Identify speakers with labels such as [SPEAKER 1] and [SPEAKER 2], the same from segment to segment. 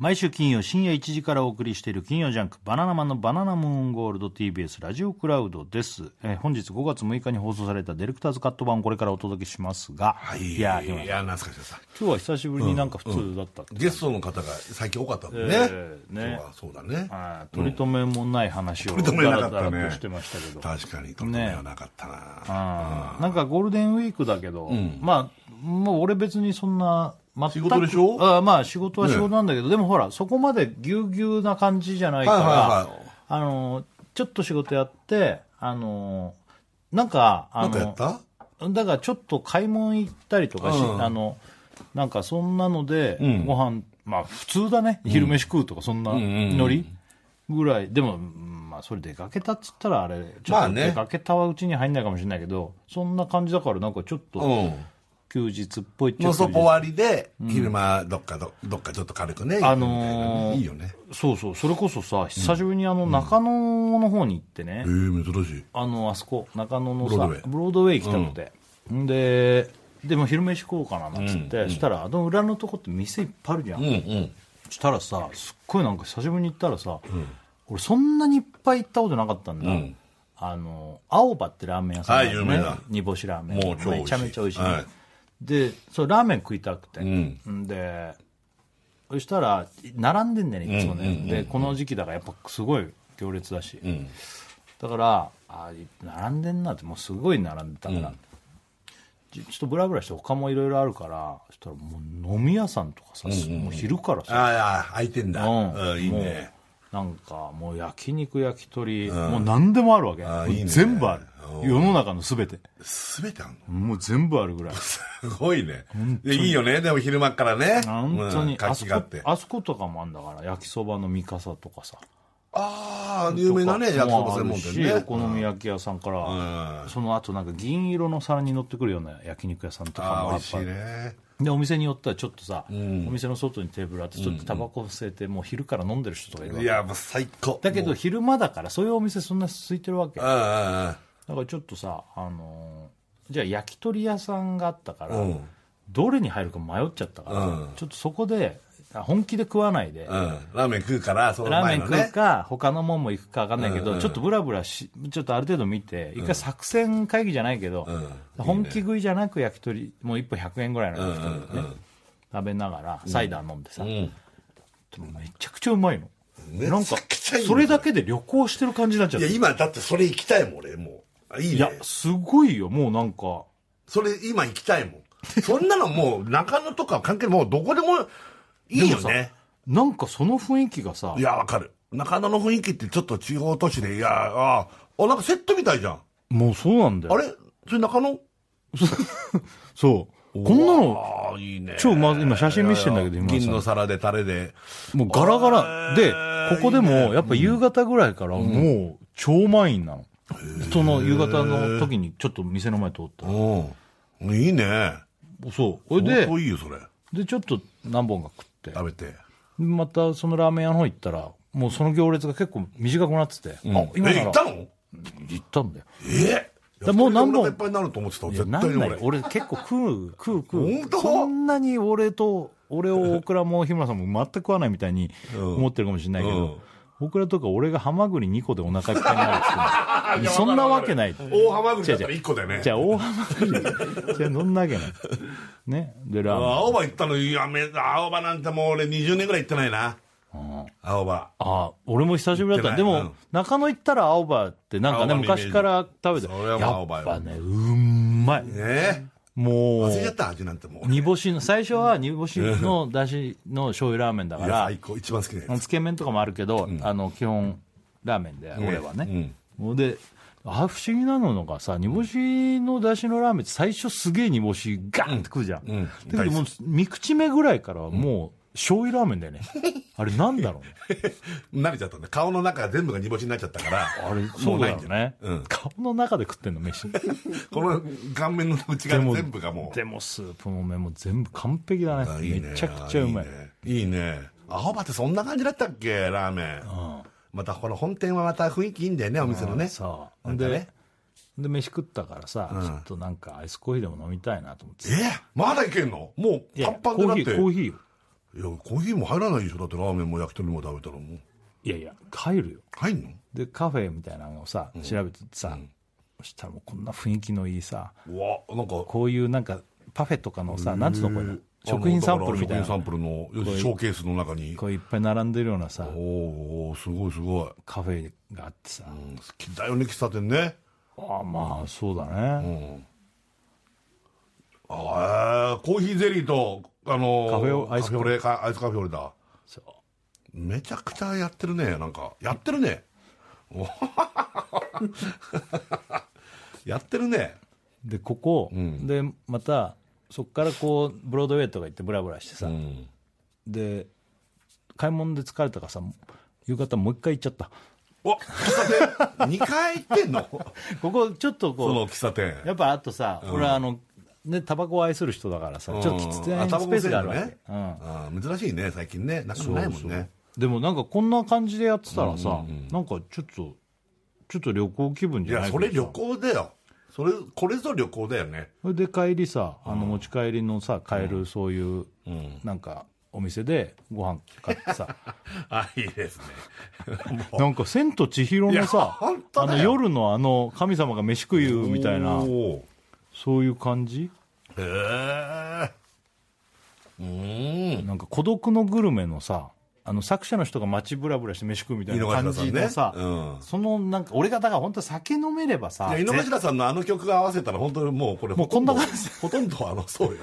[SPEAKER 1] 毎週金曜深夜1時からお送りしている金曜ジャンク「バナナマンのバナナムーンゴールド TBS ラジオクラウド」です、えー本日5月6日に放送されたディレクターズカット版をこれからお届けしますが、
[SPEAKER 2] はい、
[SPEAKER 1] い
[SPEAKER 2] い
[SPEAKER 1] や
[SPEAKER 2] や
[SPEAKER 1] ー日村
[SPEAKER 2] いやなんすかさん
[SPEAKER 1] 今日は久しぶりになんか普通だったって、
[SPEAKER 2] ゲストの方が最近多かったもんね,、
[SPEAKER 1] ええね
[SPEAKER 2] 今日はそうだね
[SPEAKER 1] あー取り留めもない話を
[SPEAKER 2] 取り留めなかったね
[SPEAKER 1] ダラダラとしてましたけど
[SPEAKER 2] 確かに取り留めはなかったな、
[SPEAKER 1] あーなんかゴールデンウィークだけど、まあもう俺別にそんな全く
[SPEAKER 2] 仕事でしょ
[SPEAKER 1] あーまあ仕事は仕事なんだけど、でもほらそこまでぎゅうぎゅうな感じじゃないから、
[SPEAKER 2] はいはいはい
[SPEAKER 1] あのーちょっと仕事やってあのーなんか
[SPEAKER 2] な
[SPEAKER 1] あの
[SPEAKER 2] んかやった
[SPEAKER 1] だからちょっと買い物行ったりとかし、
[SPEAKER 2] うん
[SPEAKER 1] あのなんかそんなので、ご飯まあ普通だね昼飯食うとかそんなノリぐらいでも、うんまあ、それ出かけたっつったらあれちょ
[SPEAKER 2] ま
[SPEAKER 1] っ
[SPEAKER 2] あ
[SPEAKER 1] と
[SPEAKER 2] ね
[SPEAKER 1] 出かけたはうちに入んないかもしれないけど、そんな感じだからなんかちょっ
[SPEAKER 2] う
[SPEAKER 1] と
[SPEAKER 2] ん
[SPEAKER 1] 休日っぽいっちゃ
[SPEAKER 2] のそ
[SPEAKER 1] 休日
[SPEAKER 2] 終わりで、昼間どっかどどっかちょっと軽くね、
[SPEAKER 1] あの
[SPEAKER 2] 行くみたいなね
[SPEAKER 1] ー
[SPEAKER 2] いいよね
[SPEAKER 1] そうそうそれこそさ久しぶりにあの中野の方に行って
[SPEAKER 2] ええ
[SPEAKER 1] ね、
[SPEAKER 2] 珍しい
[SPEAKER 1] あのあそこ中野のさ
[SPEAKER 2] ブ
[SPEAKER 1] ブ
[SPEAKER 2] ロ
[SPEAKER 1] ロ
[SPEAKER 2] ードウェイ
[SPEAKER 1] ードウェイ来たので、ん、ででも昼飯食おうかななんつって、そしたらあの裏のとこって店いっぱいあるじゃ
[SPEAKER 2] う
[SPEAKER 1] ん、
[SPEAKER 2] んうん
[SPEAKER 1] したらさすっごいなんか久しぶりに行ったらさ、俺そんなにいっぱい行ったことなかったんだ、
[SPEAKER 2] うん
[SPEAKER 1] あの青葉ってラーメン屋さんがあるの
[SPEAKER 2] はい有名な
[SPEAKER 1] 煮干しラーメン
[SPEAKER 2] もう超美味しい
[SPEAKER 1] めちゃめちゃ美味しい、
[SPEAKER 2] はい
[SPEAKER 1] でそうラーメン食いたくて、
[SPEAKER 2] ん
[SPEAKER 1] でそしたら並んでんだよねいつもね、でこの時期だからやっぱすごい行列だし、
[SPEAKER 2] ん
[SPEAKER 1] だからあ並んでんなってもうすごい並んでたから、ちょちょっとブラブラして他もいろいろあるからそしたらもう飲み屋さんとかさ、もう昼からさ
[SPEAKER 2] ああ空いてんだ、
[SPEAKER 1] うん
[SPEAKER 2] うんいいね
[SPEAKER 1] もうなんかもう焼肉焼き鳥、もう何でもあるわけ
[SPEAKER 2] あー
[SPEAKER 1] もう
[SPEAKER 2] いいね
[SPEAKER 1] 全部ある世の中の全て
[SPEAKER 2] 全てあんの
[SPEAKER 1] もう全部ある ぐらい
[SPEAKER 2] すごいねいやいいよねでも昼間からね
[SPEAKER 1] 本当に、
[SPEAKER 2] うん
[SPEAKER 1] あ
[SPEAKER 2] 活
[SPEAKER 1] そ
[SPEAKER 2] 気があ
[SPEAKER 1] こ
[SPEAKER 2] ってあ
[SPEAKER 1] あそことかもあんだから焼きそばの三笠とかさ
[SPEAKER 2] あー有名なね
[SPEAKER 1] とか
[SPEAKER 2] 焼きそ
[SPEAKER 1] も
[SPEAKER 2] ば
[SPEAKER 1] あ
[SPEAKER 2] 専
[SPEAKER 1] る
[SPEAKER 2] 門
[SPEAKER 1] し
[SPEAKER 2] 店ね
[SPEAKER 1] お好み焼き屋さんから、
[SPEAKER 2] うん
[SPEAKER 1] その後なんか銀色の皿に乗ってくるような焼肉屋さんとか
[SPEAKER 2] ああ美
[SPEAKER 1] もやっ
[SPEAKER 2] 味しい
[SPEAKER 1] ぱ
[SPEAKER 2] ね
[SPEAKER 1] でお店によってはちょっとさ、お店の外にテーブルあってちょっとタバコ吸えてもう昼から飲んでる人とかいるわ
[SPEAKER 2] い
[SPEAKER 1] け
[SPEAKER 2] やもう最高
[SPEAKER 1] だけど
[SPEAKER 2] もう
[SPEAKER 1] 昼間だからそういうお店そんな空いてるわけ
[SPEAKER 2] うんうんうん
[SPEAKER 1] だからちょっとさ、あのーじゃあ焼き鳥屋さんがあったから、
[SPEAKER 2] うん
[SPEAKER 1] どれに入るか迷っちゃったから、
[SPEAKER 2] うん
[SPEAKER 1] ちょっとそこであ本気で食わないで、
[SPEAKER 2] うんラーメン食うからその
[SPEAKER 1] ラーメ
[SPEAKER 2] 前
[SPEAKER 1] ン
[SPEAKER 2] の
[SPEAKER 1] 食
[SPEAKER 2] ね
[SPEAKER 1] うか、他のもんも行くか分かんないけど、
[SPEAKER 2] うんうん
[SPEAKER 1] ちょっとブラブラしちょっとある程度見て、一回作戦会議じゃないけど、
[SPEAKER 2] んいいね
[SPEAKER 1] 本気食いじゃなく焼き鳥もう1本100円ぐらいの焼き鳥ね、
[SPEAKER 2] うんうんうん
[SPEAKER 1] 食べながらサイダー飲んでさ、
[SPEAKER 2] ん
[SPEAKER 1] めちゃくちゃうまいの、
[SPEAKER 2] め
[SPEAKER 1] なん
[SPEAKER 2] ち
[SPEAKER 1] か
[SPEAKER 2] ゃくちゃいいね
[SPEAKER 1] それだけで旅行してる感じになっちゃっ
[SPEAKER 2] い
[SPEAKER 1] て
[SPEAKER 2] や今だってそれ行きたいもん俺もうあいい
[SPEAKER 1] いや
[SPEAKER 2] ね
[SPEAKER 1] すごいよもうなんか
[SPEAKER 2] それ今行きたいもんそんなのもう中野とか関係ないもうどこでもいいよね
[SPEAKER 1] なんかその雰囲気がさ
[SPEAKER 2] いやわかる中野の雰囲気ってちょっと地方都市でいやああなんかセットみたいじゃん
[SPEAKER 1] もうそうなんだよ
[SPEAKER 2] あれそれ中 野
[SPEAKER 1] そうこんなの
[SPEAKER 2] ああいいね
[SPEAKER 1] 超まず今写真見せてんだけど今さ
[SPEAKER 2] 銀の皿でタレで
[SPEAKER 1] もうガラガラでここでもやっぱ夕方ぐらいからもう超満員なの、その夕方の時にちょっと店の前通った
[SPEAKER 2] うんいいね
[SPEAKER 1] そうそれ
[SPEAKER 2] 相
[SPEAKER 1] で
[SPEAKER 2] 当いいよそれ
[SPEAKER 1] でちょっと何本か食って
[SPEAKER 2] 食べて
[SPEAKER 1] またそのラーメン屋の方行ったらもうその行列が結構短くなってて、あ
[SPEAKER 2] え
[SPEAKER 1] 今なら
[SPEAKER 2] 行ったの
[SPEAKER 1] 行ったんだよ
[SPEAKER 2] え
[SPEAKER 1] だもう何
[SPEAKER 2] お
[SPEAKER 1] 本
[SPEAKER 2] 腹いっぱいになると思ってた
[SPEAKER 1] いや
[SPEAKER 2] 絶
[SPEAKER 1] な
[SPEAKER 2] 対に
[SPEAKER 1] んない
[SPEAKER 2] 俺
[SPEAKER 1] よ俺結構食う食う食う
[SPEAKER 2] 本当
[SPEAKER 1] そんなに俺と俺を大倉も日村さんも全く食わないみたいに
[SPEAKER 2] うん
[SPEAKER 1] 思ってるかもしれないけ
[SPEAKER 2] う
[SPEAKER 1] ど、大倉とか俺がハマグリ2個でお腹いっぱいになるってそんなわけない
[SPEAKER 2] 大ハマグリだったら1個だよね
[SPEAKER 1] じゃあ大ハマグリじゃあ飲んなきゃないねでラーメン
[SPEAKER 2] 青葉行ったのいやめ青葉なんてもう俺20年ぐらい行ってないな青葉
[SPEAKER 1] ああ俺も久しぶりだったで
[SPEAKER 2] 行ってない
[SPEAKER 1] も中野行ったら青葉ってなんかね
[SPEAKER 2] 青葉のイメージ
[SPEAKER 1] 昔から食べて
[SPEAKER 2] それはもう青葉
[SPEAKER 1] や
[SPEAKER 2] よ
[SPEAKER 1] っぱねうんまい
[SPEAKER 2] ね
[SPEAKER 1] も
[SPEAKER 2] 忘
[SPEAKER 1] う
[SPEAKER 2] れちゃった味なんてもう
[SPEAKER 1] 煮干しの最初は煮干しのだしの醤油ラーメンだか
[SPEAKER 2] いや
[SPEAKER 1] ら
[SPEAKER 2] 最高一番好きなやつ
[SPEAKER 1] つけ麺とかもあるけど、あの基本ラーメンで俺はね、もうであ不思議なのがさ煮干しのだしのラーメンって最初すげえ煮干しガンって食うじゃん、
[SPEAKER 2] ん
[SPEAKER 1] だけどもう3口目ぐらいからはもう 醤油ラーメンだよねあれなんだろうね
[SPEAKER 2] 慣れちゃったんで顔の中が全部が煮干しになっちゃったから
[SPEAKER 1] あれ
[SPEAKER 2] も
[SPEAKER 1] そうだよね、
[SPEAKER 2] うん
[SPEAKER 1] 顔の中で食ってんの飯
[SPEAKER 2] この顔面の内側全部がもう
[SPEAKER 1] でもスープも麺も全部完璧だ
[SPEAKER 2] あ
[SPEAKER 1] ね
[SPEAKER 2] いいね
[SPEAKER 1] めちゃくちゃうまい
[SPEAKER 2] いいねいいね青葉ってそんな感じだったっけラーメンまたこの本店はまた雰囲気いいんだよねお店のね
[SPEAKER 1] そう
[SPEAKER 2] なんかね
[SPEAKER 1] でで飯食ったからさ、ちょっとなんかアイスコーヒーでも飲みたいなと思って
[SPEAKER 2] えまだいけんのもう
[SPEAKER 1] い
[SPEAKER 2] パ
[SPEAKER 1] や
[SPEAKER 2] ンパン
[SPEAKER 1] コ
[SPEAKER 2] で
[SPEAKER 1] ー
[SPEAKER 2] なっ
[SPEAKER 1] ヒ
[SPEAKER 2] て
[SPEAKER 1] ーコーヒーよ
[SPEAKER 2] いやコーヒーも入らないでしょだってラーメンも焼き鳥も食べたらもう
[SPEAKER 1] いやいや入るよ
[SPEAKER 2] 入んの
[SPEAKER 1] でカフェみたいなのをさ調べてさ、そしたらもうこんな雰囲気のいいさ
[SPEAKER 2] うわなんか
[SPEAKER 1] こういうなんかパフェとかのさなんつうのこれ
[SPEAKER 2] あの
[SPEAKER 1] 食品サンプルみたい
[SPEAKER 2] だか
[SPEAKER 1] な
[SPEAKER 2] ら食品サンプルの要するにショーケースの中に
[SPEAKER 1] こういっぱい並んでるようなさ
[SPEAKER 2] おーおーすごいすごい、
[SPEAKER 1] カフェがあってさ、
[SPEAKER 2] うん、好きだよね喫茶店ね
[SPEAKER 1] ああまあそうだね、
[SPEAKER 2] ああコーヒーゼリーとあのー
[SPEAKER 1] カフェオアイス
[SPEAKER 2] カフェオレかアイスカフェオレだ
[SPEAKER 1] そう
[SPEAKER 2] めちゃくちゃやってるねなんかやってるね おやってるね
[SPEAKER 1] でここ、でまたそこからこうブロードウェイとか行ってブラブラしてさ、
[SPEAKER 2] ん
[SPEAKER 1] で買い物で疲れたからさ夕方もう一回行っちゃった
[SPEAKER 2] お喫茶店2回行ってんの
[SPEAKER 1] ここちょっと
[SPEAKER 2] その
[SPEAKER 1] こ
[SPEAKER 2] 喫茶店
[SPEAKER 1] うやっぱあとさ、俺はあのねタバコを愛する人だからさ、
[SPEAKER 2] うん
[SPEAKER 1] ちょっと喫
[SPEAKER 2] あタ
[SPEAKER 1] 煙ス
[SPEAKER 2] バコ
[SPEAKER 1] ペ
[SPEAKER 2] も
[SPEAKER 1] ースがあるわけ、
[SPEAKER 2] ね
[SPEAKER 1] うん
[SPEAKER 2] あー珍しいね最近ねなかなかないもんね
[SPEAKER 1] でもなんかこんな感じでやってたらさ、なんかちょっとちょっと旅行気分
[SPEAKER 2] い
[SPEAKER 1] じゃな
[SPEAKER 2] や
[SPEAKER 1] い
[SPEAKER 2] そ
[SPEAKER 1] けど
[SPEAKER 2] れ旅行だよそれこれぞ旅行だよね
[SPEAKER 1] それで帰りさあの持ち帰りのさ買えるそういう、なんかお店でご飯買ってさ
[SPEAKER 2] あいいですねも
[SPEAKER 1] なんか「千と千尋」の
[SPEAKER 2] いや
[SPEAKER 1] さ
[SPEAKER 2] 本
[SPEAKER 1] あ
[SPEAKER 2] 当だよ
[SPEAKER 1] の夜のあの神様が飯食いうみたいな
[SPEAKER 2] おー
[SPEAKER 1] そういう感じ
[SPEAKER 2] へえうん
[SPEAKER 1] なんか孤独のグルメのさあの作者の人が街ぶらぶらして飯食うみたい
[SPEAKER 2] 井
[SPEAKER 1] な
[SPEAKER 2] 之
[SPEAKER 1] 感
[SPEAKER 2] 頭さ
[SPEAKER 1] じ
[SPEAKER 2] んね
[SPEAKER 1] のさ
[SPEAKER 2] うん
[SPEAKER 1] そのなんか俺がだから本当酒飲めればさ
[SPEAKER 2] いや井之頭さんのあの曲合わせたら本当にもうこれ
[SPEAKER 1] もうこんな感じ
[SPEAKER 2] ほとんどほとんどあのそうよ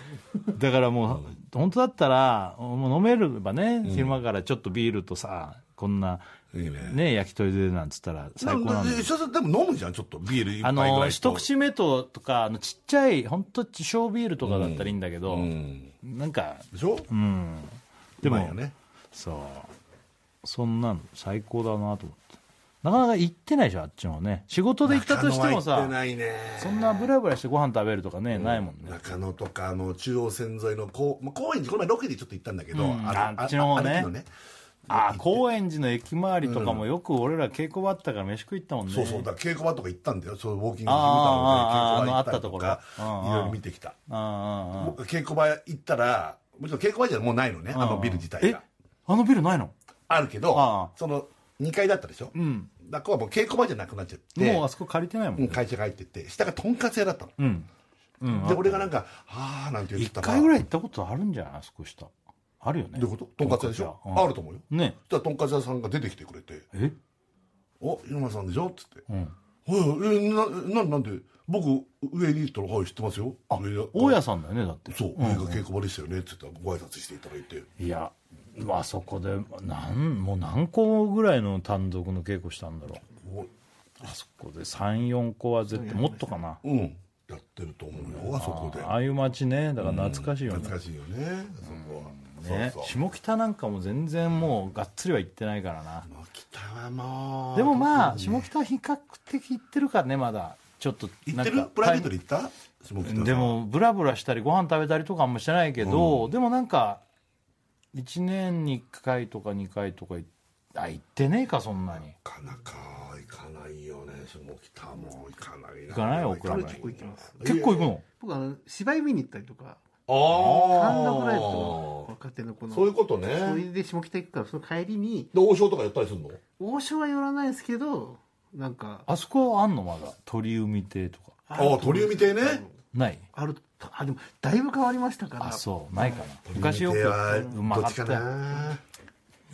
[SPEAKER 1] だからもう、本当だったら、もう飲めればね、昼間からちょっとビールとさ、こんな、
[SPEAKER 2] いいね
[SPEAKER 1] ね、焼き鳥でなんつったら最高なんだ
[SPEAKER 2] で
[SPEAKER 1] よ
[SPEAKER 2] も一緒でも飲むじゃんちょっとビール一
[SPEAKER 1] あ
[SPEAKER 2] 杯ぐらいと
[SPEAKER 1] の、一口目ととか、あのちっちゃい、本当小ビールとかだったらいいんだけど、
[SPEAKER 2] うん
[SPEAKER 1] なんか、
[SPEAKER 2] でしょ
[SPEAKER 1] うん。で
[SPEAKER 2] う
[SPEAKER 1] も、
[SPEAKER 2] まいよね
[SPEAKER 1] そう。そんなの最高だなと思って。なかなか行ってないでしょ、あっちもね。仕事で行ったとしても
[SPEAKER 2] 中野は行
[SPEAKER 1] さ
[SPEAKER 2] って、ないね
[SPEAKER 1] そんなブラブラしてご飯食べるとかね、ないもんね。
[SPEAKER 2] 中野とかあの中央線沿いのこう、まあ、高円寺この前ロケでちょっと行ったんだけど、
[SPEAKER 1] ん
[SPEAKER 2] あの
[SPEAKER 1] あっちの方ね
[SPEAKER 2] あ歩きね
[SPEAKER 1] ああ高円寺の駅周りとかもよく俺ら稽古場あったから飯食い行ったもんね
[SPEAKER 2] そうそうだから稽古場とか行ったんだよそうウォーキングジムだ
[SPEAKER 1] あー
[SPEAKER 2] ろうね稽古場行
[SPEAKER 1] あーあー
[SPEAKER 2] ったりとか
[SPEAKER 1] あのあっ
[SPEAKER 2] い
[SPEAKER 1] たところ
[SPEAKER 2] ろいろ見てきた
[SPEAKER 1] あ
[SPEAKER 2] 僕稽古場行ったらもちろん稽古場じゃもうないのねあ
[SPEAKER 1] あ
[SPEAKER 2] のビル自体が
[SPEAKER 1] あのビルないの
[SPEAKER 2] あるけど
[SPEAKER 1] あ
[SPEAKER 2] その2階だったでしょ、
[SPEAKER 1] ん
[SPEAKER 2] だからここはもう稽古場じゃなくなっちゃって
[SPEAKER 1] もうあそこ借りてないもん
[SPEAKER 2] うん
[SPEAKER 1] ね
[SPEAKER 2] 会社が入ってって下がとんかつ屋だったの、
[SPEAKER 1] うん
[SPEAKER 2] で俺がなんか「ああ」なんて言っ
[SPEAKER 1] 一
[SPEAKER 2] てた
[SPEAKER 1] 回ぐ
[SPEAKER 2] い
[SPEAKER 1] らい行ったことあるんじゃないあそこ下あるよね
[SPEAKER 2] どういうこととんかつ屋でしょ、
[SPEAKER 1] とんかつ屋
[SPEAKER 2] あると思うよ
[SPEAKER 1] うんね
[SPEAKER 2] そしたらとんかつ屋さんが出てきてくれて
[SPEAKER 1] え
[SPEAKER 2] 「お井上さんでしょ?」っつって
[SPEAKER 1] うん
[SPEAKER 2] 「はいえなななんで僕上に行ったらはい知ってますよ」あ
[SPEAKER 1] 大家さんだよねだって
[SPEAKER 2] そう、上が稽古場でしたよねって言ったらご挨拶していただいて、
[SPEAKER 1] いやあそこでなんもう何個ぐらいの単独の稽古したんだろう
[SPEAKER 2] お
[SPEAKER 1] あそこで34個は絶対もっとかな
[SPEAKER 2] うん、やってると思うよ、あそこで。
[SPEAKER 1] ああいう街ねだから懐かしいよね
[SPEAKER 2] 懐かしいよね、あそこは。
[SPEAKER 1] ね
[SPEAKER 2] そうそう。
[SPEAKER 1] 下北なんかも全然もうがっつりは行ってないからな、
[SPEAKER 2] もう北はもう。
[SPEAKER 1] でもまあ下北は比較的行ってるからねまだちょっと
[SPEAKER 2] 行
[SPEAKER 1] な
[SPEAKER 2] っ
[SPEAKER 1] ん
[SPEAKER 2] て
[SPEAKER 1] か
[SPEAKER 2] るプライベート
[SPEAKER 1] タイ
[SPEAKER 2] で行った下北さん
[SPEAKER 1] ムで、もブラブラしたりご飯食べたりとかあんましてないけど、でもなんか1年に1回とか2回とかいあ行ってねえかそんなに
[SPEAKER 2] なかなか行かないよね、下北も行かないな。行
[SPEAKER 1] かないよ僕ら
[SPEAKER 2] あ
[SPEAKER 1] も
[SPEAKER 3] 俺結構行きます
[SPEAKER 1] 結構行くの
[SPEAKER 3] 僕あの芝居見に行ったりとか単独ライブと
[SPEAKER 2] あ
[SPEAKER 3] 若手のこ
[SPEAKER 2] ー。
[SPEAKER 3] の
[SPEAKER 2] そういうこと
[SPEAKER 3] それ
[SPEAKER 2] ね。
[SPEAKER 3] で下北行くからその帰りに
[SPEAKER 2] で、王将とかやったりするの
[SPEAKER 3] 王将は寄らないですけどなんか
[SPEAKER 1] あそこあんのまだ鳥海亭とか
[SPEAKER 2] あー鳥海亭ね
[SPEAKER 1] ない
[SPEAKER 3] あるとあでもだいぶ変わりましたから
[SPEAKER 1] あそうないかな昔よ
[SPEAKER 2] 見
[SPEAKER 1] く
[SPEAKER 2] ては
[SPEAKER 1] うま
[SPEAKER 2] ど
[SPEAKER 1] か
[SPEAKER 2] っ
[SPEAKER 1] っ
[SPEAKER 2] ち
[SPEAKER 1] た
[SPEAKER 2] か
[SPEAKER 1] よ
[SPEAKER 2] な。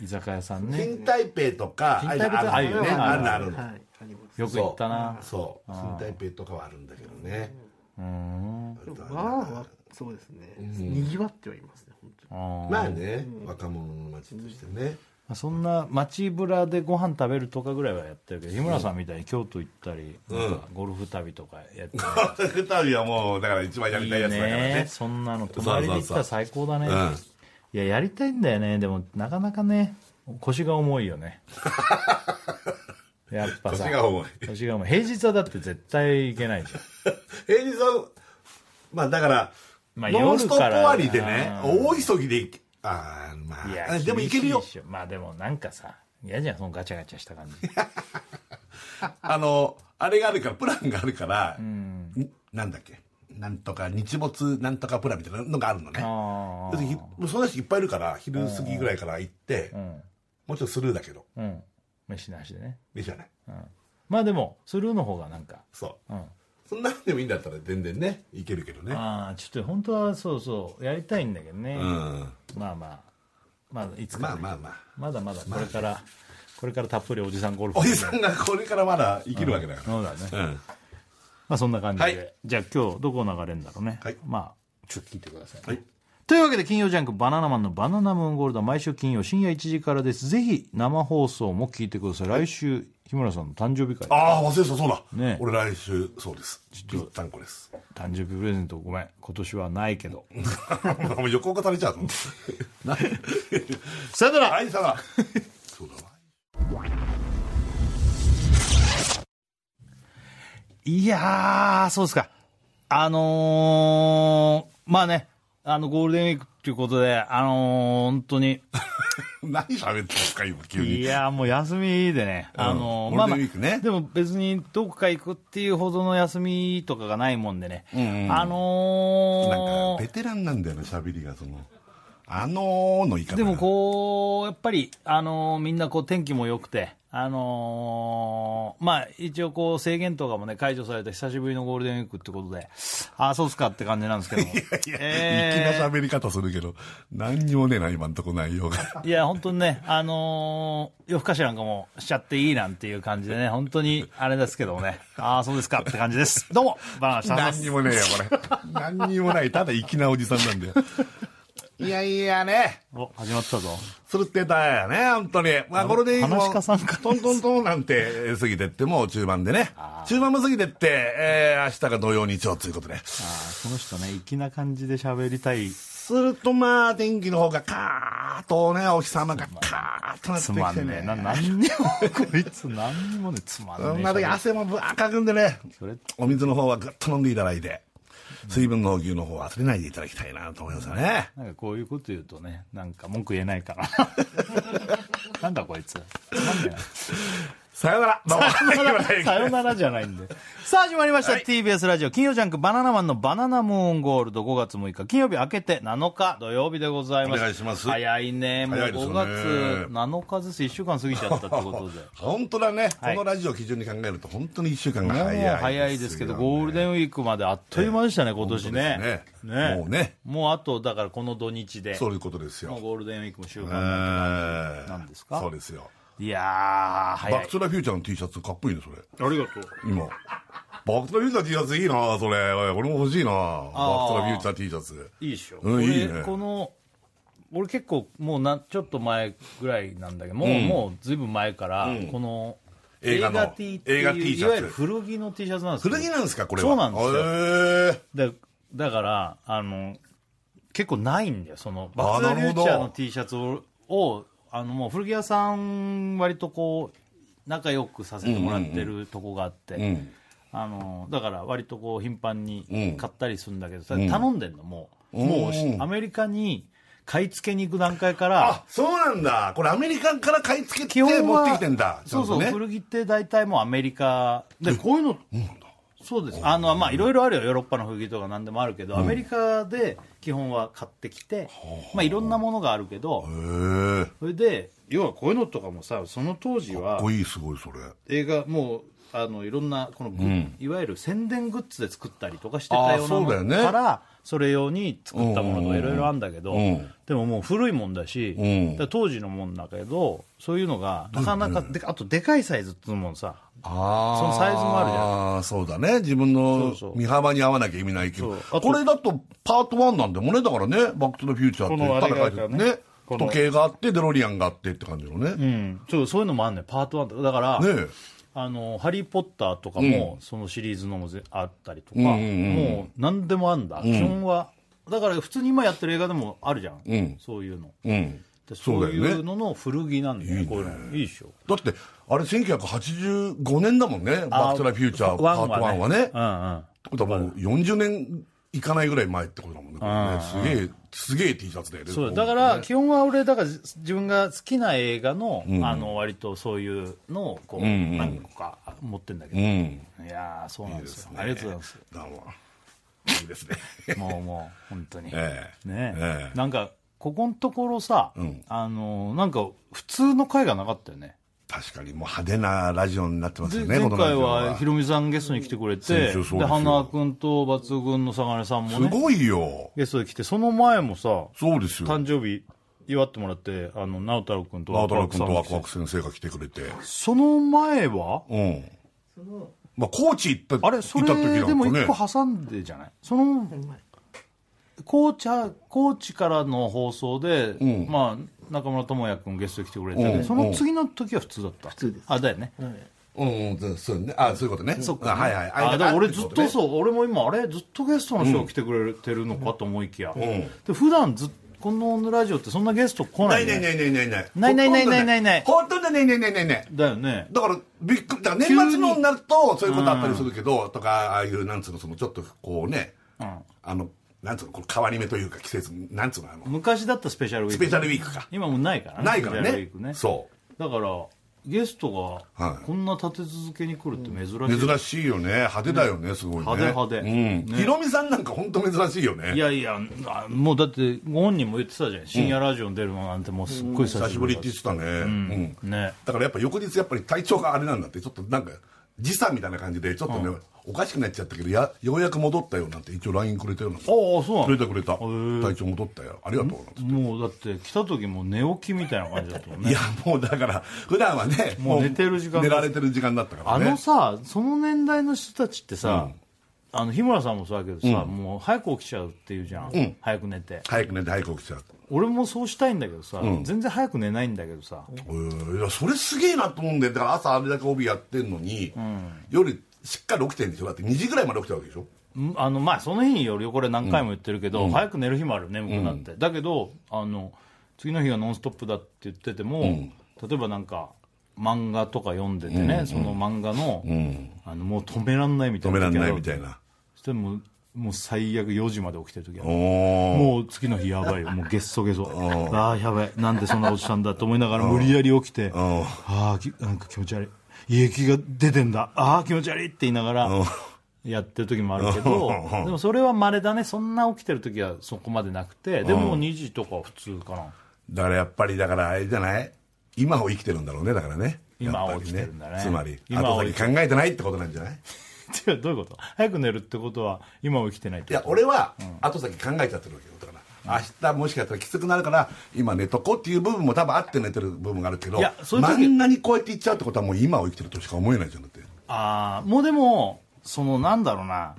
[SPEAKER 1] 居酒屋さんね
[SPEAKER 2] 新台北とか、
[SPEAKER 1] 新台北
[SPEAKER 2] ああいうのあるよね。
[SPEAKER 1] あ
[SPEAKER 2] あ
[SPEAKER 1] る
[SPEAKER 2] る
[SPEAKER 1] よ
[SPEAKER 2] のあるの
[SPEAKER 3] はいあります
[SPEAKER 1] よく行ったな
[SPEAKER 2] そう新台北とかはあるんだけどね
[SPEAKER 1] うん
[SPEAKER 3] でもわーはそうですね、にぎわってはいますね本当に
[SPEAKER 1] あー
[SPEAKER 2] まあね若者の街としてね
[SPEAKER 1] まあそんな街ぶらでご飯食べるとかぐらいはやってるけど日村さんみたいに京都行ったり、なんかゴルフ旅とかやってる
[SPEAKER 2] ふたりはもうだから一番やりたいやつだから
[SPEAKER 1] いいね
[SPEAKER 2] ね
[SPEAKER 1] そんなの泊
[SPEAKER 2] うそう
[SPEAKER 1] まりで行ったら最高だね
[SPEAKER 2] うん
[SPEAKER 1] いややりたいんだよねでもなかなかね腰が重いよねやっぱさ
[SPEAKER 2] 腰が重い
[SPEAKER 1] 腰が重い平日はだって絶対行けないじゃん
[SPEAKER 2] 平日はまあだから
[SPEAKER 1] まあ
[SPEAKER 2] ノンストップ終わりで
[SPEAKER 1] 夜
[SPEAKER 2] ね
[SPEAKER 1] から
[SPEAKER 2] 大急ぎで行きああま
[SPEAKER 1] い
[SPEAKER 2] あ
[SPEAKER 1] や
[SPEAKER 2] でも行けるよ
[SPEAKER 1] 厳しいっしょまあでもなんかさ嫌じゃんそのガチャガチャし た感じ
[SPEAKER 2] あのあれがあるからプランがあるからなんだっけなんとか日没なんとかプランみたいなのがあるのね
[SPEAKER 1] あ
[SPEAKER 2] 要するにひもうそんな人いっぱいいるから昼過ぎぐらいから行って、
[SPEAKER 1] あうん
[SPEAKER 2] もうちょっとスルーだけど
[SPEAKER 1] うん飯なしでね、
[SPEAKER 2] いいじゃない
[SPEAKER 1] うん、まあでもスルーの方がなんか、
[SPEAKER 2] そう
[SPEAKER 1] うん、
[SPEAKER 2] そんなんでもいいんだったら全然ねいけるけどね
[SPEAKER 1] ああちょっと本当はそうそうやりたいんだけどね、
[SPEAKER 2] うん
[SPEAKER 1] まあまあまあいつか、
[SPEAKER 2] まあ
[SPEAKER 1] ね
[SPEAKER 2] まあまあ
[SPEAKER 1] まだまだこれから、これからたっぷりおじさんゴルフ
[SPEAKER 2] おじさんがこれからまだ生きるわけだから
[SPEAKER 1] そうだね
[SPEAKER 2] うん
[SPEAKER 1] まあそんな感じで、
[SPEAKER 2] はい
[SPEAKER 1] じゃあ今日どこ流れるんだろうね、
[SPEAKER 2] はい
[SPEAKER 1] まあちょっと聞いてください、
[SPEAKER 2] はい
[SPEAKER 1] というわけで金曜ジャンク「バナナマンのバナナムーンゴールド」毎週金曜深夜1時からですぜひ生放送も聞いてください来週日村さんの誕生日会
[SPEAKER 2] ああ忘れてたそうだ、
[SPEAKER 1] ね
[SPEAKER 2] 俺来週そうですぴったんこです
[SPEAKER 1] 誕生日プレゼントごめん今年はないけど
[SPEAKER 2] もう横が垂れちゃう の
[SPEAKER 1] さよなら
[SPEAKER 2] はいさ あそうだわ
[SPEAKER 1] いやー、そうですか。あのー、まあね、あの、ゴールデンウィークっていうことで、あのー、本当に、
[SPEAKER 2] 何喋ってんですか今急
[SPEAKER 1] い
[SPEAKER 2] に
[SPEAKER 1] やーもう休みでね、あのー、
[SPEAKER 2] ゴールデンウィークね
[SPEAKER 1] まあまあでも別にどこか行くっていうほどの休みとかがないもんでね、
[SPEAKER 2] んうん
[SPEAKER 1] あ
[SPEAKER 2] なん
[SPEAKER 1] の
[SPEAKER 2] かベ
[SPEAKER 1] ー、
[SPEAKER 2] テランなんだよね喋りがその「あのー」の言い方が
[SPEAKER 1] でもこう、やっぱり、あのー、みんなこう天気も良くて、あのー、まあ一応こう制限とかもね解除されて久しぶりのゴールデンウィークってことで、ああ、そうっすかって感じなんですけども。い
[SPEAKER 2] いや、粋な喋り方するけど何にもねえな今んとこ内容が
[SPEAKER 1] いや、本当にね、あのー夜更かしなんかもしちゃっていいなんていう感じでね、本当にあれですけどもね、ああ、そうですかって感じです。どうも、バナナシタで
[SPEAKER 2] 何
[SPEAKER 1] す
[SPEAKER 2] に。もねえよこれ何にもないただ粋なおじさんなんだよいやいやね
[SPEAKER 1] お、始まったぞ。
[SPEAKER 2] するってたよね、本当に。まあ、これでいい
[SPEAKER 1] 話し家さんか
[SPEAKER 2] トントントンなんてえー過ぎてって、もう中盤でね。中盤も過ぎてって、えー明日が土曜日曜ということで。
[SPEAKER 1] あーこの人ね、粋な感じで喋りたい。
[SPEAKER 2] すると、まあ、天気の方がカーッとね、お日様がカーッとな
[SPEAKER 1] つま
[SPEAKER 2] ってき
[SPEAKER 1] ん
[SPEAKER 2] て
[SPEAKER 1] ねえな、
[SPEAKER 2] ね。
[SPEAKER 1] 何にも、こいつ何にもね、つまんねえ。
[SPEAKER 2] そんな時汗もぶわーかくんでね
[SPEAKER 1] それ、
[SPEAKER 2] お水の方はぐっと飲んでいただいて、水分の補給の方は忘れないでいただきたいなと思いますよね。
[SPEAKER 1] なんかこういうこと言うとね、なんか文句言えない から。なんだこいつ。つまんねえな
[SPEAKER 2] さよなら。どうも。
[SPEAKER 1] さよならじゃないんで。さあ始まりました、TBS ラジオ金曜ジャンクバナナマンのバナナムーンゴールド5月6日金曜日明けて7日土曜日でございます。
[SPEAKER 2] お願いします
[SPEAKER 1] 早いね。もう
[SPEAKER 2] 早いですよ
[SPEAKER 1] 5
[SPEAKER 2] ね
[SPEAKER 1] 月7日ずつ1週間過ぎちゃったってことで。
[SPEAKER 2] 本当だね、
[SPEAKER 1] はい
[SPEAKER 2] このラジオを基準に考えると本当に1週間が
[SPEAKER 1] もう
[SPEAKER 2] 早いですよね
[SPEAKER 1] 早いですけど、ゴールデンウィークまであっという間でしたね、今年ね
[SPEAKER 2] 本。当ですねもうね。
[SPEAKER 1] もうあと、だからこの土日で、
[SPEAKER 2] そういうことです
[SPEAKER 1] もう
[SPEAKER 2] よ。
[SPEAKER 1] ゴールデンウィークも週
[SPEAKER 2] え
[SPEAKER 1] 間。
[SPEAKER 2] ー
[SPEAKER 1] なんですか
[SPEAKER 2] そうですよ。
[SPEAKER 1] いやー、
[SPEAKER 2] バ
[SPEAKER 1] 早
[SPEAKER 2] ッ
[SPEAKER 1] い
[SPEAKER 2] ク。トゥザフューチャーの T シャツかっこいいね、それ。
[SPEAKER 1] ありがとう。
[SPEAKER 2] 今。バックトゥザフューチャー T シャツいいな、それ。おい俺も欲しいな。バックトゥザフューチャー T シャツ。
[SPEAKER 1] いいでしょ、
[SPEAKER 2] うん
[SPEAKER 1] 俺
[SPEAKER 2] いいね
[SPEAKER 1] この俺結構もうなちょっと前ぐらいなんだけどもう,、もうずいぶん前から、この
[SPEAKER 2] 映画の
[SPEAKER 1] T っていう
[SPEAKER 2] 映画 T シャツ
[SPEAKER 1] いわゆる古着の T シャツなんですけど
[SPEAKER 2] 古着なんですか、これは。
[SPEAKER 1] そうなんですよ
[SPEAKER 2] へー
[SPEAKER 1] だだからあの結構ないんだよそのバ
[SPEAKER 2] あー
[SPEAKER 1] ック・フュー
[SPEAKER 2] な
[SPEAKER 1] チャ
[SPEAKER 2] る
[SPEAKER 1] ー
[SPEAKER 2] ほど
[SPEAKER 1] の T シャツををあのもう古着屋さん割とこう仲良くさせてもらってるとこがあって、
[SPEAKER 2] ん
[SPEAKER 1] あのだから割とこう頻繁に
[SPEAKER 2] ん
[SPEAKER 1] 買ったりするんだけど、それ頼んでんのもう、もうしアメリカに買い付けに行く段階から
[SPEAKER 2] あ、そうなんだ。これアメリカンから買い付けて
[SPEAKER 1] 基本は
[SPEAKER 2] 持ってきてんだ。
[SPEAKER 1] そうそう、
[SPEAKER 2] ちゃんとね。
[SPEAKER 1] 古着って大体もうアメリカでこういうのそうですあのまあいろいろあるよヨーロッパの古着とか何でもあるけど、アメリカで基本は買ってきて、まあ、いろんなものがあるけど
[SPEAKER 2] へーか
[SPEAKER 1] それで要はこういうのとかもさその当時は
[SPEAKER 2] っこいい、すごい、それ。
[SPEAKER 1] 映画もうあのいろんなこのグッ、いわゆる宣伝グッズで作ったりとかしてたような
[SPEAKER 2] あーそうだよ
[SPEAKER 1] も
[SPEAKER 2] ね
[SPEAKER 1] のからそれ用に作ったものとかいろいろあるんだけど、
[SPEAKER 2] ん
[SPEAKER 1] でももう古いもんだし、
[SPEAKER 2] ん
[SPEAKER 1] だから当時のもんだけどそういうのがなかなかであとでかいサイズっていうのもさ
[SPEAKER 2] ああ。
[SPEAKER 1] そのサイズもあるじゃん
[SPEAKER 2] ああ、そうだね。自分の
[SPEAKER 1] そうそう
[SPEAKER 2] 身幅に合わなきゃ意味ないけど。
[SPEAKER 1] そうあと
[SPEAKER 2] これだとパート1なんでもね、だからね、バックトゥザフューチャーって
[SPEAKER 1] このあれが
[SPEAKER 2] 書いてある
[SPEAKER 1] あれが
[SPEAKER 2] ね
[SPEAKER 1] ねこの
[SPEAKER 2] 時計があって、デロリアンがあってって感じの
[SPEAKER 1] う
[SPEAKER 2] ね。
[SPEAKER 1] ん、そうそういうのもあんねんパート1とかだから、
[SPEAKER 2] ねえ
[SPEAKER 1] あの「ハリー・ポッター」とかも、そのシリーズのもぜあったりとか、
[SPEAKER 2] んうんうん
[SPEAKER 1] もう何でもあんだ、基本はだから普通に今やってる映画でもあるじゃん、そういうの
[SPEAKER 2] うん。
[SPEAKER 1] で
[SPEAKER 2] そう
[SPEAKER 1] そう
[SPEAKER 2] だよね
[SPEAKER 1] いうのの古着なんだよねこういうのいいでしょ
[SPEAKER 2] だって、あれ1985年だもんね、バックトゥザフューチャーパート1はね。
[SPEAKER 1] はね
[SPEAKER 2] だからもう40年いかないぐらい前ってことだもんね、これねすげえ、すげえ T シャツだよね。
[SPEAKER 1] うんうんそうだから基本は俺だから自分が好きな映画の,、あの割とそういうのをこう、何個か持ってんだけど、
[SPEAKER 2] うん。
[SPEAKER 1] いやーそうなんですよありがとうございます
[SPEAKER 2] どうも。いいです ね。
[SPEAKER 1] もうもう、本当に。ね
[SPEAKER 2] えええ
[SPEAKER 1] え
[SPEAKER 2] え
[SPEAKER 1] なんか、ここのところさ、
[SPEAKER 2] ん
[SPEAKER 1] あのーなんか、普通の回がなかったよね。
[SPEAKER 2] 確かにもう派手なラジオになってますよ
[SPEAKER 1] で
[SPEAKER 2] ね、
[SPEAKER 1] 前
[SPEAKER 2] このラ
[SPEAKER 1] 回
[SPEAKER 2] ジオ
[SPEAKER 1] はヒロミさんゲストに来てくれて、
[SPEAKER 2] 先週そうですよ
[SPEAKER 1] で、花君と抜群の相良さんも
[SPEAKER 2] す
[SPEAKER 1] ね、
[SPEAKER 2] ごいよ。
[SPEAKER 1] ゲストで来て、その前もさ、
[SPEAKER 2] そうですよ。
[SPEAKER 1] 誕生日祝ってもらって、あの、直太朗君と
[SPEAKER 2] 直
[SPEAKER 1] ワク
[SPEAKER 2] 太
[SPEAKER 1] ワ
[SPEAKER 2] 朗
[SPEAKER 1] ク
[SPEAKER 2] 君
[SPEAKER 1] さん
[SPEAKER 2] と
[SPEAKER 1] も
[SPEAKER 2] ワ
[SPEAKER 1] 来
[SPEAKER 2] クワ
[SPEAKER 1] て
[SPEAKER 2] ク先生が来てくれて。
[SPEAKER 1] その前は
[SPEAKER 2] うん。まあ、高知行った、
[SPEAKER 1] あれ、それ
[SPEAKER 2] 行った時なん
[SPEAKER 1] でも
[SPEAKER 2] か
[SPEAKER 1] 一
[SPEAKER 2] ね
[SPEAKER 1] 個。挟んでじゃないその、高知は、高知からの放送で、
[SPEAKER 2] ん
[SPEAKER 1] まあ、中村智也君ゲストに来てくれて、
[SPEAKER 2] うん
[SPEAKER 1] その次の時は普通だった。普
[SPEAKER 3] 通です
[SPEAKER 1] あ、だよね。
[SPEAKER 2] うん、うん、そうね。あそういうことね。そっか。はいはい。
[SPEAKER 1] あだから俺ずっと
[SPEAKER 2] う。
[SPEAKER 1] そう、俺も今、あれ、ずっとゲストの人が来てくれてるのかと思いきや、
[SPEAKER 2] ん
[SPEAKER 1] で普段ずっこのラジオってそんなゲスト来
[SPEAKER 2] な
[SPEAKER 1] ないい、
[SPEAKER 2] な
[SPEAKER 1] ね、
[SPEAKER 2] いないないないない。
[SPEAKER 1] ないないないないないない
[SPEAKER 2] ほとんどないないないないない。
[SPEAKER 1] だよね。
[SPEAKER 2] だから、びっくり、だから年末のになると、そういうことあったりするけど、とか、ああいう、なんつうの、その、ちょっと、こうね、あの、なんつうの、この変わり目というか、季節、なんつうの、あの、
[SPEAKER 1] 昔だったスペシャルウィー
[SPEAKER 2] ス
[SPEAKER 1] ク
[SPEAKER 2] ペシャルウィークか。
[SPEAKER 1] 今もうないからね
[SPEAKER 2] ないから
[SPEAKER 1] スペシャルウィ
[SPEAKER 2] ね
[SPEAKER 1] ーク。ね
[SPEAKER 2] そ
[SPEAKER 1] だからゲストが
[SPEAKER 2] はい
[SPEAKER 1] こんな立て続けに来るって珍しい、
[SPEAKER 2] う。珍しいよね。派手だよね、すごいね。
[SPEAKER 1] 派手派手
[SPEAKER 2] うん。
[SPEAKER 1] ね
[SPEAKER 2] ヒロミさんなんか本当珍しいよね。
[SPEAKER 1] いやいやあもうだってご本人も言ってたじゃん深夜ラジオに出るのなんてもうすっごい久
[SPEAKER 2] 久
[SPEAKER 1] し
[SPEAKER 2] し
[SPEAKER 1] ぶ
[SPEAKER 2] ぶ
[SPEAKER 1] り
[SPEAKER 2] り
[SPEAKER 1] だ
[SPEAKER 2] っ
[SPEAKER 1] って
[SPEAKER 2] 言ってたね。うん。
[SPEAKER 1] ね
[SPEAKER 2] だからやっぱ翌日やっぱり体調があれなんだってちょっとなんか時差みたいな感じでちょっとね、おかしくなっちゃったけどやようやく戻ったよなんて一応 LINE くれたような
[SPEAKER 1] ああそうな
[SPEAKER 2] く
[SPEAKER 1] の
[SPEAKER 2] れたくれた体調戻ったよありがとうなんて
[SPEAKER 1] もうだって来た時も寝起きみたいな感じだったもん
[SPEAKER 2] い
[SPEAKER 1] ね
[SPEAKER 2] やもうだから普段はね
[SPEAKER 1] もう寝てる時間
[SPEAKER 2] 寝られてる時間だったから
[SPEAKER 1] あ
[SPEAKER 2] ね
[SPEAKER 1] のさその年代の人たちってさ、
[SPEAKER 2] うん
[SPEAKER 1] あの日村さんもそうだけどさ、もう早く起きちゃうっていうじゃん、早く寝て
[SPEAKER 2] 早く寝て早く起きちゃう
[SPEAKER 1] 俺もそうしたいんだけどさ、全然早く寝ないんだけどさ、
[SPEAKER 2] えーいやそれすげえなと思うんだよだから朝あれだけ帯やってんのに、夜しっかり起きてるんでしょだって2時ぐらいまで起きたわけでしょ
[SPEAKER 1] んあのまあその日によるよこれ何回も言ってるけど、早く寝る日もある眠くなって、だけどあの次の日が「ノンストップ!」だって言ってても、例えばなんか漫画とか読んでてね、その漫画の,、あのもう止めらんないみた
[SPEAKER 2] 止
[SPEAKER 1] い
[SPEAKER 2] め
[SPEAKER 1] な
[SPEAKER 2] られ
[SPEAKER 1] 時あ
[SPEAKER 2] な
[SPEAKER 1] る
[SPEAKER 2] いみたいな
[SPEAKER 1] そしてもうもう最悪4時まで起きてる時ある
[SPEAKER 2] おー
[SPEAKER 1] もう次の日やばいよもうゲッソゲソああやばいなんでそんなことしたんだと思いながら無理やり起きて
[SPEAKER 2] ん
[SPEAKER 1] ああきなんか気持ち悪い胃液が出てんだああ気持ち悪いって言いながらやってる時もあるけどでもそれは稀だねそんな起きてる時はそこまでなくてでも2時とかは普通かな
[SPEAKER 2] だからやっぱりだからあれじゃない今を生きてるんだろうねだからね
[SPEAKER 1] 今を
[SPEAKER 2] やっぱり
[SPEAKER 1] 生きてるんだね
[SPEAKER 2] つまり
[SPEAKER 1] 今を
[SPEAKER 2] 後先考えてないってことなんじゃない
[SPEAKER 1] 違うどういうこと早く寝るってことは今を生きてないっ
[SPEAKER 2] い
[SPEAKER 1] て
[SPEAKER 2] や
[SPEAKER 1] こと
[SPEAKER 2] 俺は後先考えちゃってるわけよだから明日もしかしたらきつくなるから今寝とこうっていう部分も多分あって寝てる部分があるけど
[SPEAKER 1] いやそういう時
[SPEAKER 2] 真ん中にこうやっていっちゃうってことはもう今を生きてるとしか思えないじゃんだって
[SPEAKER 1] ああもうでもそのなんだろうな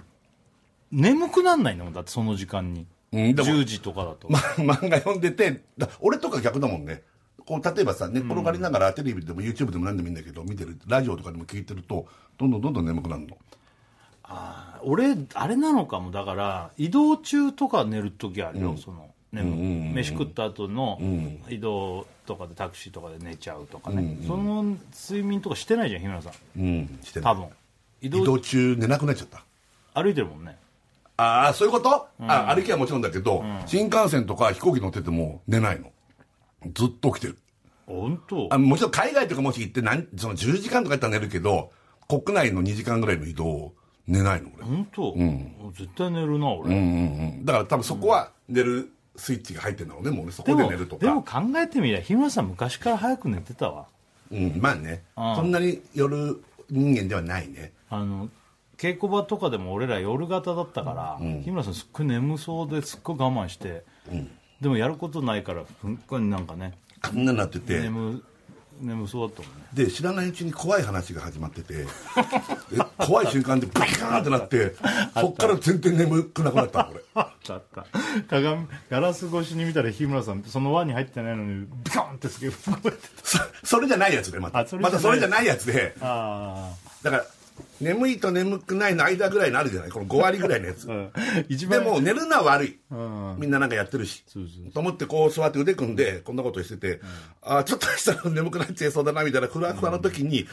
[SPEAKER 1] 眠くなんないのだってその時間に
[SPEAKER 2] うんでも
[SPEAKER 1] 10時とかだと
[SPEAKER 2] ま漫画読んでてだ俺とか逆だもんねこう例えばさ寝っ転がりながらテレビでも YouTube でも何でもいいんだけど見てるラジオとかでも聞いてるとどんどんどんどん眠くなるの
[SPEAKER 1] 俺あれなのかもだから移動中とか寝る時あるよ、その眠く飯食った後の移動とかでタクシーとかで寝ちゃうとかね、その睡眠とかしてないじゃん日村さん
[SPEAKER 2] うんしてない
[SPEAKER 1] 多分移動
[SPEAKER 2] 移動中寝なくなっちゃった
[SPEAKER 1] 歩いてるもんね
[SPEAKER 2] ああそういうこと、あ歩きはもちろんだけど、新幹線とか飛行機乗ってても寝ないのずっと起きてる
[SPEAKER 1] 本当
[SPEAKER 2] あもちろん海外とかもし行ってなんその10時間とかやったら寝るけど国内の2時間ぐらいの移動寝ないの俺
[SPEAKER 1] 本当、絶対寝るな俺、
[SPEAKER 2] うんだから多分そこは寝るスイッチが入ってんだろうねもうねそ
[SPEAKER 1] で
[SPEAKER 2] こで
[SPEAKER 1] も
[SPEAKER 2] 寝ると
[SPEAKER 1] でも
[SPEAKER 2] か
[SPEAKER 1] 考えてみりゃ日村さん昔から早く寝てたわ
[SPEAKER 2] うんまあね、
[SPEAKER 1] うん
[SPEAKER 2] そんなに夜人間ではないね
[SPEAKER 1] あの稽古場とかでも俺ら夜型だったから、日村さんすっごい眠そうですっごい我慢して、でもやることないからすっごいなんかね
[SPEAKER 2] こんなになってて、
[SPEAKER 1] 眠眠そうだったもんね
[SPEAKER 2] で知らないうちに怖い話が始まってて で怖い瞬間でバキカーンってなってそっから全然眠くなくなったの俺
[SPEAKER 1] あったあった 鏡ガラス越しに見たら日村さんその輪に入ってないのにビコンってすげえ動いてた
[SPEAKER 2] そそれじゃないやつでま
[SPEAKER 1] あ
[SPEAKER 2] た
[SPEAKER 1] それじ
[SPEAKER 2] ま
[SPEAKER 1] ゃない
[SPEAKER 2] たそれじゃないやつで
[SPEAKER 1] あ
[SPEAKER 2] だから眠いと眠くないの間ぐらいのあるじゃないこの5割ぐらいのやつ
[SPEAKER 1] あ、うん、一
[SPEAKER 2] で
[SPEAKER 1] 番
[SPEAKER 2] も寝るのは悪い、
[SPEAKER 1] ん
[SPEAKER 2] みんななんかやってるし
[SPEAKER 1] そうそう
[SPEAKER 2] と思ってこう座って腕組んでこんなことしてて、ああちょっとしたら眠くなっちゃいそうだなみたいなふわふわの時に、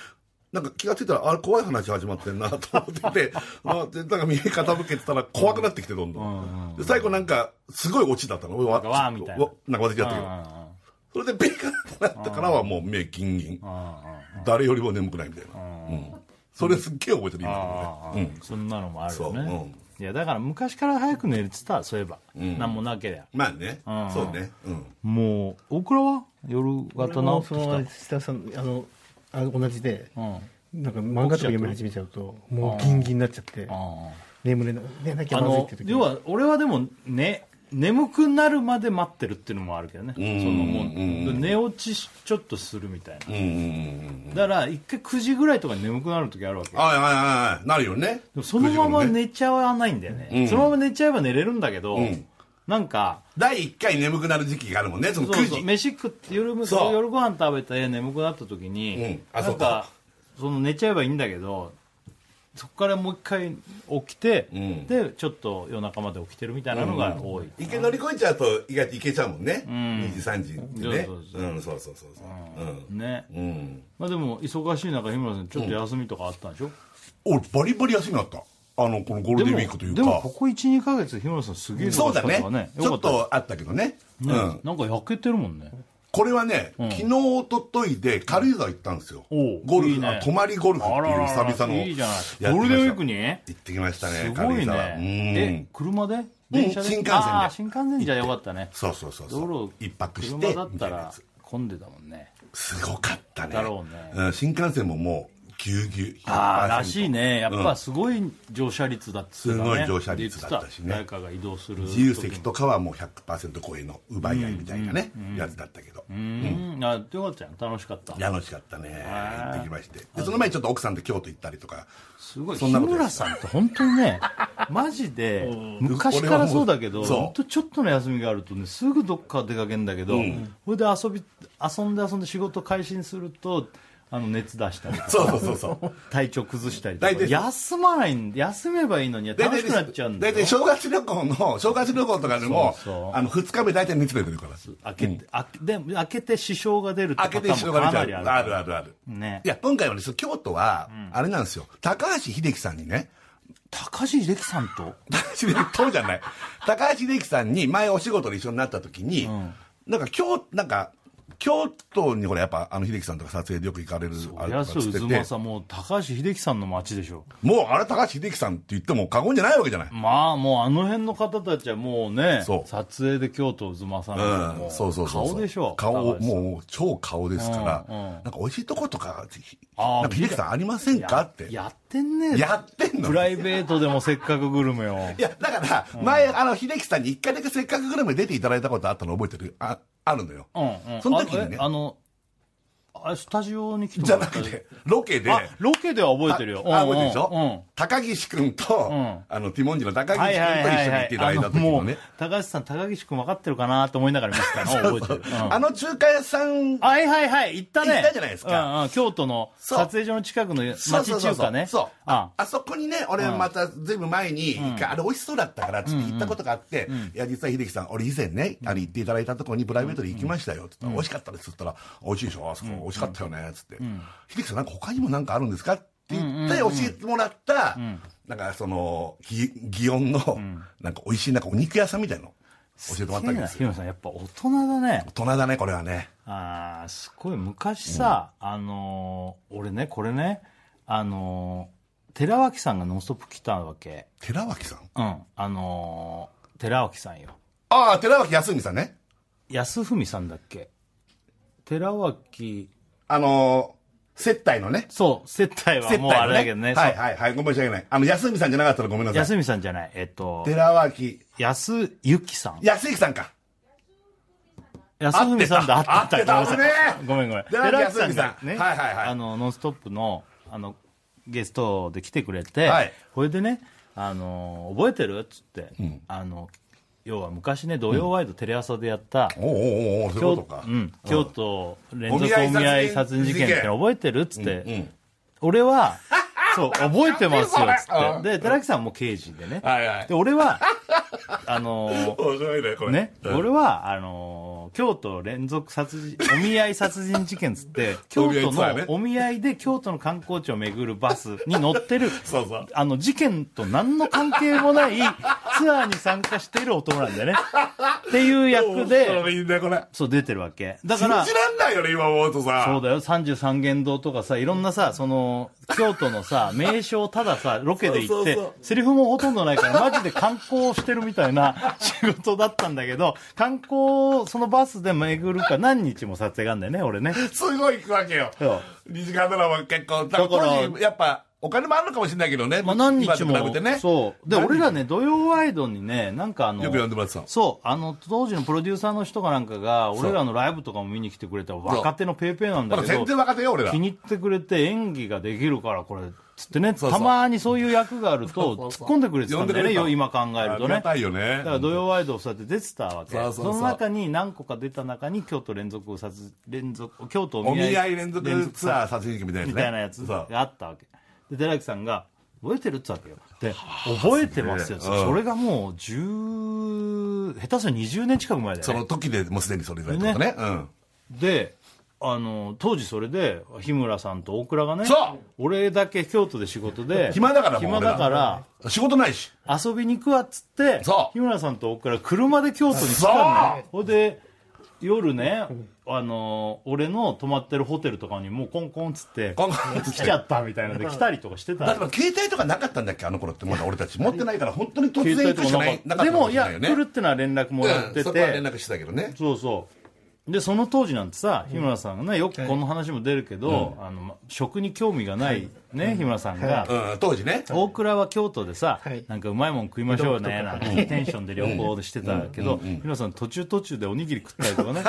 [SPEAKER 2] なんか気がついたらあれ怖い話始まってんなと思って てあでなんか耳傾けてたら怖くなってきてどんどん、で最後なんかすごいオチだったのうわ
[SPEAKER 1] んかわーみたいな
[SPEAKER 2] うわなんか私やったけど、
[SPEAKER 1] あ
[SPEAKER 2] それでビカってなってからはもう目ギンギン
[SPEAKER 1] ああ
[SPEAKER 2] 誰よりも眠くないみたいな、
[SPEAKER 1] あ
[SPEAKER 2] うんそれすっげえ覚えてる今でもね
[SPEAKER 1] ああ、そんなのもある
[SPEAKER 2] そ
[SPEAKER 1] よ
[SPEAKER 2] う、
[SPEAKER 1] ね
[SPEAKER 2] うん
[SPEAKER 1] いやだから昔から早く寝れてたそういえば、何もなけりゃ
[SPEAKER 2] まあね、そうね、うん、
[SPEAKER 1] もう大倉は夜型
[SPEAKER 3] も
[SPEAKER 1] 直っ
[SPEAKER 3] そ
[SPEAKER 1] てき
[SPEAKER 3] の
[SPEAKER 1] た
[SPEAKER 3] 設楽さんあのあ同じで、
[SPEAKER 1] うんあ
[SPEAKER 3] なんか漫画とか読み始めちゃうともうギンギンになっちゃって
[SPEAKER 1] あ
[SPEAKER 3] 眠れな寝なきゃ
[SPEAKER 1] あ
[SPEAKER 3] まずいっ
[SPEAKER 1] の
[SPEAKER 3] て時に
[SPEAKER 1] 要は俺はでもね眠くなるまで待ってるっていうのもあるけどねそのもう寝落ちしちょっとするみたいな
[SPEAKER 2] うんうんうん
[SPEAKER 1] だから一回9時ぐらいとかに眠くなる時あるわけ
[SPEAKER 2] はいはいはいはいなるよね
[SPEAKER 1] でもそのま
[SPEAKER 2] 九
[SPEAKER 1] ま
[SPEAKER 2] 時頃ね
[SPEAKER 1] 寝ちゃわないんだよね、
[SPEAKER 2] ん
[SPEAKER 1] そのまま寝ちゃえば寝れるんだけど、
[SPEAKER 2] ん
[SPEAKER 1] なんか
[SPEAKER 2] 第1回眠くなる時期があるもんねその
[SPEAKER 1] そう
[SPEAKER 2] 9
[SPEAKER 1] そう
[SPEAKER 2] 時
[SPEAKER 1] 飯食って夜む
[SPEAKER 2] そう
[SPEAKER 1] 夜ご飯食べて眠くなった時に、
[SPEAKER 2] うんあ
[SPEAKER 1] なんかその寝ちゃえばいいんだけどそこからもう一回起きて、
[SPEAKER 2] ん
[SPEAKER 1] でちょっと夜中まで起きてるみたいなのが多い、
[SPEAKER 2] 一回乗り越えちゃうと意外といけちゃうもんね、2時3時ってね
[SPEAKER 1] そうそううそ
[SPEAKER 2] んそうそうそうそううん
[SPEAKER 1] ね、
[SPEAKER 2] うん
[SPEAKER 1] まあ、でも忙しい中日村さんちょっと休みとかあったんでしょ、
[SPEAKER 2] 俺バリバリ休みだったあのこのゴールデンウィークという
[SPEAKER 1] でも
[SPEAKER 2] か
[SPEAKER 1] ここ12か月日村さんすげえ忙し
[SPEAKER 2] そ
[SPEAKER 1] か
[SPEAKER 2] う
[SPEAKER 1] った
[SPEAKER 2] だ
[SPEAKER 1] から
[SPEAKER 2] ね
[SPEAKER 1] ね
[SPEAKER 2] ちょ
[SPEAKER 1] よ
[SPEAKER 2] っ
[SPEAKER 1] かったね
[SPEAKER 2] とあったけどねう
[SPEAKER 1] なんんか焼けてるもんね
[SPEAKER 2] これはね、昨日おとといで軽井沢行ったんですよ、
[SPEAKER 1] おう
[SPEAKER 2] ゴルフ
[SPEAKER 1] いいね
[SPEAKER 2] あ泊まりゴル フってい
[SPEAKER 1] あら
[SPEAKER 2] う
[SPEAKER 1] らら
[SPEAKER 2] 久々の
[SPEAKER 1] いいじゃな
[SPEAKER 2] や
[SPEAKER 1] い
[SPEAKER 2] ってきました
[SPEAKER 1] ゴールデンウィークに
[SPEAKER 2] 行ってきました
[SPEAKER 1] す
[SPEAKER 2] ね
[SPEAKER 1] ご
[SPEAKER 2] 軽
[SPEAKER 1] い
[SPEAKER 2] 井沢
[SPEAKER 1] ねえ車で電
[SPEAKER 2] 電
[SPEAKER 1] 車
[SPEAKER 2] 車
[SPEAKER 1] で
[SPEAKER 2] で
[SPEAKER 1] あ
[SPEAKER 2] あ
[SPEAKER 1] あ
[SPEAKER 2] あ
[SPEAKER 1] 新
[SPEAKER 2] 新
[SPEAKER 1] 幹線じゃよかったね
[SPEAKER 2] そうそうそう
[SPEAKER 1] 道
[SPEAKER 2] そう
[SPEAKER 1] 路
[SPEAKER 2] 一泊して
[SPEAKER 1] 車だっ
[SPEAKER 2] み
[SPEAKER 1] た
[SPEAKER 2] たいなや
[SPEAKER 1] ら
[SPEAKER 2] つ
[SPEAKER 1] 混んでたもんね
[SPEAKER 2] すごかったね
[SPEAKER 1] だろうね
[SPEAKER 2] うん、新幹線ももうぎゅうぎゅう100%
[SPEAKER 1] ああらしいねやっぱすごい乗車率だっつってたね
[SPEAKER 2] すごい乗車率だったしね
[SPEAKER 1] 言って誰かが移動する
[SPEAKER 2] 自由席とかはもう100%超えの奪い合いみたいなね、やつだったけど、
[SPEAKER 1] うんあよかったじゃん楽しかった
[SPEAKER 2] 楽しかったね行ってきましてでその前にちょっと奥さんと京都行ったりとか
[SPEAKER 1] すごい
[SPEAKER 2] そ
[SPEAKER 1] 日
[SPEAKER 2] んなこと
[SPEAKER 1] 村さんって本当に ねマジで昔からそうだけど
[SPEAKER 2] 俺はもうそう
[SPEAKER 1] 本当ちょっとの休みがあるとねすぐどっか出かけるんだけど、それで遊び遊んで遊んで仕事開始するとあの熱出したりとか
[SPEAKER 2] そうそうそうそう
[SPEAKER 1] 体調崩したりとか
[SPEAKER 2] 大体
[SPEAKER 1] 休まないん休めばいいのに 楽しくなっちゃうんだ
[SPEAKER 2] 大
[SPEAKER 1] よ
[SPEAKER 2] 体正月旅行の正月旅行とかでも
[SPEAKER 1] そうそう
[SPEAKER 2] あの2日目大体熱出てるから
[SPEAKER 1] 開けて、あで開けて支障が出るってパ
[SPEAKER 2] 開
[SPEAKER 1] タ
[SPEAKER 2] けて
[SPEAKER 1] ーン
[SPEAKER 2] 人
[SPEAKER 1] も
[SPEAKER 2] が
[SPEAKER 1] か
[SPEAKER 2] 出ちゃ
[SPEAKER 1] な
[SPEAKER 2] う
[SPEAKER 1] りある
[SPEAKER 2] あるあるある、
[SPEAKER 1] ね
[SPEAKER 2] いや今回はねそう京都はあれなんですよ、高橋英樹さんにね
[SPEAKER 1] 高橋英樹さんと
[SPEAKER 2] 高橋英樹そうじゃない高橋英樹さんに前お仕事で一緒になった時に、なんか京なんか京都にほらやっぱあの秀樹さんとか撮影でよく行かれるあれとか
[SPEAKER 1] 安
[SPEAKER 2] つって
[SPEAKER 1] 渦
[SPEAKER 2] て
[SPEAKER 1] 政もう高橋英樹さんの街でしょ
[SPEAKER 2] もうあれ高橋英樹さんって言っても過言じゃないわけじゃない、
[SPEAKER 1] まあもうあの辺の方たちはもうね
[SPEAKER 2] そう
[SPEAKER 1] 撮影で京都渦政なんても
[SPEAKER 2] うんそうそうそうそう
[SPEAKER 1] 顔でしょ
[SPEAKER 2] 顔
[SPEAKER 1] 高橋さん
[SPEAKER 2] もう超顔ですから、
[SPEAKER 1] うんうん
[SPEAKER 2] なんか美味しいとことか
[SPEAKER 1] あー
[SPEAKER 2] なんか秀樹さんありませんかって
[SPEAKER 1] やってんね
[SPEAKER 2] やってんの
[SPEAKER 1] プライベートでもせっかくグルメを
[SPEAKER 2] いや、だから、前、あの、秀樹さんに一回だけせっかくグルメ出ていただいたことあったの覚えてるあ、あるのよ。
[SPEAKER 1] うんうん
[SPEAKER 2] その時にね
[SPEAKER 1] あえあのあスタジオに来ても
[SPEAKER 2] じゃ
[SPEAKER 1] ら
[SPEAKER 2] な
[SPEAKER 1] った
[SPEAKER 2] くて、ロケで、
[SPEAKER 1] あロケでは覚えてるよ
[SPEAKER 2] ああ
[SPEAKER 1] うんうん
[SPEAKER 2] 覚えてるでしょ、
[SPEAKER 1] うん
[SPEAKER 2] 高岸君と、
[SPEAKER 1] うん
[SPEAKER 2] あの、ティモンジの高岸君と
[SPEAKER 1] はい
[SPEAKER 2] 一
[SPEAKER 1] はいはい
[SPEAKER 2] 緒に
[SPEAKER 1] は
[SPEAKER 2] 行っ
[SPEAKER 1] い
[SPEAKER 2] ていただいた時
[SPEAKER 1] あの
[SPEAKER 2] の
[SPEAKER 1] もう
[SPEAKER 2] ね。
[SPEAKER 1] 高橋さん高岸君分かってるかなと思いながら見てたのを覚えてるうん
[SPEAKER 2] あの中華屋さん、
[SPEAKER 1] はいはいはい行ったね
[SPEAKER 2] 行ったじゃないですか
[SPEAKER 1] うんうん京都の
[SPEAKER 2] そう
[SPEAKER 1] 撮影所の近くの
[SPEAKER 2] そうそ
[SPEAKER 1] 町
[SPEAKER 2] うそう
[SPEAKER 1] 中
[SPEAKER 2] そう
[SPEAKER 1] 華ね
[SPEAKER 2] そう
[SPEAKER 1] あ
[SPEAKER 2] ああそこにね俺またずいぶん前に一回あれ美味しそうだったからっつって行ったことがあって「いや実は秀樹さん俺以前ねあれ行っていただいたとこにプライベートで行きましたよ」っつったら「美味しかったです」っつったら「美味しいでしょあそこ美味しかったよね」っつって「秀樹さんなんか他にもなんかあるんですか?」って言って教えてもらったなんかそのぎ祇園のなんか美味しいなんかお肉屋さんみたいの教えてもらったわけです
[SPEAKER 1] 日
[SPEAKER 2] よ
[SPEAKER 1] 村さんやっぱ大人だね
[SPEAKER 2] 大人だねこれはね
[SPEAKER 1] あーすごい昔さ、あのー俺ねこれねあのー寺脇さんが「ノンストップ!」来たわけ
[SPEAKER 2] 寺脇さん
[SPEAKER 1] うんあのー寺脇さんよ
[SPEAKER 2] ああ寺脇康文さんね
[SPEAKER 1] 安文さんだっけ寺脇
[SPEAKER 2] あのー接待のね
[SPEAKER 1] そう接待は
[SPEAKER 2] 接
[SPEAKER 1] も
[SPEAKER 2] 待
[SPEAKER 1] う
[SPEAKER 2] の
[SPEAKER 1] あれだけどね
[SPEAKER 2] はいはいはい。ごめんなさい。あの、安住さんじゃなかったらごめんなさい。
[SPEAKER 1] 安文さんじゃないえっと
[SPEAKER 2] 寺脇、
[SPEAKER 1] 安ゆきさん
[SPEAKER 2] 安行さんか。
[SPEAKER 1] 安文さんだ
[SPEAKER 2] 合
[SPEAKER 1] 合
[SPEAKER 2] っ
[SPEAKER 1] って
[SPEAKER 2] て
[SPEAKER 1] た
[SPEAKER 2] た
[SPEAKER 1] ごめん
[SPEAKER 2] 合ってた
[SPEAKER 1] ごめんごめん
[SPEAKER 2] 寺脇
[SPEAKER 1] 寺脇さんが
[SPEAKER 2] 安文
[SPEAKER 1] ね
[SPEAKER 2] さんはいはいはい
[SPEAKER 1] あの「ノンストップ!」のあのゲストで来てくれて、
[SPEAKER 2] はい
[SPEAKER 1] これでねあの「覚えてる?」っつって、あの要は昔ね「土曜ワイドテレ朝」でやった、
[SPEAKER 2] おおおうおうそういうこ
[SPEAKER 1] 京
[SPEAKER 2] とか。
[SPEAKER 1] うん、京都連続
[SPEAKER 2] お
[SPEAKER 1] お
[SPEAKER 2] 見合い殺人
[SPEAKER 1] 見合い殺人事件って覚えてるっつって、
[SPEAKER 2] うん。
[SPEAKER 1] 俺はそう覚えてますよっつ
[SPEAKER 2] なんでそれ
[SPEAKER 1] ってで寺脇さんも刑事でね、
[SPEAKER 2] はいはい
[SPEAKER 1] で。俺はあのー
[SPEAKER 2] 面白いね、これ。
[SPEAKER 1] ね、
[SPEAKER 2] うん
[SPEAKER 1] 俺は、あのー京都連続殺人、お見合い殺人事件つ って、京
[SPEAKER 2] お見合
[SPEAKER 1] 都
[SPEAKER 2] いツアー
[SPEAKER 1] の
[SPEAKER 2] ね、
[SPEAKER 1] お見合いで京都の観光地を巡るバスに乗ってる、
[SPEAKER 2] そうそう
[SPEAKER 1] あの、事件と何の関係もないツアーに参加している男なんだよね。っていう 役
[SPEAKER 2] そう
[SPEAKER 1] で、
[SPEAKER 2] みんなこれ。
[SPEAKER 1] そう出てるわけ。だか
[SPEAKER 2] 信
[SPEAKER 1] ら、
[SPEAKER 2] じらんないよね、今思うとさ。
[SPEAKER 1] そうだよ、33元堂とかさ、いろんなさ、その、京都 のさ、名所をたださ、ロケで行って
[SPEAKER 2] そうそうそう
[SPEAKER 1] セリフもほとんどないから、マジで観光してるみたいな 仕事だったんだけど、観光をそのバスで巡るか何日も撮影があんだよね、俺ね。
[SPEAKER 2] すごい行くわけよ
[SPEAKER 1] そう。
[SPEAKER 2] 2時間ドラマ結構、だ
[SPEAKER 1] だ
[SPEAKER 2] か
[SPEAKER 1] から
[SPEAKER 2] ら当時やっぱ、お金もあるのかもしれないけどね。
[SPEAKER 1] まあ、何日
[SPEAKER 2] 今と比べ
[SPEAKER 1] も、
[SPEAKER 2] てね。
[SPEAKER 1] そう。で、
[SPEAKER 2] 何日
[SPEAKER 1] 俺らね、土曜ワイドにね、なんかあの、
[SPEAKER 2] よく呼んでもらってたの
[SPEAKER 1] そう、あの、当時のプロデューサーの人かなんかが、俺らのライブとかも見に来てくれた若手のペーペーなん
[SPEAKER 2] ま
[SPEAKER 1] だ
[SPEAKER 2] だ
[SPEAKER 1] けど
[SPEAKER 2] 全、然若手よ、俺ら。
[SPEAKER 1] 気に入ってくれて演技ができるからこれつってね
[SPEAKER 2] うそう
[SPEAKER 1] たまにそういう役があると突っ込んでくれてた
[SPEAKER 2] 呼ん
[SPEAKER 1] んだよね
[SPEAKER 2] でくれた
[SPEAKER 1] よ今考える
[SPEAKER 2] あ
[SPEAKER 1] と
[SPEAKER 2] り
[SPEAKER 1] ね
[SPEAKER 2] がたいよね
[SPEAKER 1] だ。から土曜ワイドをそうやって出てたわけ
[SPEAKER 2] そうそうそう
[SPEAKER 1] の中に何個か出た中に京都連続殺連続京都
[SPEAKER 2] お見合い連
[SPEAKER 1] 連
[SPEAKER 2] 続
[SPEAKER 1] 続
[SPEAKER 2] ツアー殺人鬼みたいなやつね。
[SPEAKER 1] みたいなやつ
[SPEAKER 2] そう
[SPEAKER 1] があったわけで寺脇さんが覚えてるって言ったわけよで覚えてますよ、
[SPEAKER 2] すげえうん
[SPEAKER 1] それがもう10下手すると20年近く前だよね
[SPEAKER 2] その時でもうすでにそれぐらいとかね。うん。
[SPEAKER 1] であの当時それで日村さんと大倉がね
[SPEAKER 2] そう
[SPEAKER 1] 俺だけ京都で仕事で
[SPEAKER 2] 暇だからもう
[SPEAKER 1] 暇だから
[SPEAKER 2] 仕事ないし。
[SPEAKER 1] 遊びに行くわっつって
[SPEAKER 2] そう
[SPEAKER 1] 日村さんと大倉車で京都に来たのよほいで夜ねあの俺の泊まってるホテルとかにもうコンコンっつって
[SPEAKER 2] コンコンっつっ
[SPEAKER 1] 来
[SPEAKER 2] て
[SPEAKER 1] ちゃったみたいなので来たりとかしてた
[SPEAKER 2] だってまあ携帯とかなかったんだっけ、あの頃って。まだ俺たち持ってないから、本当に突然
[SPEAKER 1] 携
[SPEAKER 2] 行
[SPEAKER 1] 帯
[SPEAKER 2] くし
[SPEAKER 1] と
[SPEAKER 2] か
[SPEAKER 1] か
[SPEAKER 2] ない。な
[SPEAKER 1] な
[SPEAKER 2] んか
[SPEAKER 1] か
[SPEAKER 2] ったか
[SPEAKER 1] でも
[SPEAKER 2] し
[SPEAKER 1] い
[SPEAKER 2] れ
[SPEAKER 1] や
[SPEAKER 2] なよね
[SPEAKER 1] 来るってのは連絡もらっ
[SPEAKER 2] うん
[SPEAKER 1] て
[SPEAKER 2] そ
[SPEAKER 1] て
[SPEAKER 2] こは連絡してたけどね。
[SPEAKER 1] そうそうでその当時なんてさ日村さんがねよくこの話も出るけど、あのま食に興味がない、ね日村さんが、
[SPEAKER 2] うん、当時ね。
[SPEAKER 1] 大倉は京都でさ、
[SPEAKER 3] はい
[SPEAKER 1] なんかうまいもん食いましょうね
[SPEAKER 3] うど
[SPEAKER 1] なんんてテンションで旅行してたけど、日村さん途中途中でおにぎり食ったりとかね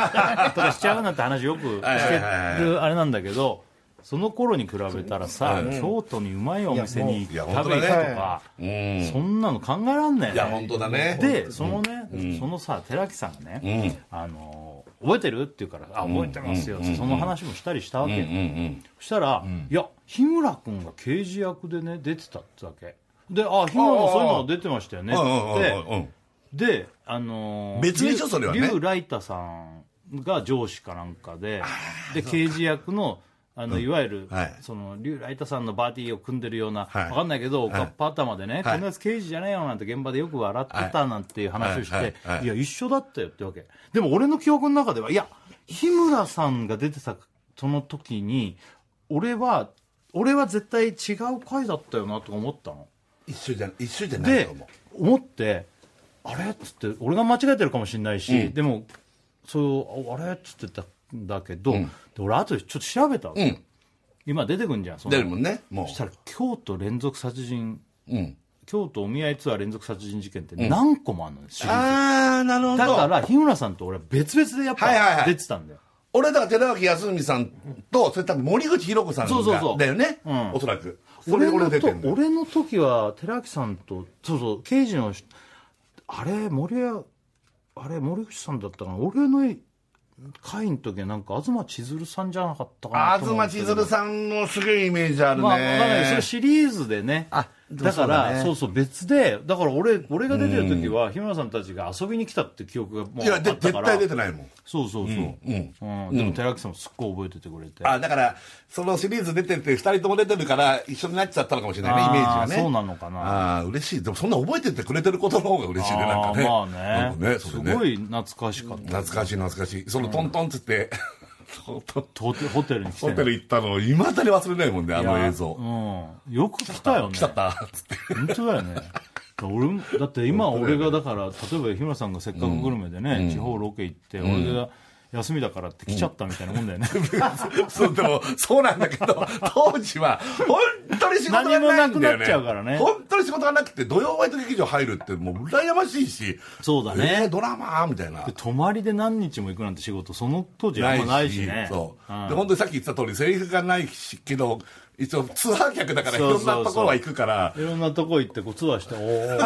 [SPEAKER 1] とかしちゃうなんて話よくしてる
[SPEAKER 2] はいはいはい
[SPEAKER 1] あれなんだけどその頃に比べたらさ、京都にうまいお店に食べ
[SPEAKER 2] いや
[SPEAKER 1] 行
[SPEAKER 2] もう
[SPEAKER 1] くと
[SPEAKER 2] いや
[SPEAKER 1] か、
[SPEAKER 2] うん。
[SPEAKER 1] そんなの考えらんないよね
[SPEAKER 2] いや、本当だね。
[SPEAKER 1] でそのね、そのさ寺木さんがね、あのー覚えてる?」って言うから「あ覚えてますよ」ってその話もしたりしたわ
[SPEAKER 2] うん
[SPEAKER 1] け、
[SPEAKER 2] うん。
[SPEAKER 1] そしたら、いや日村君が刑事役でね出てたってわけで「あ日村もそういうの出てましたよね」
[SPEAKER 2] う
[SPEAKER 1] っ
[SPEAKER 2] んう
[SPEAKER 1] て言っ
[SPEAKER 2] んうんうん。
[SPEAKER 1] てであのー
[SPEAKER 2] 別でしょそれはね
[SPEAKER 1] 竜竜ライタさんが上司かなんかでで刑事役のあのいわゆる、
[SPEAKER 2] はい
[SPEAKER 1] その竜ライタさんのバーティーを組んでるような、
[SPEAKER 2] はい
[SPEAKER 1] わかんないけど、おかっぱ頭でね、
[SPEAKER 2] はい
[SPEAKER 1] こんなやつ刑事じゃないよなんて現場でよく笑ってたなんていう話をして、
[SPEAKER 2] はい
[SPEAKER 1] い
[SPEAKER 2] はいはいはい
[SPEAKER 1] や、一緒だったよってわけ、でも俺の記憶の中では、いや、日村さんが出てたその時に、俺は、俺は絶対違う回だったよなとか思ったの。
[SPEAKER 2] 一緒じゃ、一緒じゃない
[SPEAKER 1] で
[SPEAKER 2] と思う。
[SPEAKER 1] 思ってあれっつって俺が間違えてるかもしれないし、でもそうああれっつってたんだけど、で俺後でちょっと調べたわけ、
[SPEAKER 2] うん
[SPEAKER 1] 今出てくんじゃんその
[SPEAKER 2] 出るもんね、もう。
[SPEAKER 1] そしたら京都連続殺人
[SPEAKER 2] うん。
[SPEAKER 1] 京都お見合いツアー連続殺人事件って何個もあるのよ、シリーズ
[SPEAKER 2] ああ、なるほど。
[SPEAKER 1] だから日村さんと俺は別々でやっ
[SPEAKER 2] はいはいは
[SPEAKER 1] ぱ
[SPEAKER 2] い
[SPEAKER 1] 出てたんだよ、
[SPEAKER 2] 俺だから寺脇康文さんと、それ多分森口博子さんが
[SPEAKER 1] そうそうそう
[SPEAKER 2] だよね、
[SPEAKER 1] うん
[SPEAKER 2] おそらく。それで俺
[SPEAKER 1] 俺
[SPEAKER 2] 出
[SPEAKER 1] の
[SPEAKER 2] て
[SPEAKER 1] と
[SPEAKER 2] るのよ。
[SPEAKER 1] 俺の時は寺木さんとそうそう刑事の人あれ森谷あれ森口さんだったかな俺の会の時はなんか東千鶴さんじゃなかったかなと思うんで
[SPEAKER 2] 東千
[SPEAKER 1] すけど
[SPEAKER 2] 鶴さんのすげえイメージあるね。
[SPEAKER 1] まあ、わかんないそれシリーズでね。
[SPEAKER 2] あ
[SPEAKER 1] だ
[SPEAKER 2] そ
[SPEAKER 1] か
[SPEAKER 2] うだ
[SPEAKER 1] ら、
[SPEAKER 2] ね
[SPEAKER 1] そうそう、別で、だから俺、俺が出てる時は、日村さんたちが遊びに来たって記憶がも
[SPEAKER 2] いう
[SPEAKER 1] あ
[SPEAKER 2] や、
[SPEAKER 1] っ
[SPEAKER 2] で
[SPEAKER 1] た
[SPEAKER 2] 絶
[SPEAKER 1] から。
[SPEAKER 2] 対出てないもん。
[SPEAKER 1] そうそうそう。
[SPEAKER 2] うん
[SPEAKER 1] うんでも寺木さんもすっごい覚えててくれて。
[SPEAKER 2] あ、だから、そのシリーズ出てて、二人とも出てるから、一緒になっちゃったのかもしれないね、イメージ
[SPEAKER 1] あ
[SPEAKER 2] が
[SPEAKER 1] ー
[SPEAKER 2] ね。
[SPEAKER 1] そうなのかな。
[SPEAKER 2] ああ、嬉しい。でもそんな覚えててくれてることの方が嬉しいね、なんかね。
[SPEAKER 1] あーまあ
[SPEAKER 2] なんか
[SPEAKER 1] ね
[SPEAKER 2] ね、
[SPEAKER 1] す
[SPEAKER 2] それね
[SPEAKER 1] ごい懐かしかった、
[SPEAKER 2] 懐かしい懐かしい。そのトントンっつって、 トントン
[SPEAKER 1] とホテルに来て
[SPEAKER 2] ホテル行ったの、いまだに忘れないもんね、あの映像。
[SPEAKER 1] うん、よく来たよね
[SPEAKER 2] 来ちゃった、つって。
[SPEAKER 1] 本当だよね俺もだって今俺がだから例えば日村さんがせっかくグルメでね、地方ロケ行って、俺が休みだからって来ちゃったみたいなもんだよね、
[SPEAKER 2] そう、でも、そうなんだけど、当時は、本当に仕事がないんだよ、ね。
[SPEAKER 1] 何もなくなっちゃうからね
[SPEAKER 2] 本当に仕事がなくて、土曜ワイド劇場入るって、もう羨ましいし。
[SPEAKER 1] そうだね
[SPEAKER 2] えードラマーみたいな
[SPEAKER 1] で。泊まりで何日も行くなんて仕事その当時あんまないしね
[SPEAKER 2] そう、
[SPEAKER 1] ん
[SPEAKER 2] で、本当にさっき言ってた通り、セリフがないし、けど、一応ツアー客だから、い
[SPEAKER 1] そう
[SPEAKER 2] ろ
[SPEAKER 1] そうんそう
[SPEAKER 2] なところは行くから、
[SPEAKER 1] いろんなとこ行ってこうツアーして おーお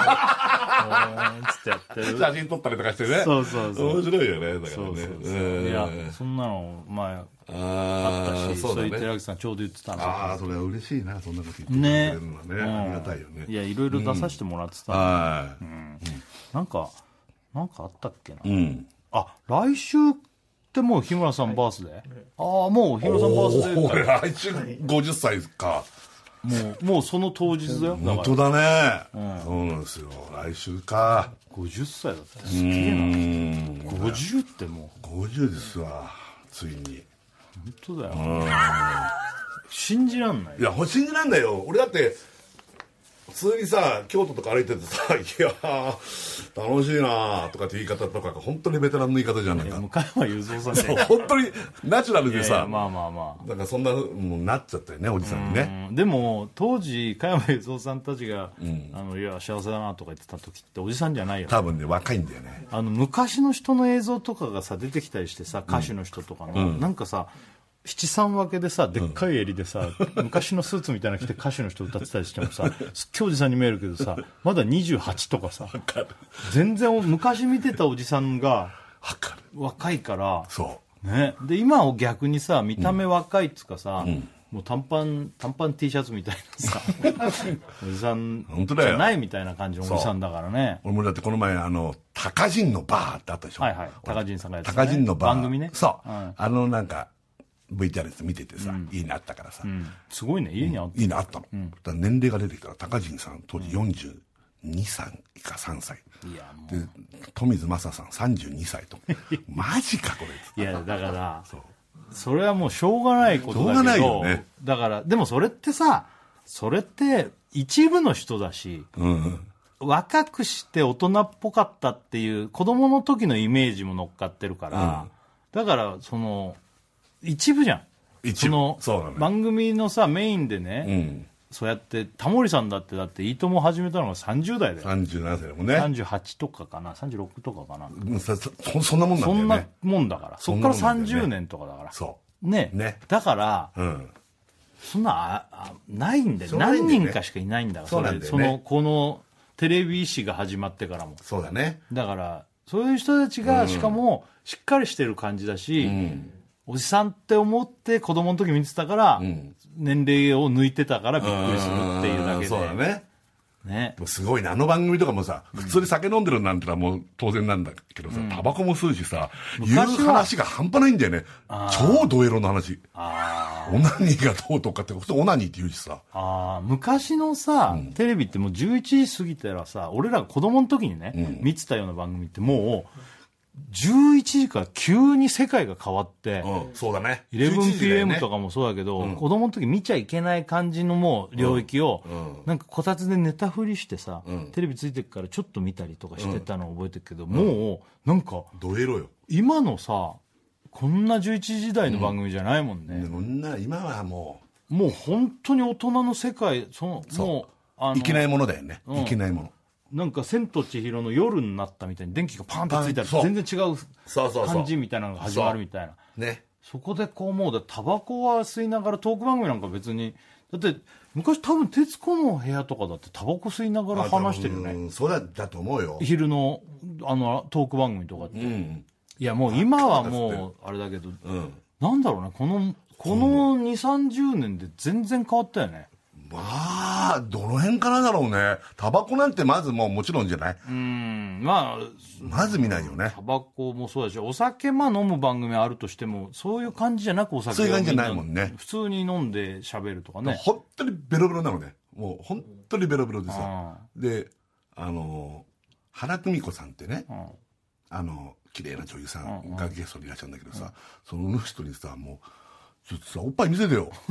[SPEAKER 1] ーっつってやってる
[SPEAKER 2] 写真撮ったりとかしてね。
[SPEAKER 1] そうそうそう
[SPEAKER 2] 面白いよね、だからね。
[SPEAKER 1] そうそうそう
[SPEAKER 2] うん
[SPEAKER 1] いやそんなの前あった
[SPEAKER 2] ああ、
[SPEAKER 1] し
[SPEAKER 2] そ
[SPEAKER 1] そうう
[SPEAKER 2] だ
[SPEAKER 1] 言って
[SPEAKER 2] ね。
[SPEAKER 1] 寺脇さんちょうど言ってたんですよ
[SPEAKER 2] ああ、それは嬉しいな、そんなこと言ってくれ
[SPEAKER 1] ね
[SPEAKER 2] るのはね。
[SPEAKER 1] うん
[SPEAKER 2] ありがたいよね。
[SPEAKER 1] いやいろいろ出させてもらってた、
[SPEAKER 2] は
[SPEAKER 1] なんかなんかあったっけな、
[SPEAKER 2] い。うん。
[SPEAKER 1] あ来週ってもう日村さんバースデー、ああもう日村さんバースデー
[SPEAKER 2] 俺来週50歳か
[SPEAKER 1] もうもうその当日だよだ
[SPEAKER 2] 本
[SPEAKER 1] から
[SPEAKER 2] 当だね。そうなんですよ。来週か。
[SPEAKER 1] 50歳だった
[SPEAKER 2] う
[SPEAKER 1] すげえな
[SPEAKER 2] ーん。
[SPEAKER 1] 50ってもう
[SPEAKER 2] 50ですわ。ついに。
[SPEAKER 1] 本当だよ信じらんない
[SPEAKER 2] いや、信じらんないよ。俺だって、普通にさ、京都とか歩いててさ、い やー、楽しいなーとかって言い方とか、本当にベテランの言い方じゃんないか。
[SPEAKER 1] 向山雄三さんね
[SPEAKER 2] 本当にナチュラルで
[SPEAKER 1] いやいや
[SPEAKER 2] さ、
[SPEAKER 1] まあまあま
[SPEAKER 2] なんかそんな、もうなっちゃったよね、おじさんにね。
[SPEAKER 1] あ、うん、でも当時加山雄三さんたちが、あのいや幸せだなとか言ってた時っておじさんじゃないよ
[SPEAKER 2] 多分ね、若いんだよね。
[SPEAKER 1] あの昔の人の映像とかがさ出てきたりしてさ歌手の人とかの、なんかさ七三分けでさでっかい襟でさ、 昔のスーツみたいなの着て歌手の人歌ってたりしてもさすっげえおじさんに見えるけどさまだ28とかさ全然お昔見てたおじさんが
[SPEAKER 2] わかる。
[SPEAKER 1] 若いから
[SPEAKER 2] そ
[SPEAKER 1] ね、で今を逆にさ見た目若いっつうかさ、もう短パン短パン T シャツみたいなさ おじさん
[SPEAKER 2] 本当
[SPEAKER 1] じ
[SPEAKER 2] だよ
[SPEAKER 1] ゃないみたいな感じのおじさんだからね
[SPEAKER 2] う。俺もだってこの前、あの、高人のバーってあったでしょ。
[SPEAKER 1] はいはい高人さんがやってたね
[SPEAKER 2] 高人のバー。
[SPEAKER 1] 番組ね
[SPEAKER 2] そう。
[SPEAKER 1] うん
[SPEAKER 2] あの、なんか、VTR で見ててさ、家にあったからさ、
[SPEAKER 1] うんすごいね家にあっ
[SPEAKER 2] いいのあったの。だから年齢が出てきたら、高人さん、当時42、歳か3歳。
[SPEAKER 1] いやも
[SPEAKER 2] で、富津正さん32歳 と。マジか、これ。
[SPEAKER 1] ういやだから
[SPEAKER 2] そう。
[SPEAKER 1] それはもうしょうがないことだけど
[SPEAKER 2] しょうがないよね
[SPEAKER 1] だからでもそれってさそれって一部の人だし
[SPEAKER 2] うんうん。
[SPEAKER 1] 若くして大人っぽかったっていう子供の時のイメージも乗っかってるから、だからその一部じゃん
[SPEAKER 2] 一部
[SPEAKER 1] そ
[SPEAKER 2] そう
[SPEAKER 1] の
[SPEAKER 2] だね
[SPEAKER 1] 番組のさメインでね、
[SPEAKER 2] うん。
[SPEAKER 1] そうやってタモリさんだってだって「いいとも」始めたのが30代だよ
[SPEAKER 2] 37歳でもね。
[SPEAKER 1] 38とかかな36とかかな、
[SPEAKER 2] うんそそそんなもんなん
[SPEAKER 1] そ
[SPEAKER 2] だ
[SPEAKER 1] ん
[SPEAKER 2] よ
[SPEAKER 1] な
[SPEAKER 2] ね。
[SPEAKER 1] もんだからそ
[SPEAKER 2] そ
[SPEAKER 1] っ
[SPEAKER 2] ん
[SPEAKER 1] か
[SPEAKER 2] なも
[SPEAKER 1] ら
[SPEAKER 2] んだよね
[SPEAKER 1] 30年とかだから
[SPEAKER 2] そ
[SPEAKER 1] ね
[SPEAKER 2] ね
[SPEAKER 1] だから
[SPEAKER 2] う。うん。
[SPEAKER 1] そんなああないんだよ
[SPEAKER 2] そうないんだ
[SPEAKER 1] 何
[SPEAKER 2] よね
[SPEAKER 1] 人かしかいないんだから
[SPEAKER 2] そうなんだよね
[SPEAKER 1] れそのこのテレビ誌が始まってからも
[SPEAKER 2] そうだね。
[SPEAKER 1] だからそういう人たちが、しかもしっかりしてる感じだし、おじさんって思って子供の時見てたから、年齢を抜いてたからびっくりするっていうだけで
[SPEAKER 2] んそうだね。
[SPEAKER 1] ね
[SPEAKER 2] でもすごいね。あの番組とかもさ、普通に酒飲んでるなんてのはもう当然なんだけどさ、タバコも吸うしさ、言う
[SPEAKER 1] 昔は
[SPEAKER 2] 話が半端ないんだよね。超ドエロの話。
[SPEAKER 1] あ
[SPEAKER 2] オナニーがどうとかって、普通オナニーって言うしさ。
[SPEAKER 1] ーあー昔のさ、テレビってもう11時過ぎたらさ俺らが子供の時にね、見てたような番組ってもう11時から急に世界が変わって、
[SPEAKER 2] うん、そうだね。
[SPEAKER 1] 11pm と
[SPEAKER 2] か。
[SPEAKER 1] かもそうだけど、子供の時見ちゃいけない感じのもう領域を、なんかこたつで寝たふりしてさ、テレビついてるからちょっと見たりとかしてたのを覚えてるけど、もうなんか
[SPEAKER 2] ドエロよ。
[SPEAKER 1] 今のさこんな11時台の番組じゃないもん
[SPEAKER 2] で
[SPEAKER 1] ね、
[SPEAKER 2] もんな、今はも
[SPEAKER 1] もう本当に大人の世界その
[SPEAKER 2] そう
[SPEAKER 1] もうあ
[SPEAKER 2] う、いけ
[SPEAKER 1] の
[SPEAKER 2] ないものだよね。いけないもの。
[SPEAKER 1] なんか「千と千尋の夜」になったみたいに電気がパンとついたら
[SPEAKER 2] そう
[SPEAKER 1] 全然違
[SPEAKER 2] そう
[SPEAKER 1] う
[SPEAKER 2] そうそう
[SPEAKER 1] 感じみたいなのが始まるみたいな。
[SPEAKER 2] ね。
[SPEAKER 1] そこでこうもうだタバコは吸いながらトーク番組なんか別にだって昔多分『徹子の部屋』とかだってタバコ吸いながら話してるよ
[SPEAKER 2] う
[SPEAKER 1] ね
[SPEAKER 2] ん。そうだ、だと思うよ。
[SPEAKER 1] 昼のあのトーク番組とかって、
[SPEAKER 2] う
[SPEAKER 1] い
[SPEAKER 2] ん。
[SPEAKER 1] やもう今はもうあれだけど、
[SPEAKER 2] うん。
[SPEAKER 1] なんだろうねこのこの2 3 0年で全然変わったよね
[SPEAKER 2] まあ、どの辺からだろうね。タバコなんてまずもうもちろんじゃない
[SPEAKER 1] うんまあ
[SPEAKER 2] まず見ないよね。
[SPEAKER 1] タバコもそうだしお酒まあ飲む番組あるとしてもそういう感じじゃなくお酒
[SPEAKER 2] そういう
[SPEAKER 1] を
[SPEAKER 2] 感じじゃない
[SPEAKER 1] み
[SPEAKER 2] もんね
[SPEAKER 1] な普通に飲んで喋るとかね
[SPEAKER 2] 本当にベロベロなのね。もう本当にベロベロでさ。で、あの、原久美子さんってね、
[SPEAKER 1] ん
[SPEAKER 2] あの、綺麗な女優さんがゲストにいらっしゃるんだけどさ、その人にさ、もう、ちょっとさ、おっぱい見せてよ。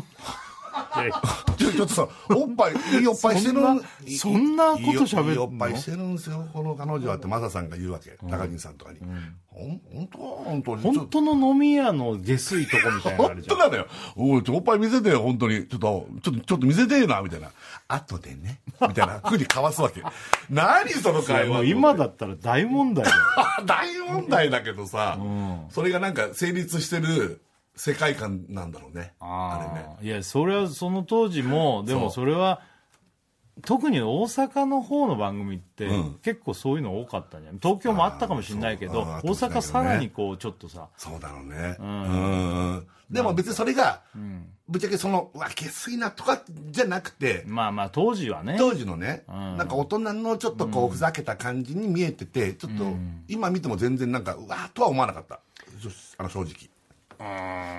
[SPEAKER 2] ちょちょっとさ、おっぱい、いいおっぱいしてる
[SPEAKER 1] そんなそんなこと喋
[SPEAKER 2] い
[SPEAKER 1] るの
[SPEAKER 2] いおっぱいしてるんですよ、この彼女はってマサさんが言うわけ。高木さんとかに。ほん本当本当に。ちょ
[SPEAKER 1] 本当の飲み屋の下水とこみたいなのある
[SPEAKER 2] 本
[SPEAKER 1] じゃん
[SPEAKER 2] 当なのよ。おい、ちょおっぱい見せてよ、本当に。ちょっと、ちょっと、ちょっと見せてよな、みたいな。後で ね。みたいな風にかわすわけ。何その会
[SPEAKER 1] も
[SPEAKER 2] 話。
[SPEAKER 1] う今。だったら大問題だよ
[SPEAKER 2] 大問題だけどさ、それがなんか成立してる世界観なんだろうね。あれね。
[SPEAKER 1] いやそれはその当時もでも
[SPEAKER 2] そ
[SPEAKER 1] それは特に大阪の方の番組って、
[SPEAKER 2] うん
[SPEAKER 1] 結構そういうの多かったんじゃない東京もあったかもしれないけど
[SPEAKER 2] あー
[SPEAKER 1] 大
[SPEAKER 2] そうあーあったか
[SPEAKER 1] 阪
[SPEAKER 2] もしれないけどね
[SPEAKER 1] さらにこうちょっとさ
[SPEAKER 2] そうだろうね。うん。んでも別にそれが、ぶっちゃけその、うわ、下水なとかじゃなくて、
[SPEAKER 1] まあまあ当時はね
[SPEAKER 2] 当時のね、なんか大人のちょっとこうふざけた感じに見えてて、ちょっと今見ても全然なんかうわーとは思わなかった正あの正直
[SPEAKER 1] う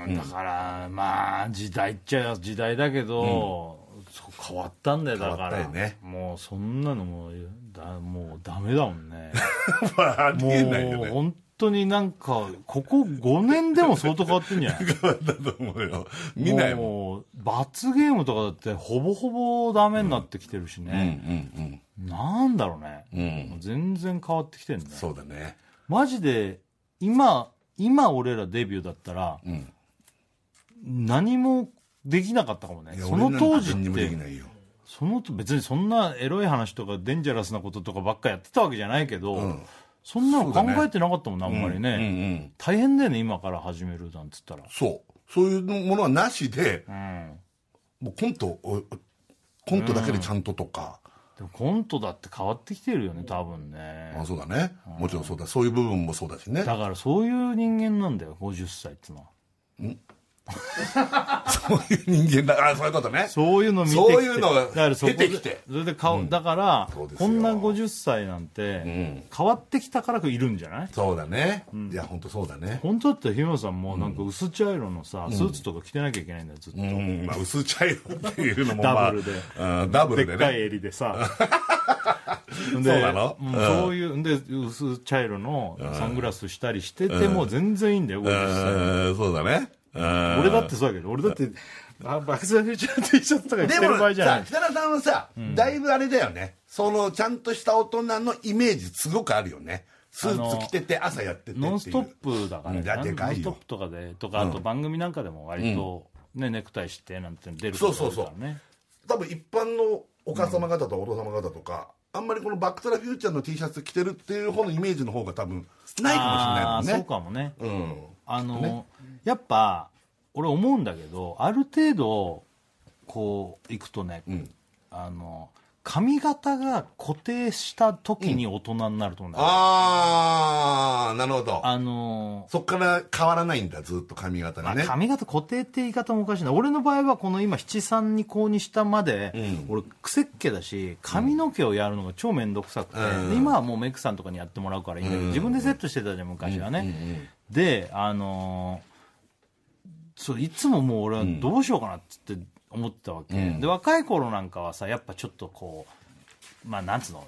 [SPEAKER 1] ーんだからまあ時代っちゃ時代だけど、そう変わったんだよだ
[SPEAKER 2] 変わ
[SPEAKER 1] か
[SPEAKER 2] った
[SPEAKER 1] ら
[SPEAKER 2] よね
[SPEAKER 1] もうそんなのもうだもうダメだも んね
[SPEAKER 2] まあ、ありえないよ
[SPEAKER 1] もう
[SPEAKER 2] ね。
[SPEAKER 1] 本当になんかここ5年でも相当変わってんじゃない
[SPEAKER 2] 変わったと思うよ。 見ないもん。
[SPEAKER 1] もう罰ゲームとかだってほぼほぼダメになってきてるし
[SPEAKER 2] うんう
[SPEAKER 1] ね、
[SPEAKER 2] ん
[SPEAKER 1] なんだろうね、
[SPEAKER 2] うん。うん。
[SPEAKER 1] 全然変わってきてるね
[SPEAKER 2] そうだね。
[SPEAKER 1] マジで今今俺らデビューだったら
[SPEAKER 2] うん。
[SPEAKER 1] 何もできなかったかもね
[SPEAKER 2] いや
[SPEAKER 1] その当時
[SPEAKER 2] 俺なんか何に
[SPEAKER 1] っ
[SPEAKER 2] もでき
[SPEAKER 1] て
[SPEAKER 2] ないよ。
[SPEAKER 1] その別にそんなエロい話とかデンジャラスなこととかばっかやってたわけじゃないけど、
[SPEAKER 2] うん
[SPEAKER 1] そんな
[SPEAKER 2] そ
[SPEAKER 1] の考
[SPEAKER 2] うだね
[SPEAKER 1] えてなかったもんねあんまりね、
[SPEAKER 2] うんうん。
[SPEAKER 1] 大変だよね今から始めるなんつったら
[SPEAKER 2] そう。そういうものはなしで、
[SPEAKER 1] うん
[SPEAKER 2] もうコントを、コントだけでちゃんととか、
[SPEAKER 1] でもコントだって変わってきてるよね多分
[SPEAKER 2] まあ
[SPEAKER 1] ね
[SPEAKER 2] そうだね。もちろんそうだ。そういう部分もそうだしね。
[SPEAKER 1] だからそういう人間なんだよ50歳ってのは
[SPEAKER 2] そういう人間だ。あ、そういうことね。
[SPEAKER 1] そういうの見てきて
[SPEAKER 2] そういうのが
[SPEAKER 1] だからそこで
[SPEAKER 2] 出てきて
[SPEAKER 1] それで顔、だから
[SPEAKER 2] そうですよ
[SPEAKER 1] こんな50歳なんて、
[SPEAKER 2] ん
[SPEAKER 1] 変わってきたからいるんじゃない
[SPEAKER 2] そうだね。いや、本当そうだね。
[SPEAKER 1] 本当だったら日村さんもなんか薄茶色のさ、スーツとか着てなきゃいけないんだよずっと、
[SPEAKER 2] うん、まあ、薄茶色っていうのも、まあ、
[SPEAKER 1] ダブルで
[SPEAKER 2] うんダブル
[SPEAKER 1] で
[SPEAKER 2] で
[SPEAKER 1] っかい
[SPEAKER 2] ね。
[SPEAKER 1] 襟で さそう
[SPEAKER 2] なの
[SPEAKER 1] ん
[SPEAKER 2] うん
[SPEAKER 1] そういうんで薄茶色のサングラスしたりしてても全然いいんだよ、
[SPEAKER 2] う
[SPEAKER 1] 50歳
[SPEAKER 2] ん、そうだね。うん
[SPEAKER 1] 俺だってそうだけど俺だってあ爆笑フューチャー T シャツとか着
[SPEAKER 2] で
[SPEAKER 1] てる場合
[SPEAKER 2] も
[SPEAKER 1] じゃな
[SPEAKER 2] さ、
[SPEAKER 1] い
[SPEAKER 2] 北田さんはさ、だいぶあれだよね。その、ちゃんとした大人のイメージすごくあるよね。スーツ着てて、朝やっててっていう。
[SPEAKER 1] ノンストップだから
[SPEAKER 2] うんいや
[SPEAKER 1] ね
[SPEAKER 2] で
[SPEAKER 1] ノ
[SPEAKER 2] かい
[SPEAKER 1] ンストッ
[SPEAKER 2] よ
[SPEAKER 1] プ。とかでとかあと番組なんかでも割と、ねネクタイしてなんて出る
[SPEAKER 2] そう
[SPEAKER 1] こと
[SPEAKER 2] そう
[SPEAKER 1] が
[SPEAKER 2] そう
[SPEAKER 1] 多いからね
[SPEAKER 2] 多分一般のお母様方とかお父様方とか、あんまりこのバックトラフューチャーの T シャツ着てるっていう方のイメージの方が多分、ないかも
[SPEAKER 1] あー
[SPEAKER 2] しれないもんね。
[SPEAKER 1] そうかもね
[SPEAKER 2] うん。
[SPEAKER 1] あの、やっぱ俺思うんだけどある程度こういくとね、
[SPEAKER 2] ん
[SPEAKER 1] あの髪型が固定した時に大人になると思うんだよ、
[SPEAKER 2] あー、なるほど。
[SPEAKER 1] あの
[SPEAKER 2] そっから変わらないんだ、ずっと髪型
[SPEAKER 1] ま
[SPEAKER 2] が
[SPEAKER 1] あ
[SPEAKER 2] ね。
[SPEAKER 1] 髪型固定って言い方もおかしいな俺の場合はこの今七三に高にしたまで、
[SPEAKER 2] うん
[SPEAKER 1] 俺癖っ気だし髪の毛をやるのが超面倒くさくて、
[SPEAKER 2] うん
[SPEAKER 1] で今はもうメイクさんとかにやってもらうからいいんだけど、
[SPEAKER 2] うん
[SPEAKER 1] 自分でセットしてたじゃん昔はね、
[SPEAKER 2] うん
[SPEAKER 1] であのーそういつももう俺はどうしようかなっつって思ってたわけ、
[SPEAKER 2] うん
[SPEAKER 1] で若い頃なんかはさやっぱちょっとこうまあなんつうの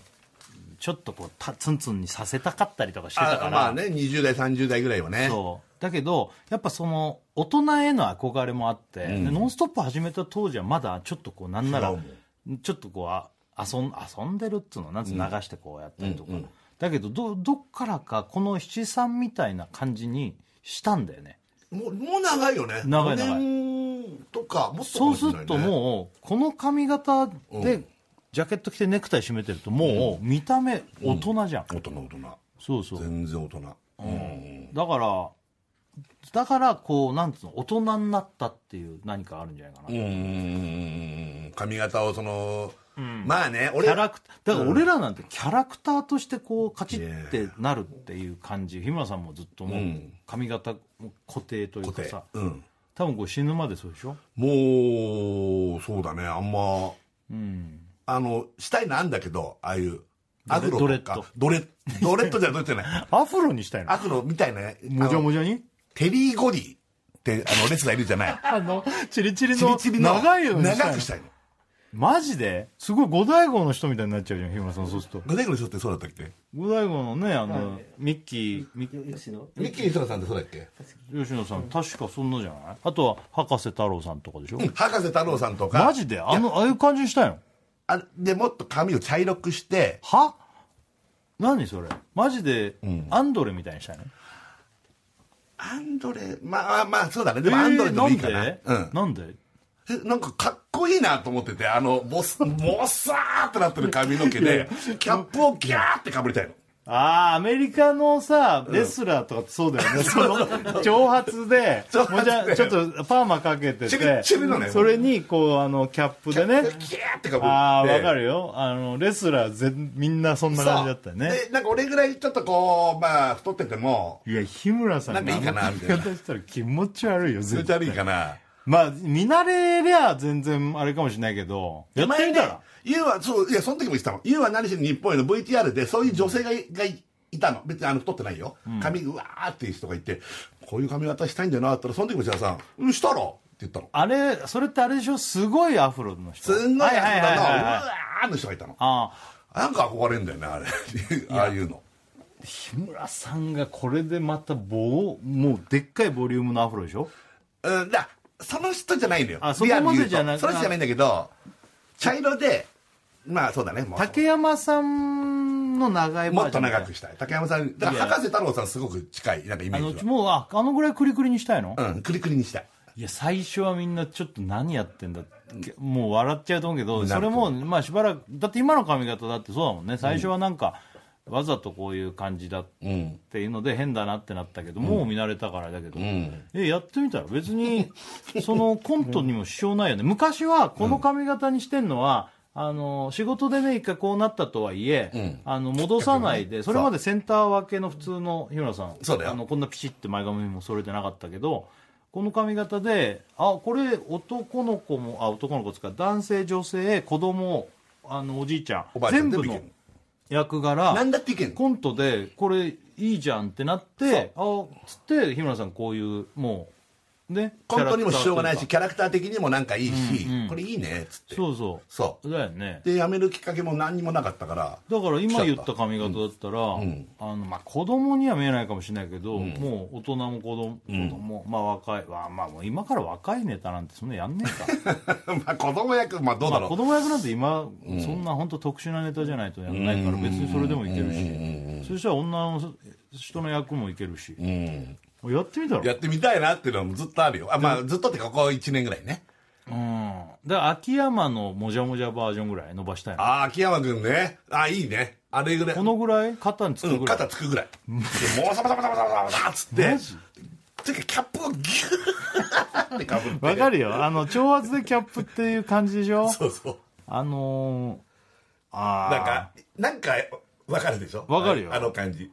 [SPEAKER 1] ちょっとこうたツンツンにさせたかったりとかしてたか
[SPEAKER 2] あ
[SPEAKER 1] ら
[SPEAKER 2] まあね、20代、30代ぐらいはね。
[SPEAKER 1] そうだけどやっぱその大人への憧れもあって「でノンストップ!」始めた当時はまだちょっとこうなんなら
[SPEAKER 2] 違うも
[SPEAKER 1] ちょっとこうあ遊ん遊んでるっつうのなんつうの流してこうやったりとか、だけどどどっからかこの七三みたいな感じにしたんだよね
[SPEAKER 2] もう、もう長いよね。
[SPEAKER 1] 長い長い
[SPEAKER 2] 5年とか、もっとか
[SPEAKER 1] そう
[SPEAKER 2] も
[SPEAKER 1] す
[SPEAKER 2] しれない
[SPEAKER 1] る
[SPEAKER 2] ね
[SPEAKER 1] ともうこの髪型
[SPEAKER 2] う
[SPEAKER 1] でジャケット着てネクタイ締めてるともう見た目大人じゃん、
[SPEAKER 2] 大人、大
[SPEAKER 1] そう
[SPEAKER 2] 人。
[SPEAKER 1] そう
[SPEAKER 2] 全然大人。うん。
[SPEAKER 1] だからだからこうなんつうの大人になったっていう何かあるんじゃないかな、
[SPEAKER 2] うんうんうんうんうん。髪型をその、
[SPEAKER 1] ん
[SPEAKER 2] まあね、
[SPEAKER 1] キ
[SPEAKER 2] 俺
[SPEAKER 1] ャ、ラクターだから俺らなんてキャラクターとしてこうカチッてなるっていう感じ日村さんもずっともう
[SPEAKER 2] うん
[SPEAKER 1] 髪型も固定というか
[SPEAKER 2] 固定
[SPEAKER 1] さ
[SPEAKER 2] うん。
[SPEAKER 1] 多分こう死ぬまでそうでしょ
[SPEAKER 2] もう、そうだね、あんま、
[SPEAKER 1] うん
[SPEAKER 2] あの、したいなんだけど、ああいう、アフロ
[SPEAKER 1] ドレ
[SPEAKER 2] と
[SPEAKER 1] ッド
[SPEAKER 2] か、ドレッド、レッドじゃドレッドじゃない。
[SPEAKER 1] アフロにしたいの
[SPEAKER 2] アフロみたいな、ね、
[SPEAKER 1] もじゃもじゃに
[SPEAKER 2] テリー・ゴリーって、あの、レスラーいるじゃない。
[SPEAKER 1] あのチリチリ
[SPEAKER 2] チリ
[SPEAKER 1] の
[SPEAKER 2] チリの、
[SPEAKER 1] 長いようにした
[SPEAKER 2] 長
[SPEAKER 1] い
[SPEAKER 2] く
[SPEAKER 1] の
[SPEAKER 2] したいの。
[SPEAKER 1] マジですごい五大号の人みたいになっちゃうじゃん日村さんそうすると
[SPEAKER 2] グレグレショってそうだったっけ
[SPEAKER 1] 五大号のねあのミッキーミッキー
[SPEAKER 3] よ吉野
[SPEAKER 2] ミッキー・磯野さんってそうだっけ
[SPEAKER 1] 吉野さん確かそんなじゃないあとは博士太郎さんとかでしょ
[SPEAKER 2] うん博士太郎さんとか。
[SPEAKER 1] マジであのああいう感じにしたいの
[SPEAKER 2] あで、もっと髪を茶色くして、
[SPEAKER 1] は何それマジでアンドレみたいにしたいの、
[SPEAKER 2] アンドレ、まあまあ、そうだね。
[SPEAKER 1] え
[SPEAKER 2] でもアンドレでもいいかな。
[SPEAKER 1] ー
[SPEAKER 2] う
[SPEAKER 1] なん
[SPEAKER 2] ん
[SPEAKER 1] で、なんで
[SPEAKER 2] えなんかかっこいいなと思ってて、あの、ボス、ボッサーってなってる髪の毛で、キャップをギャーってかぶりたいの。
[SPEAKER 1] ああアメリカのさレスラーとかってそう だよね、その長髪で
[SPEAKER 2] 長髪
[SPEAKER 1] もうじゃ
[SPEAKER 2] で
[SPEAKER 1] ちょっとパーマかけて
[SPEAKER 2] チリ
[SPEAKER 1] て
[SPEAKER 2] チリのね
[SPEAKER 1] それにこうあのキャップでね
[SPEAKER 2] ギャーってかぶって。
[SPEAKER 1] ああわかるよあのレスラー全みんなそんな感じだったよね
[SPEAKER 2] そうでなんか俺ぐらいちょっとこう、まあ、太ってても、
[SPEAKER 1] いや日村さんが
[SPEAKER 2] なんかいいかなみたいな
[SPEAKER 1] あの髪型したら気持ち悪いよ
[SPEAKER 2] それ
[SPEAKER 1] 絶
[SPEAKER 2] じゃ
[SPEAKER 1] 対
[SPEAKER 2] 悪いかな。
[SPEAKER 1] まあ見慣れりゃ全然あれかもしれないけどやってみたら、
[SPEAKER 2] 前ねユウは、そう、いや、その時も言ってたの。ユウは何しに日本への VTR で、そういう女性がいがいいたの。別にあの、太ってないよ。髪、うわーっていう人がいて、こういう髪型したいんだよな、って言ったら、その時も千田さん、うんしたら、言ったの。
[SPEAKER 1] あれ、それってあれでしょすごいアフロの人。
[SPEAKER 2] すんごい
[SPEAKER 1] は
[SPEAKER 2] やつ
[SPEAKER 1] は
[SPEAKER 2] だな、
[SPEAKER 1] はいうはい
[SPEAKER 2] わーの人がいたの。
[SPEAKER 1] ああ
[SPEAKER 2] なんか憧れんだよね、あれ。ああいうの。
[SPEAKER 1] 木村さんがこれでまた棒もうでっかいボリュームのアフロでしょ
[SPEAKER 2] うん、だその人じゃないのよ。
[SPEAKER 1] あそこまでじゃ
[SPEAKER 2] リアルに言
[SPEAKER 1] なく
[SPEAKER 2] うとその人じゃないんだけど、茶色で、まあそうだね、もう
[SPEAKER 1] 竹山さんの長い
[SPEAKER 2] も
[SPEAKER 1] バー
[SPEAKER 2] っ
[SPEAKER 1] ジョ
[SPEAKER 2] と
[SPEAKER 1] ン
[SPEAKER 2] 長くしたい。竹山さん、だか
[SPEAKER 1] い
[SPEAKER 2] ら
[SPEAKER 1] や
[SPEAKER 2] 博士太郎さんすごく近い、なんかイメ
[SPEAKER 1] あの
[SPEAKER 2] ー
[SPEAKER 1] う
[SPEAKER 2] ジ
[SPEAKER 1] ちもうああのぐらいクリクリにしたいの、
[SPEAKER 2] は。うん、クリクリにしたい。
[SPEAKER 1] いや最初はみんなちょっと何やってんだってもう笑っちゃうと思うけど
[SPEAKER 2] な
[SPEAKER 1] そ
[SPEAKER 2] る
[SPEAKER 1] れ
[SPEAKER 2] と
[SPEAKER 1] もまあしばらくだって今の髪型だってそうだもんね最初はなんか、わざとこういう感じだっ
[SPEAKER 2] うん。
[SPEAKER 1] ていうので変だなってなったけど、もう見慣れたからだけど、
[SPEAKER 2] うん。
[SPEAKER 1] えやってみたら別にそのコントにも支障ないよね 昔はこの髪型にしてんのは、あの仕事でね一回こうなったとはいえ、
[SPEAKER 2] うん
[SPEAKER 1] あの戻さないでそれまでセンター分けの普通の日村さん
[SPEAKER 2] そうだよ
[SPEAKER 1] あのこんなピシッて前髪もそれてなかったけどこの髪型であこれ男の子もあ男の子ですか男性女性子供あのおじいちゃん
[SPEAKER 2] おばあちゃ
[SPEAKER 1] 全
[SPEAKER 2] ん
[SPEAKER 1] 部
[SPEAKER 2] 全部い
[SPEAKER 1] の
[SPEAKER 2] ける
[SPEAKER 1] 役柄
[SPEAKER 2] なんだっていけんの
[SPEAKER 1] コントでこれいいじゃんってなってあつって日村さんこういうもうね
[SPEAKER 2] コントにも支障がないし、
[SPEAKER 1] キ
[SPEAKER 2] キャラクター的にもなんかいいし、
[SPEAKER 1] うんうん
[SPEAKER 2] これいいね、つって。
[SPEAKER 1] ャラクターというかそうそ
[SPEAKER 2] そう
[SPEAKER 1] だよね
[SPEAKER 2] う。で、辞めるきっかけも何にもなかったから、
[SPEAKER 1] だから今言った髪型だったら、
[SPEAKER 2] ん
[SPEAKER 1] あのまあ、子供には見えないかもしれないけど、もう大人も子供,、子供まあ若いわまあもう今から若いネタなんてそんなやんね えか
[SPEAKER 2] まあ子供役、まあどうだ
[SPEAKER 1] まあ
[SPEAKER 2] ろう
[SPEAKER 1] 子。供役なんて今、そんな本当特殊なネタじゃないとやんないから別にそれでもいけるしそしたら女の人の役もいけるし、
[SPEAKER 2] うん。
[SPEAKER 1] やってみたら
[SPEAKER 2] やってみたいなっていうのもずっとあるよ。あ、まあずっとってここ1年ぐらいね。
[SPEAKER 1] うんだから秋山のもじゃもじゃバージョンぐらい伸ばしたいな
[SPEAKER 2] ああ、秋山くんね。ああ、いいね。あれぐらい。
[SPEAKER 1] このぐらい肩につ
[SPEAKER 2] う
[SPEAKER 1] く
[SPEAKER 2] ん、
[SPEAKER 1] ぐらい、
[SPEAKER 2] 肩つくぐらい。でもうサバサバサバサバサバつって
[SPEAKER 1] マジ、
[SPEAKER 2] てかキャップをギューってかぶって。
[SPEAKER 1] わかるよあの長髪でキャップっていう感じでしょ
[SPEAKER 2] そうそう。
[SPEAKER 1] あのー、あ
[SPEAKER 2] なん
[SPEAKER 1] あ
[SPEAKER 2] か、なんか、わかるでしょ
[SPEAKER 1] わかるよ
[SPEAKER 2] あの感じ。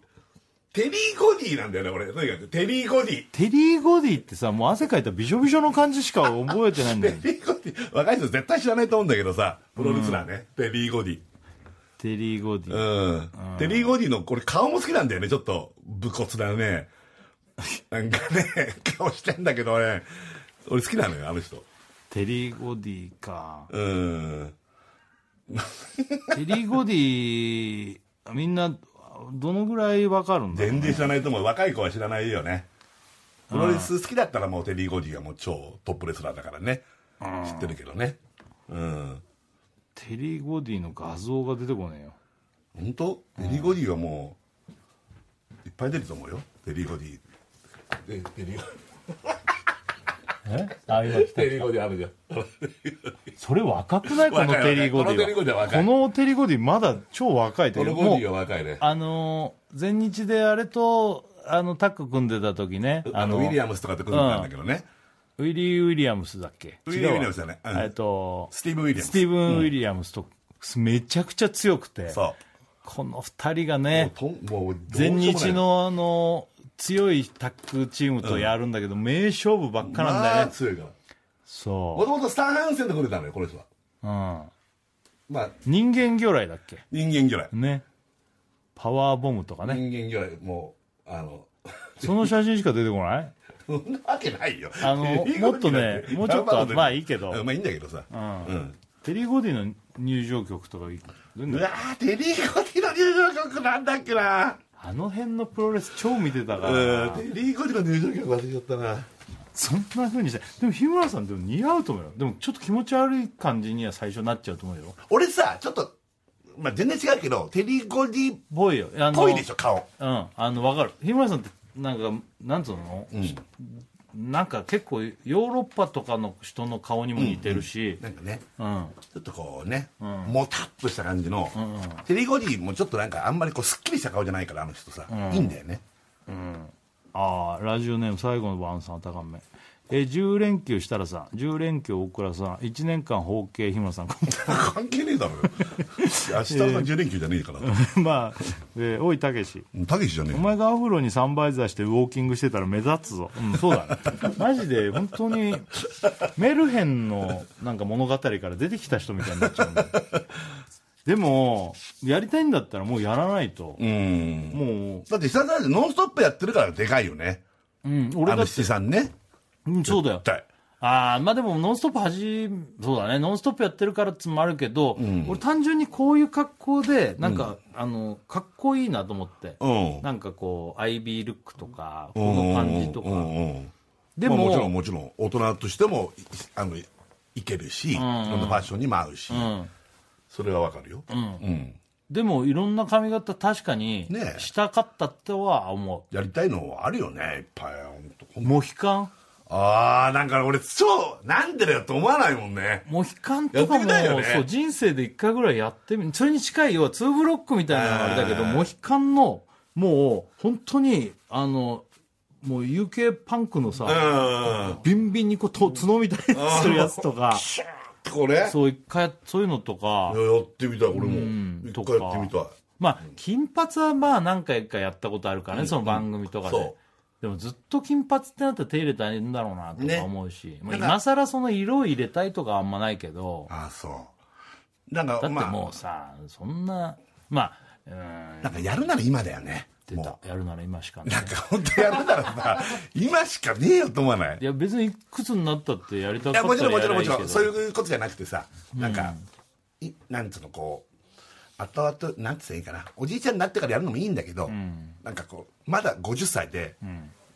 [SPEAKER 2] テリー・ゴディなんだよね、俺。とにかく、テリー・ゴディ。
[SPEAKER 1] テリー・ゴディってさもう汗かいたびしょびしょの感じしか覚えてないんだ よ
[SPEAKER 2] テリー・ゴディ、若い人絶対知らないと思うんだけどさ、プロレスラーね。テリー・ゴディ。
[SPEAKER 1] テリー・ゴディ、
[SPEAKER 2] うん。テリー・ゴディの、これ顔も好きなんだよね、ちょっと、武骨だね。なんかね、顔してんだけどね、俺好きなのよ、あの人。
[SPEAKER 1] テリー・ゴディか
[SPEAKER 2] うん。
[SPEAKER 1] テリー・ゴディみんなどのぐらいわかるんだろう
[SPEAKER 2] 全然知らないと思う若い子は知らないよねプロレス好きだったらもうテリー・ゴディがもう超トップレスラーだからね知ってるけどねうん
[SPEAKER 1] テリー・ゴディの画像が出てこねえよ
[SPEAKER 2] 本当テリー・ゴディはもういっぱい出ると思うよテリー・ゴディでテリーゴ
[SPEAKER 1] えあ今来た
[SPEAKER 2] テリーゴディあるじゃん
[SPEAKER 1] それ若くないこの
[SPEAKER 2] 若い
[SPEAKER 1] テリー・ゴディ
[SPEAKER 2] この
[SPEAKER 1] は
[SPEAKER 2] テリーゴディは若い
[SPEAKER 1] このテリー・ゴディまだ超若いと
[SPEAKER 2] こ
[SPEAKER 1] い
[SPEAKER 2] の
[SPEAKER 1] う
[SPEAKER 2] ゴ
[SPEAKER 1] も
[SPEAKER 2] ディ
[SPEAKER 1] う
[SPEAKER 2] は若いね
[SPEAKER 1] あのー前日であれとあのタッグ組んでた時ね
[SPEAKER 2] あのウィリ
[SPEAKER 1] ム
[SPEAKER 2] アムスとかって組んでたんだけどね
[SPEAKER 1] ウィリー・ウィリアムスだっけ
[SPEAKER 2] ウィリーウィリアムスだね
[SPEAKER 1] 違
[SPEAKER 2] う
[SPEAKER 1] うんわえっと
[SPEAKER 2] スティーブン・ウィリアム
[SPEAKER 1] ス
[SPEAKER 2] ス
[SPEAKER 1] ティーブン・ウィリアムスとめちゃくちゃ強くて
[SPEAKER 2] そ
[SPEAKER 1] この2人が
[SPEAKER 2] うもう
[SPEAKER 1] ね
[SPEAKER 2] とんもうどうしよ
[SPEAKER 1] 前
[SPEAKER 2] うもない
[SPEAKER 1] 日のあの強いタッグチームとやるんだけど、名勝負ばっかなんだ
[SPEAKER 2] ま
[SPEAKER 1] よ
[SPEAKER 2] あ
[SPEAKER 1] ね、
[SPEAKER 2] 強いからも
[SPEAKER 1] そ
[SPEAKER 2] ともとスタン・ハンセンと組んでたのよこの人は
[SPEAKER 1] う、うん、
[SPEAKER 2] まあ
[SPEAKER 1] 人間魚雷だっけ
[SPEAKER 2] 人間魚雷
[SPEAKER 1] ねパワーボムとかね、
[SPEAKER 2] 人間魚雷もうあの
[SPEAKER 1] その写真しか出てこない
[SPEAKER 2] そんなわけないよ
[SPEAKER 1] あの
[SPEAKER 2] 英語
[SPEAKER 1] もっとね
[SPEAKER 2] に
[SPEAKER 1] もうちょっと
[SPEAKER 2] 頑張るのに
[SPEAKER 1] まあいいけど
[SPEAKER 2] うんまあいいんだけどさう
[SPEAKER 1] うん
[SPEAKER 2] ん
[SPEAKER 1] テリー・ゴディの入場曲とかいいどん
[SPEAKER 2] う
[SPEAKER 1] な
[SPEAKER 2] わーテリー・ゴディの入場曲なんだっけな
[SPEAKER 1] あの辺のプロレス超見てたから
[SPEAKER 2] うん
[SPEAKER 1] な
[SPEAKER 2] テリー・ゴディの入場曲忘れちゃったな
[SPEAKER 1] そんなふうにしてでも日村さんでも似合うと思うよでもちょっと気持ち悪い感じには最初なっちゃうと思うよ
[SPEAKER 2] 俺さちょっとまあ全然違うけどテリー・ゴディっ
[SPEAKER 1] ぽいよあの
[SPEAKER 2] ぽいでしょ顔
[SPEAKER 1] うんあのわかる日村さんってなんかなんつうの、なんか結構ヨーロッパとかの人の顔にも似てるし
[SPEAKER 2] なんかね
[SPEAKER 1] うん、
[SPEAKER 2] ちょっとこうねもたっとした感じのテリー・ゴディもちょっとなんかあんまりこうすっきりした顔じゃないからあの人さいいんだよね
[SPEAKER 1] ああラジオネーム最後の晩さん高めえー10連休設楽さん10連休大倉さん1年間包茎日村さん こんばん は
[SPEAKER 2] 関係ね えだろよ明日の10連休じゃねえから
[SPEAKER 1] まあ、えー、おいたけし
[SPEAKER 2] たけしじゃねえ
[SPEAKER 1] お前がアフロにサンバイザーしてウォーキングしてたら目立つぞ、うん、そうだね マジで本当にメルヘンのなんか物語から出てきた人みたいになっちゃうんだよでもやりたいんだったらもうやらないと、
[SPEAKER 2] うん
[SPEAKER 1] もう、
[SPEAKER 2] だって久々でノンストップやってるからでかいよね。
[SPEAKER 1] うん、
[SPEAKER 2] あ
[SPEAKER 1] 俺だ
[SPEAKER 2] の
[SPEAKER 1] って
[SPEAKER 2] 七さんね。
[SPEAKER 1] うんそうだよ
[SPEAKER 2] 絶対
[SPEAKER 1] ああ、まあでも、ノンストップはじ、そうだね、ノンストップやってるからっつもあるけど、俺単純にこういう格好で、なんか、あの、かっこいいなと思って。
[SPEAKER 2] うん
[SPEAKER 1] なんかこう、アイビールックとか、こ
[SPEAKER 2] うん
[SPEAKER 1] の感じとか。
[SPEAKER 2] うんうん
[SPEAKER 1] でも、
[SPEAKER 2] まあもちろんもちろん大人としてもいあのいいけるし、いろんなファッションにも合うし、
[SPEAKER 1] うん、
[SPEAKER 2] それはわかるよ、うん
[SPEAKER 1] でも、いろんな髪型確かに
[SPEAKER 2] ね、え
[SPEAKER 1] したかったとは思
[SPEAKER 2] やりたいのあるよねいっぱい本当
[SPEAKER 1] う。モヒカン
[SPEAKER 2] ああなんか俺超なんでだよと思わないもんね
[SPEAKER 1] モヒカンとか
[SPEAKER 2] やって
[SPEAKER 1] も、
[SPEAKER 2] みたいよね
[SPEAKER 1] そう、人生で一回ぐらいやってみ、それに近い、要は2ブロックみたいなのがあれだけ
[SPEAKER 2] あ
[SPEAKER 1] ど、
[SPEAKER 2] ー
[SPEAKER 1] モヒカンの、もう、本当に、あの、もう UK パンクの
[SPEAKER 2] う
[SPEAKER 1] さ、
[SPEAKER 2] ん
[SPEAKER 1] ビンビンにこうと、角みたいにするやつとか、
[SPEAKER 2] これ
[SPEAKER 1] そう、一回、そういうのとか、
[SPEAKER 2] いややってみたい俺
[SPEAKER 1] ん
[SPEAKER 2] も一回やってみたい
[SPEAKER 1] まあ、金髪はまあ何回かやったことあるからね、その番組とかで、
[SPEAKER 2] そう
[SPEAKER 1] でもずっと金髪ってなったら手入れたいんだろうなと
[SPEAKER 2] ね
[SPEAKER 1] か思うし、まあ
[SPEAKER 2] なんか
[SPEAKER 1] 今更その色を入れたいとかはあんまないけど、
[SPEAKER 2] ああそうなんか
[SPEAKER 1] だって
[SPEAKER 2] まあ
[SPEAKER 1] もうさ、そんな、まあ、うー、
[SPEAKER 2] なんんかやるなら今だよね
[SPEAKER 1] 出
[SPEAKER 2] も
[SPEAKER 1] た、やるなら今しかね
[SPEAKER 2] う。なんか本当やるならさ今しかねえよと思わない
[SPEAKER 1] いや、別にいくつになったってやりた
[SPEAKER 2] い
[SPEAKER 1] か
[SPEAKER 2] や
[SPEAKER 1] った
[SPEAKER 2] もちろんも
[SPEAKER 1] らや
[SPEAKER 2] ちろん
[SPEAKER 1] ら
[SPEAKER 2] も
[SPEAKER 1] いい
[SPEAKER 2] ち
[SPEAKER 1] けど
[SPEAKER 2] ろんそういうことじゃなくてさなんか、いなんつうのこう後々なんつうのいいかなおじいちゃんになってからやるのもいいんだけど、なんかこうまだ50歳で、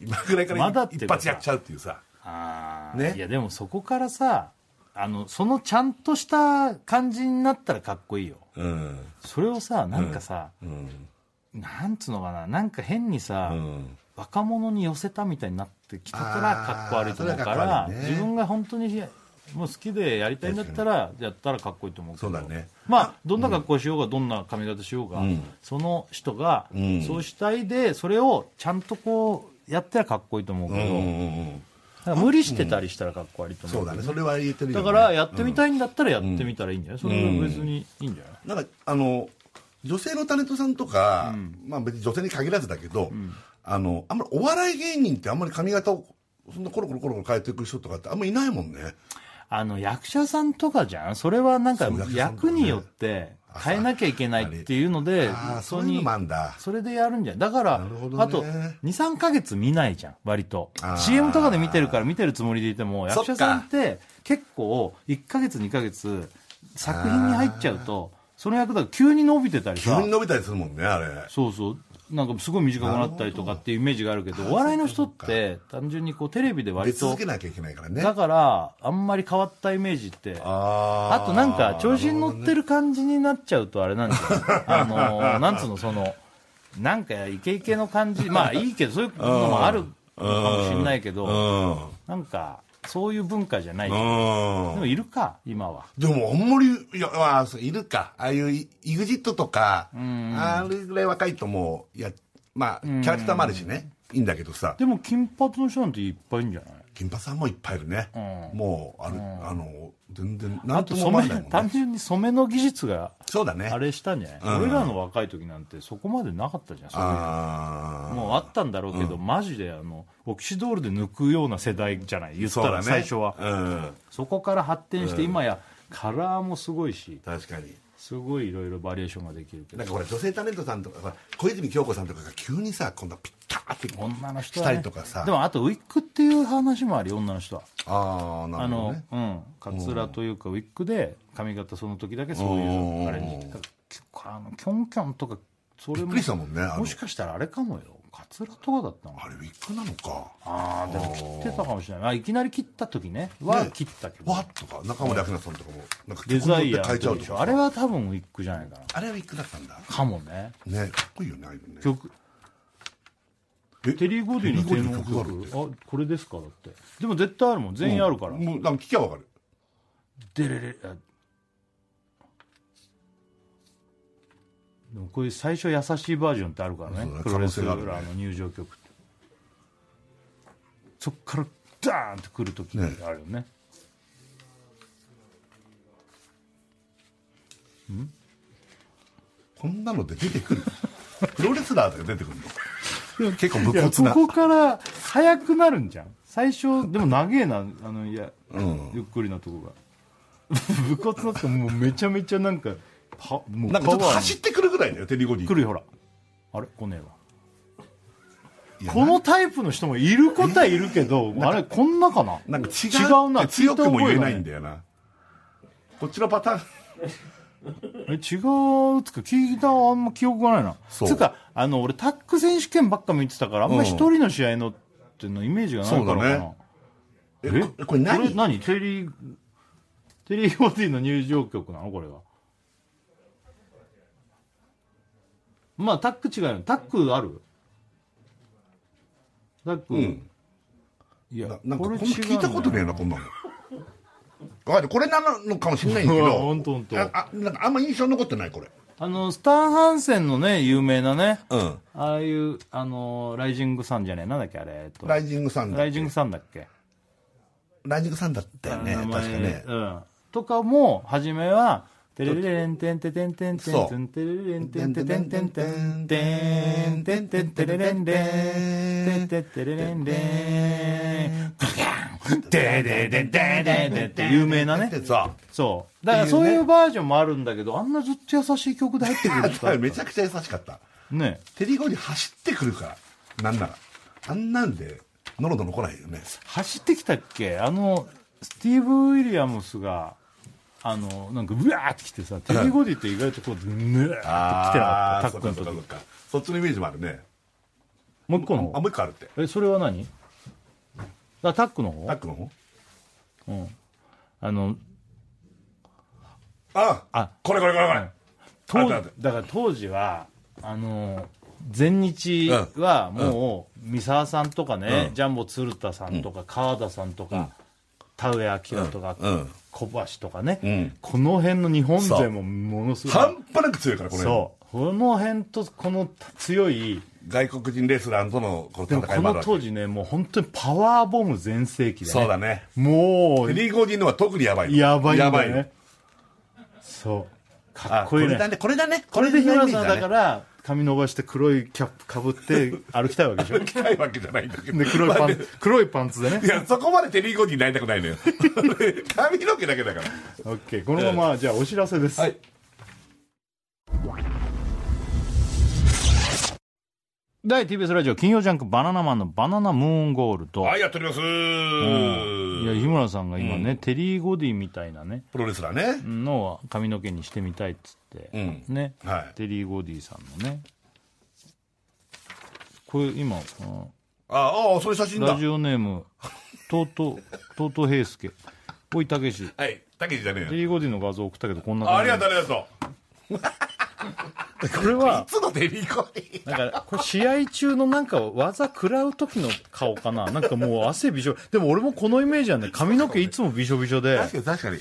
[SPEAKER 2] 今ぐらいから
[SPEAKER 1] まだっていう
[SPEAKER 2] 一
[SPEAKER 1] か
[SPEAKER 2] 発やっちゃうっていうさ
[SPEAKER 1] あー
[SPEAKER 2] ね
[SPEAKER 1] いや、でもそこからさ、あの、そのちゃんとした感じになったらかっこいいよ。
[SPEAKER 2] うん
[SPEAKER 1] それをさ、なんかさ、
[SPEAKER 2] うん
[SPEAKER 1] なんつうのかな、なんか変にさ、
[SPEAKER 2] ん
[SPEAKER 1] 若者に寄せたみたいになってきたからかっこ悪いと思うか、
[SPEAKER 2] あーそれはからっこ悪いね
[SPEAKER 1] 自分が本当にもう好きでやりたいんだったらやったらかっこいいと思うけど
[SPEAKER 2] そうだね
[SPEAKER 1] まあどんな格好しようが、どんな髪型しようが、その人が、
[SPEAKER 2] ん
[SPEAKER 1] そうしたいでそれをちゃんとこうやったらかっこいいと思うけ
[SPEAKER 2] うん
[SPEAKER 1] ど、
[SPEAKER 2] うん
[SPEAKER 1] だ
[SPEAKER 2] うん
[SPEAKER 1] から無理してたりしたらかっこ悪いと思
[SPEAKER 2] そうう
[SPEAKER 1] けど
[SPEAKER 2] だねそれは言えてるよ、
[SPEAKER 1] だ
[SPEAKER 2] ね、
[SPEAKER 1] からやってみたいんだったらやってみたらいいんじゃない、それは別にいいんじゃない、
[SPEAKER 2] なんかあの女性のタレントさんとか、まあ別に女性に限らずだけど、あのあんまりお笑い芸人ってあんまり髪型をそんなコロコロコロコロ変えていく人とかってあんまりいないもんね
[SPEAKER 1] あの役者さんとかじゃんそれはなんか
[SPEAKER 2] そう役者さんとか
[SPEAKER 1] 役
[SPEAKER 2] ね
[SPEAKER 1] によって変えなきゃいけないっていうので
[SPEAKER 2] ああそ
[SPEAKER 1] 本
[SPEAKER 2] う
[SPEAKER 1] 当
[SPEAKER 2] いう
[SPEAKER 1] に
[SPEAKER 2] のもあんだ
[SPEAKER 1] それでやるんじゃないだから、
[SPEAKER 2] なるほどね
[SPEAKER 1] あと23か月見ないじゃん割と
[SPEAKER 2] あー
[SPEAKER 1] CM とかで見てるから見てるつもりでいても
[SPEAKER 2] そ
[SPEAKER 1] 役
[SPEAKER 2] っか
[SPEAKER 1] 者さんって結構1か月2か月作品に入っちゃうとその役だと急に伸びてたり
[SPEAKER 2] 急
[SPEAKER 1] さ
[SPEAKER 2] に伸びたりするもんねあれ
[SPEAKER 1] そうそうなんかすごい短くなったりとかっていうイメージがあるけどお笑いの人って単純にこうテレビで
[SPEAKER 2] 出
[SPEAKER 1] 割
[SPEAKER 2] 続
[SPEAKER 1] と
[SPEAKER 2] けなきゃいけないからね
[SPEAKER 1] だからあんまり変わったイメージって
[SPEAKER 2] あ
[SPEAKER 1] あとなんか調子に乗
[SPEAKER 2] て
[SPEAKER 1] ってる感じになっちゃうとあれなんで すよ、あのーなんつうのそのなんかイケイケの 感じまあいいけどそういうのもあるのかもしれないけ
[SPEAKER 2] う
[SPEAKER 1] ど
[SPEAKER 2] ん
[SPEAKER 1] なんかそういう文化じゃないで
[SPEAKER 2] うん
[SPEAKER 1] もいるか今は
[SPEAKER 2] でもあんまりいや、まあ、そういるかああいうイイグジットとかあれぐらい若いともういやまあキャラクターもあるしねいいんだけどさ
[SPEAKER 1] でも金髪の人なんていっぱいいるんじゃない
[SPEAKER 2] 金髪さんもいっぱいいるね、
[SPEAKER 1] うん
[SPEAKER 2] もうある、あの全然な
[SPEAKER 1] あ
[SPEAKER 2] んとも
[SPEAKER 1] と染
[SPEAKER 2] 思わ
[SPEAKER 1] め
[SPEAKER 2] ないもん
[SPEAKER 1] 単
[SPEAKER 2] ね
[SPEAKER 1] 純に染めの技術が
[SPEAKER 2] そうだね
[SPEAKER 1] あれしたんじゃない、
[SPEAKER 2] うん
[SPEAKER 1] 俺らの若い時なんてそこまでなかったじゃんそういう
[SPEAKER 2] ああ
[SPEAKER 1] もうあったんだろうけど、マジであのオキシドールで抜くような世代じゃない言った
[SPEAKER 2] そうだ
[SPEAKER 1] ら
[SPEAKER 2] ね
[SPEAKER 1] 最初は
[SPEAKER 2] うん
[SPEAKER 1] そこから発展して、今やカラーもすごいし
[SPEAKER 2] 確かに
[SPEAKER 1] すごいいろいろバリエーションができるけ
[SPEAKER 2] なん
[SPEAKER 1] ど
[SPEAKER 2] かほら女性タレントさんとかほら小泉京子さんとかが急にさこんなピッターって
[SPEAKER 1] 女の人
[SPEAKER 2] し
[SPEAKER 1] は、
[SPEAKER 2] た
[SPEAKER 1] ね、
[SPEAKER 2] りとかさ
[SPEAKER 1] でもあとウィッグっていう話もあり女の人は、
[SPEAKER 2] ああな
[SPEAKER 1] あ
[SPEAKER 2] るほど
[SPEAKER 1] の
[SPEAKER 2] ね
[SPEAKER 1] うんかつらというかウィッグで髪型その時だけそう
[SPEAKER 2] う
[SPEAKER 1] い
[SPEAKER 2] ん
[SPEAKER 1] うあれにだから結構あのキョンキョンとかそれ
[SPEAKER 2] びっ
[SPEAKER 1] も
[SPEAKER 2] くりしたもんねあの
[SPEAKER 1] もしかしたらあれかもよかつらとかだったの
[SPEAKER 2] あれウィッグなのか
[SPEAKER 1] ああでも切ってたかもしれないあいきなり切った時ねは
[SPEAKER 2] ね
[SPEAKER 1] 切ったけど、
[SPEAKER 2] わっとか中森明菜さんとかもなんか
[SPEAKER 1] デザイア
[SPEAKER 2] 変え
[SPEAKER 1] ー
[SPEAKER 2] ちゃう
[SPEAKER 1] とか
[SPEAKER 2] と
[SPEAKER 1] でし
[SPEAKER 2] か
[SPEAKER 1] ょあれは多分ウィッグじゃないかな
[SPEAKER 2] あれはウィッグだったんだ
[SPEAKER 1] かもね
[SPEAKER 2] ねかっこいいよねああいうのね
[SPEAKER 1] 曲
[SPEAKER 2] え
[SPEAKER 1] テリー・ゴディのテーマ
[SPEAKER 2] テリーゴディの
[SPEAKER 1] 曲あこれですかだってでも絶対あるもん全員あるから、
[SPEAKER 2] もうなんか聞きゃわかる
[SPEAKER 1] デレレあでもこういう最初優しいバージョンってあるから
[SPEAKER 2] そう
[SPEAKER 1] ね
[SPEAKER 2] だね
[SPEAKER 1] プロレスラ
[SPEAKER 2] 可能性があ
[SPEAKER 1] ー
[SPEAKER 2] るね
[SPEAKER 1] の入場曲ってそっからダーンってくる時
[SPEAKER 2] ね
[SPEAKER 1] があるよね
[SPEAKER 2] こんなので出てく るプロレスラーとか出てくるの結構
[SPEAKER 1] い
[SPEAKER 2] 武
[SPEAKER 1] や
[SPEAKER 2] 骨
[SPEAKER 1] こ
[SPEAKER 2] な
[SPEAKER 1] こから速くなるんじゃん最初でも長えなあのいや、
[SPEAKER 2] ん
[SPEAKER 1] ゆっくりなとこが 武骨だってもうめちゃめちゃなんかパもう
[SPEAKER 2] なんかちょっと
[SPEAKER 1] パワーの
[SPEAKER 2] 走ってくるぐらいだよテリー・ゴディ
[SPEAKER 1] 来るよほらあれ来ねえわこのタイプの人もいることはいるけど、あれ、こんなかな
[SPEAKER 2] なんか違
[SPEAKER 1] 違
[SPEAKER 2] う
[SPEAKER 1] うな
[SPEAKER 2] って強くも言えないんだよな。こっちのパターン。
[SPEAKER 1] え違うつか聞いたあんま記憶がないな
[SPEAKER 2] そう
[SPEAKER 1] つうかあの俺タック選手権ばっか見てたからあんま一人の試合のっていうのイメージがないからかな、
[SPEAKER 2] え
[SPEAKER 1] え
[SPEAKER 2] ここれ何
[SPEAKER 1] これ何テリーテリー・オーディの入場曲なのこれはまあタック違うよタックあるタック、
[SPEAKER 2] ん
[SPEAKER 1] いや
[SPEAKER 2] ななんかこんな
[SPEAKER 1] 違うんだよ
[SPEAKER 2] 聞いたことねえな、こんなの。あこれなのかもしれないんだけ
[SPEAKER 1] うわ
[SPEAKER 2] ど、
[SPEAKER 1] ほんとほんと
[SPEAKER 2] ああなんかあんま印象に残ってない、これ。
[SPEAKER 1] あのスタン・ハンセンのね有名なね
[SPEAKER 2] うん。
[SPEAKER 1] ああいうあのライジングサンじゃねえなんだっけあれえっと
[SPEAKER 2] ライジングサンダ
[SPEAKER 1] ライ
[SPEAKER 2] ー。
[SPEAKER 1] ジングさんだっけ
[SPEAKER 2] ライジングサンダーだったよね、
[SPEAKER 1] 名
[SPEAKER 2] 確
[SPEAKER 1] 前
[SPEAKER 2] かね。
[SPEAKER 1] うん。とかも、初めは、てれれれんてんててんてんてんてんてれれれんてんててんてんてんてんてんてんてれれんれんてんてってれれんれんガキャンででででででって有名なね
[SPEAKER 2] でさ、
[SPEAKER 1] そうだからそういうバージョンもあるんだけどあんなずっと優しい曲で入ってくるんですか
[SPEAKER 2] めちゃくちゃ優しかった。
[SPEAKER 1] ね
[SPEAKER 2] テリーゴに走ってくるから、なんなら。あんなんで、のろのろ来ないよね。
[SPEAKER 1] 走ってきたっけあのスティーブ・ウィリアムスがあのなんかうわーってきてさテレビゴディって意外とこうぬーって来てなかったタック
[SPEAKER 2] あーそっかそっ
[SPEAKER 1] の時
[SPEAKER 2] かそっかそっちのイメージもあるね。
[SPEAKER 1] もう一個の
[SPEAKER 2] あ、
[SPEAKER 1] 方
[SPEAKER 2] もう一個あるって。
[SPEAKER 1] えそれは何あタックの方
[SPEAKER 2] タックの方
[SPEAKER 1] うんあの
[SPEAKER 2] あ
[SPEAKER 1] あ
[SPEAKER 2] これこれこれこれ。
[SPEAKER 1] 当
[SPEAKER 2] あったあった
[SPEAKER 1] だから当時はあの全日はもう三沢さんとかね、
[SPEAKER 2] うん
[SPEAKER 1] ジャンボ鶴田さんとか、川田さんとか、田上明とか、
[SPEAKER 2] うんうん
[SPEAKER 1] 小橋とかね、
[SPEAKER 2] ん
[SPEAKER 1] この辺の日本勢もものすごい
[SPEAKER 2] 半端なく強いから、これ。
[SPEAKER 1] そうこの辺とこの強い
[SPEAKER 2] 外国人レスラーとのこの
[SPEAKER 1] でも
[SPEAKER 2] 戦い
[SPEAKER 1] こ
[SPEAKER 2] もあるわ
[SPEAKER 1] の
[SPEAKER 2] け
[SPEAKER 1] 当時ねもう本当にパワーボム全盛期で、ね、
[SPEAKER 2] そうだね。
[SPEAKER 1] もう
[SPEAKER 2] テリー・ゴーディンのは特にやばいの
[SPEAKER 1] やばいんだ
[SPEAKER 2] や
[SPEAKER 1] よ
[SPEAKER 2] ば
[SPEAKER 1] ね
[SPEAKER 2] いの
[SPEAKER 1] そうか
[SPEAKER 2] あ
[SPEAKER 1] っ
[SPEAKER 2] こ
[SPEAKER 1] こいい
[SPEAKER 2] れ
[SPEAKER 1] ね
[SPEAKER 2] だね、これだね。
[SPEAKER 1] これで日
[SPEAKER 2] のイメー
[SPEAKER 1] 村
[SPEAKER 2] ジ
[SPEAKER 1] さん
[SPEAKER 2] ね
[SPEAKER 1] だから髪伸ばして黒いキャップか ぶって歩きたいわけでしょ
[SPEAKER 2] 行きたいわけじゃないんだけど。
[SPEAKER 1] で黒いパ
[SPEAKER 2] まあ
[SPEAKER 1] ン
[SPEAKER 2] ね
[SPEAKER 1] ツ黒いパンツでね
[SPEAKER 2] いや、そこまでテリー・ゴーディンになりたくないのよ。 髪の毛だけだから。
[SPEAKER 1] オッケーこのままじゃあお知らせです、
[SPEAKER 2] はい
[SPEAKER 1] 第 TBS ラジオ金曜ジャンク「バナナマンのバナナムーンゴールド」
[SPEAKER 2] はい、やっております。
[SPEAKER 1] いや日村さんが今ね、テリー・ゴディみたいなね
[SPEAKER 2] プロレスラーね。
[SPEAKER 1] のを髪の毛にしてみたいっつって、
[SPEAKER 2] うん
[SPEAKER 1] ね、
[SPEAKER 2] はい
[SPEAKER 1] テリー・ゴディさんのねこれ今うん
[SPEAKER 2] ああ、そういう写真だ
[SPEAKER 1] ラジ。オネームとうとうとうとう平介おいたけし
[SPEAKER 2] はい、たけしじゃね
[SPEAKER 1] テ
[SPEAKER 2] えよ。
[SPEAKER 1] リー・ゴディの画像送ったけどこんな
[SPEAKER 2] ああ
[SPEAKER 1] 感
[SPEAKER 2] り
[SPEAKER 1] じ
[SPEAKER 2] がとう、ありがと
[SPEAKER 1] こ
[SPEAKER 2] う。
[SPEAKER 1] れ
[SPEAKER 2] い
[SPEAKER 1] は
[SPEAKER 2] つのテリー・ゴーディン
[SPEAKER 1] なんかこれ試合中のなんか技食らう時の顔かななんかもう汗びしょでも俺もこのイメージなんで髪の毛いつもびしょびしょで
[SPEAKER 2] 確かに確かに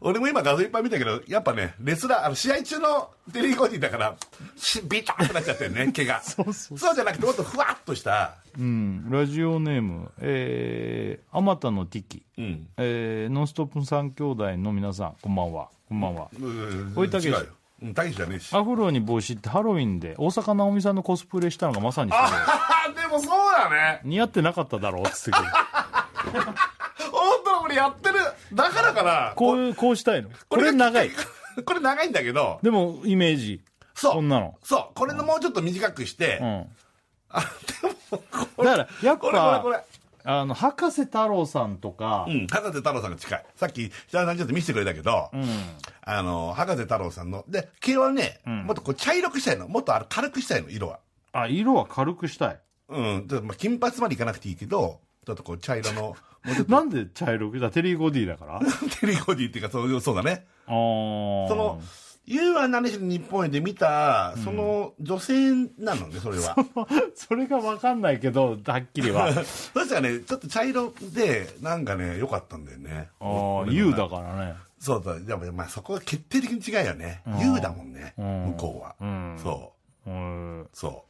[SPEAKER 2] 俺も今画像いっぱい見たけどやっぱねレスラーあの試合中のデリー・ゴディだからしビタッとなっちゃってる ね毛がそうじゃなくてもっとふわっとした
[SPEAKER 1] うん、ラジオネーム、えー、あまたのティキ、
[SPEAKER 2] ん
[SPEAKER 1] えーノンストップ三兄弟の皆さん、こんばんは、こんばんは。おいたけし
[SPEAKER 2] 違うようんたけしじゃねえしあ
[SPEAKER 1] アフロに帽子ってハロウィンで大坂なおみさんのコスプレしたのがまさにそれ
[SPEAKER 2] でもそうだね
[SPEAKER 1] 似合ってなかっただろうっつってくる
[SPEAKER 2] 本当俺やってるだからかな
[SPEAKER 1] こういうこうしたいのこれ
[SPEAKER 2] が
[SPEAKER 1] 長い
[SPEAKER 2] これ長いんだけど
[SPEAKER 1] でもイメージ
[SPEAKER 2] そう
[SPEAKER 1] こんなの、
[SPEAKER 2] そうこれのもうちょっと短くして、
[SPEAKER 1] う
[SPEAKER 2] あでもこ
[SPEAKER 1] ん、
[SPEAKER 2] れ
[SPEAKER 1] だからやっ
[SPEAKER 2] これこれこれ
[SPEAKER 1] ぱあの博士太郎さんとか、
[SPEAKER 2] うん、博士太郎さんが近い。さっき、北田さんちょっと見せてくれたけど、あの、博士太郎さんの、で、毛はね、もっとこう茶色くしたいの。もっとあの軽くしたいの、色は。
[SPEAKER 1] あ色は軽くした い
[SPEAKER 2] うん、ちょっとまあ金髪までいかなくていいけど、ちょっとこう茶色の、も うちょっ
[SPEAKER 1] なんで茶色くだテリー・ゴディだからあ
[SPEAKER 2] とテリコディっていうか、そう そうだね。
[SPEAKER 1] その
[SPEAKER 2] その、ゆうは何しろ日本へで見た、その女性なのね、それは。
[SPEAKER 1] それが分かんないけど、はっ きりは。
[SPEAKER 2] そしたらね、ちょっと茶色で、なんかね、良かったんだよね。
[SPEAKER 1] ああ、
[SPEAKER 2] 俺の
[SPEAKER 1] U だからね。
[SPEAKER 2] そうだ、でもまあそこが決定的に違いよね。言うだもんね、向こうは。
[SPEAKER 1] ん
[SPEAKER 2] そう
[SPEAKER 1] ーん
[SPEAKER 2] う、そ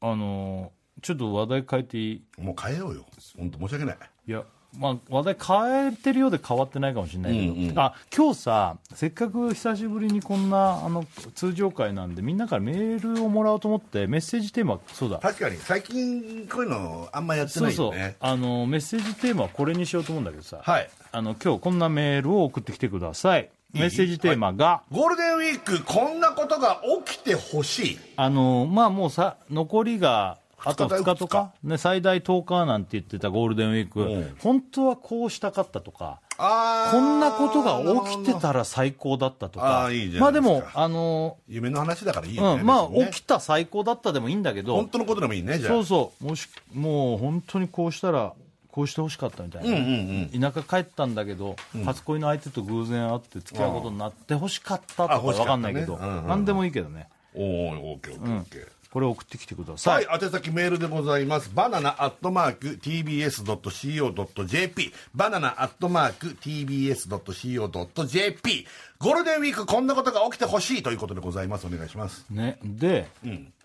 [SPEAKER 1] あのーちょっと話題変えていい、
[SPEAKER 2] う。もう変えようよ。本当申し訳ない。
[SPEAKER 1] いや、まあ、話題変えてるようで変わってないかもしれないけど、
[SPEAKER 2] うんうん
[SPEAKER 1] あ今日さ、せっかく久しぶりにこんなあの通常会なんで、みんなからメールをもらおうと思って、メッセージテーマ、そうだ、
[SPEAKER 2] 確かに最近こういうのあんまやって
[SPEAKER 1] そ
[SPEAKER 2] な
[SPEAKER 1] う
[SPEAKER 2] いよ
[SPEAKER 1] そう
[SPEAKER 2] ね。、
[SPEAKER 1] あのーメッセージテーマはこれにしようと思うんだけどさ、
[SPEAKER 2] はい。
[SPEAKER 1] あの今日こんなメールを送ってきてください。メッセージテーマが、
[SPEAKER 2] ゴールデンウィークこんなことが起きてほしい。
[SPEAKER 1] あのまあもうさ残りがあと2日とか、ね、最大10日なんて言ってたゴールデンウィーク、
[SPEAKER 2] うん
[SPEAKER 1] 本当はこうしたかったとか、
[SPEAKER 2] あー
[SPEAKER 1] こんなことが起きてたら最高だったとか、
[SPEAKER 2] あーいいじゃ
[SPEAKER 1] ま
[SPEAKER 2] ないで
[SPEAKER 1] あです
[SPEAKER 2] か
[SPEAKER 1] も、あの
[SPEAKER 2] 夢の話だからいいよね、
[SPEAKER 1] うん、ま
[SPEAKER 2] 別に
[SPEAKER 1] あ、
[SPEAKER 2] ね
[SPEAKER 1] 起きた最高だったでもいいんだけど
[SPEAKER 2] 本、当のことでもいいねじゃあ
[SPEAKER 1] そうそう、もしもう本当にこうしたら、こうしてほしかったみたい
[SPEAKER 2] う
[SPEAKER 1] な、
[SPEAKER 2] んうん
[SPEAKER 1] 田舎帰ったんだけど、初恋の相手と偶然会って付き合うことになってほしかったとか
[SPEAKER 2] あ欲しかっ
[SPEAKER 1] 分
[SPEAKER 2] たね
[SPEAKER 1] かんないけど、
[SPEAKER 2] うんうんうん
[SPEAKER 1] なんでもいいけどね、
[SPEAKER 2] うんおーおーオーケーオーケーオーケー
[SPEAKER 1] これ送ってきてくださ。
[SPEAKER 2] はいい、宛先メールでございます。バナナアットマーク tbs.co.jp。バナナアットマーク tbs.co.jp。ゴールデンウィークこんなことが起きてほしいということでございます。お願いします。
[SPEAKER 1] ね、で、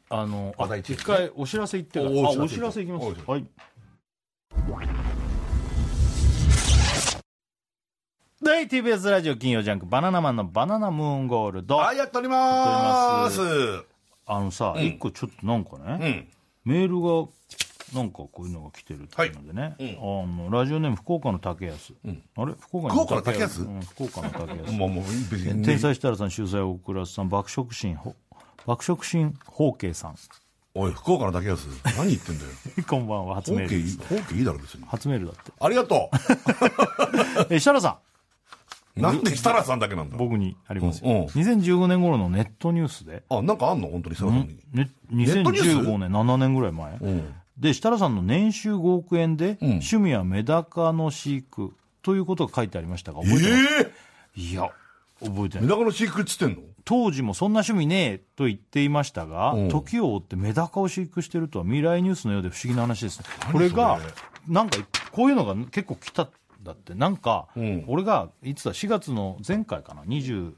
[SPEAKER 1] あの、あ
[SPEAKER 2] 話題
[SPEAKER 1] 一
[SPEAKER 2] 提起ね
[SPEAKER 1] 回お知らせ行ってから、
[SPEAKER 2] お
[SPEAKER 1] あ
[SPEAKER 2] お
[SPEAKER 1] お
[SPEAKER 2] 知
[SPEAKER 1] 知
[SPEAKER 2] ら
[SPEAKER 1] ら
[SPEAKER 2] せ
[SPEAKER 1] せ
[SPEAKER 2] 行こ
[SPEAKER 1] 行
[SPEAKER 2] う
[SPEAKER 1] きます。はい。で TBS ラジオ金曜ジャンク「バナナマンのバナナムーンゴールド」
[SPEAKER 2] はい、やっております。
[SPEAKER 1] あのさ、一個ちょっとなんかね、
[SPEAKER 2] うん。
[SPEAKER 1] メールがなんかこういうのが来てるっていうのでね、あのラジオネーム福岡の竹安、あれ福岡の
[SPEAKER 2] 福岡
[SPEAKER 1] うん、福岡の竹安
[SPEAKER 2] もう、もう、別に、
[SPEAKER 1] 天才設楽さん秀才大倉さん爆食神ほ爆食神宝慶さん
[SPEAKER 2] おい、福岡の竹安、何言って んだよ。
[SPEAKER 1] こんばんは初
[SPEAKER 2] オ
[SPEAKER 1] メー
[SPEAKER 2] ーケ
[SPEAKER 1] ル
[SPEAKER 2] ー、オーケーいいだろ、別に。
[SPEAKER 1] 初メールだって
[SPEAKER 2] ありがと
[SPEAKER 1] え設楽さ
[SPEAKER 2] う。 なんで設楽さんだけなんだ
[SPEAKER 1] ん。僕にありますよ、
[SPEAKER 2] うんうん
[SPEAKER 1] 2015年頃のネットニュースで、
[SPEAKER 2] あ、なんかあんの本当に設楽さんに。
[SPEAKER 1] ね、
[SPEAKER 2] ットニュース
[SPEAKER 1] 2015年7年ぐらい前、
[SPEAKER 2] うん。
[SPEAKER 1] で設楽さんの年収5億円で、趣味はメダカの飼育ということが書いてありましたが
[SPEAKER 2] ええ
[SPEAKER 1] 覚えてます、いや覚えて
[SPEAKER 2] メ
[SPEAKER 1] ない
[SPEAKER 2] ダカの飼育っつってんの
[SPEAKER 1] 当時もそんな趣味ねえと言っていましたが、
[SPEAKER 2] ん
[SPEAKER 1] 時を追ってメダカを飼育してるとは未来ニュースのようで不思議な話ですねこれがなんかこういうのが結構来たんだってなんか、
[SPEAKER 2] ん
[SPEAKER 1] 俺がいつだ4月の前回かな20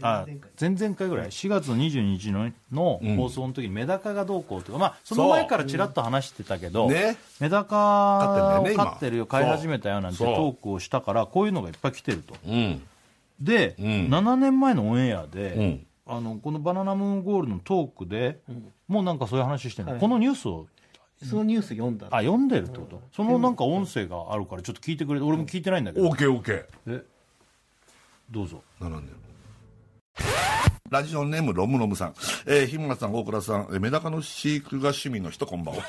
[SPEAKER 1] あ
[SPEAKER 3] あ前々回
[SPEAKER 1] 前々回ぐらい4月の22日のの放送の時にメダカがどうこうとか、まあ、その前からちらっと話してたけど、
[SPEAKER 2] うんね
[SPEAKER 1] メダカ
[SPEAKER 2] 飼ってんだよね
[SPEAKER 1] を
[SPEAKER 2] 今
[SPEAKER 1] 飼ってるよ飼い始めたよなんて
[SPEAKER 2] そう
[SPEAKER 1] トークをしたからこういうのがいっぱい来てると
[SPEAKER 2] うん。
[SPEAKER 1] で、
[SPEAKER 2] ん
[SPEAKER 1] 7年前のオンエアで、
[SPEAKER 2] うん
[SPEAKER 1] あのこの「バナナムーンゴール」のトークで、もうなんかそういう話してるの、
[SPEAKER 3] はい
[SPEAKER 1] このニュースを
[SPEAKER 3] そのニュース読んだ
[SPEAKER 1] あ読んでるってこと、そのなんか音声があるからちょっと聞いてくれて俺も聞いてないんだけど、
[SPEAKER 2] オーケーオーケー。
[SPEAKER 1] えどう ぞ
[SPEAKER 2] 並んでるラジオネームロムロムさん、えー、日村さん大倉さん、えーメダカの飼育が趣味の人こんばんは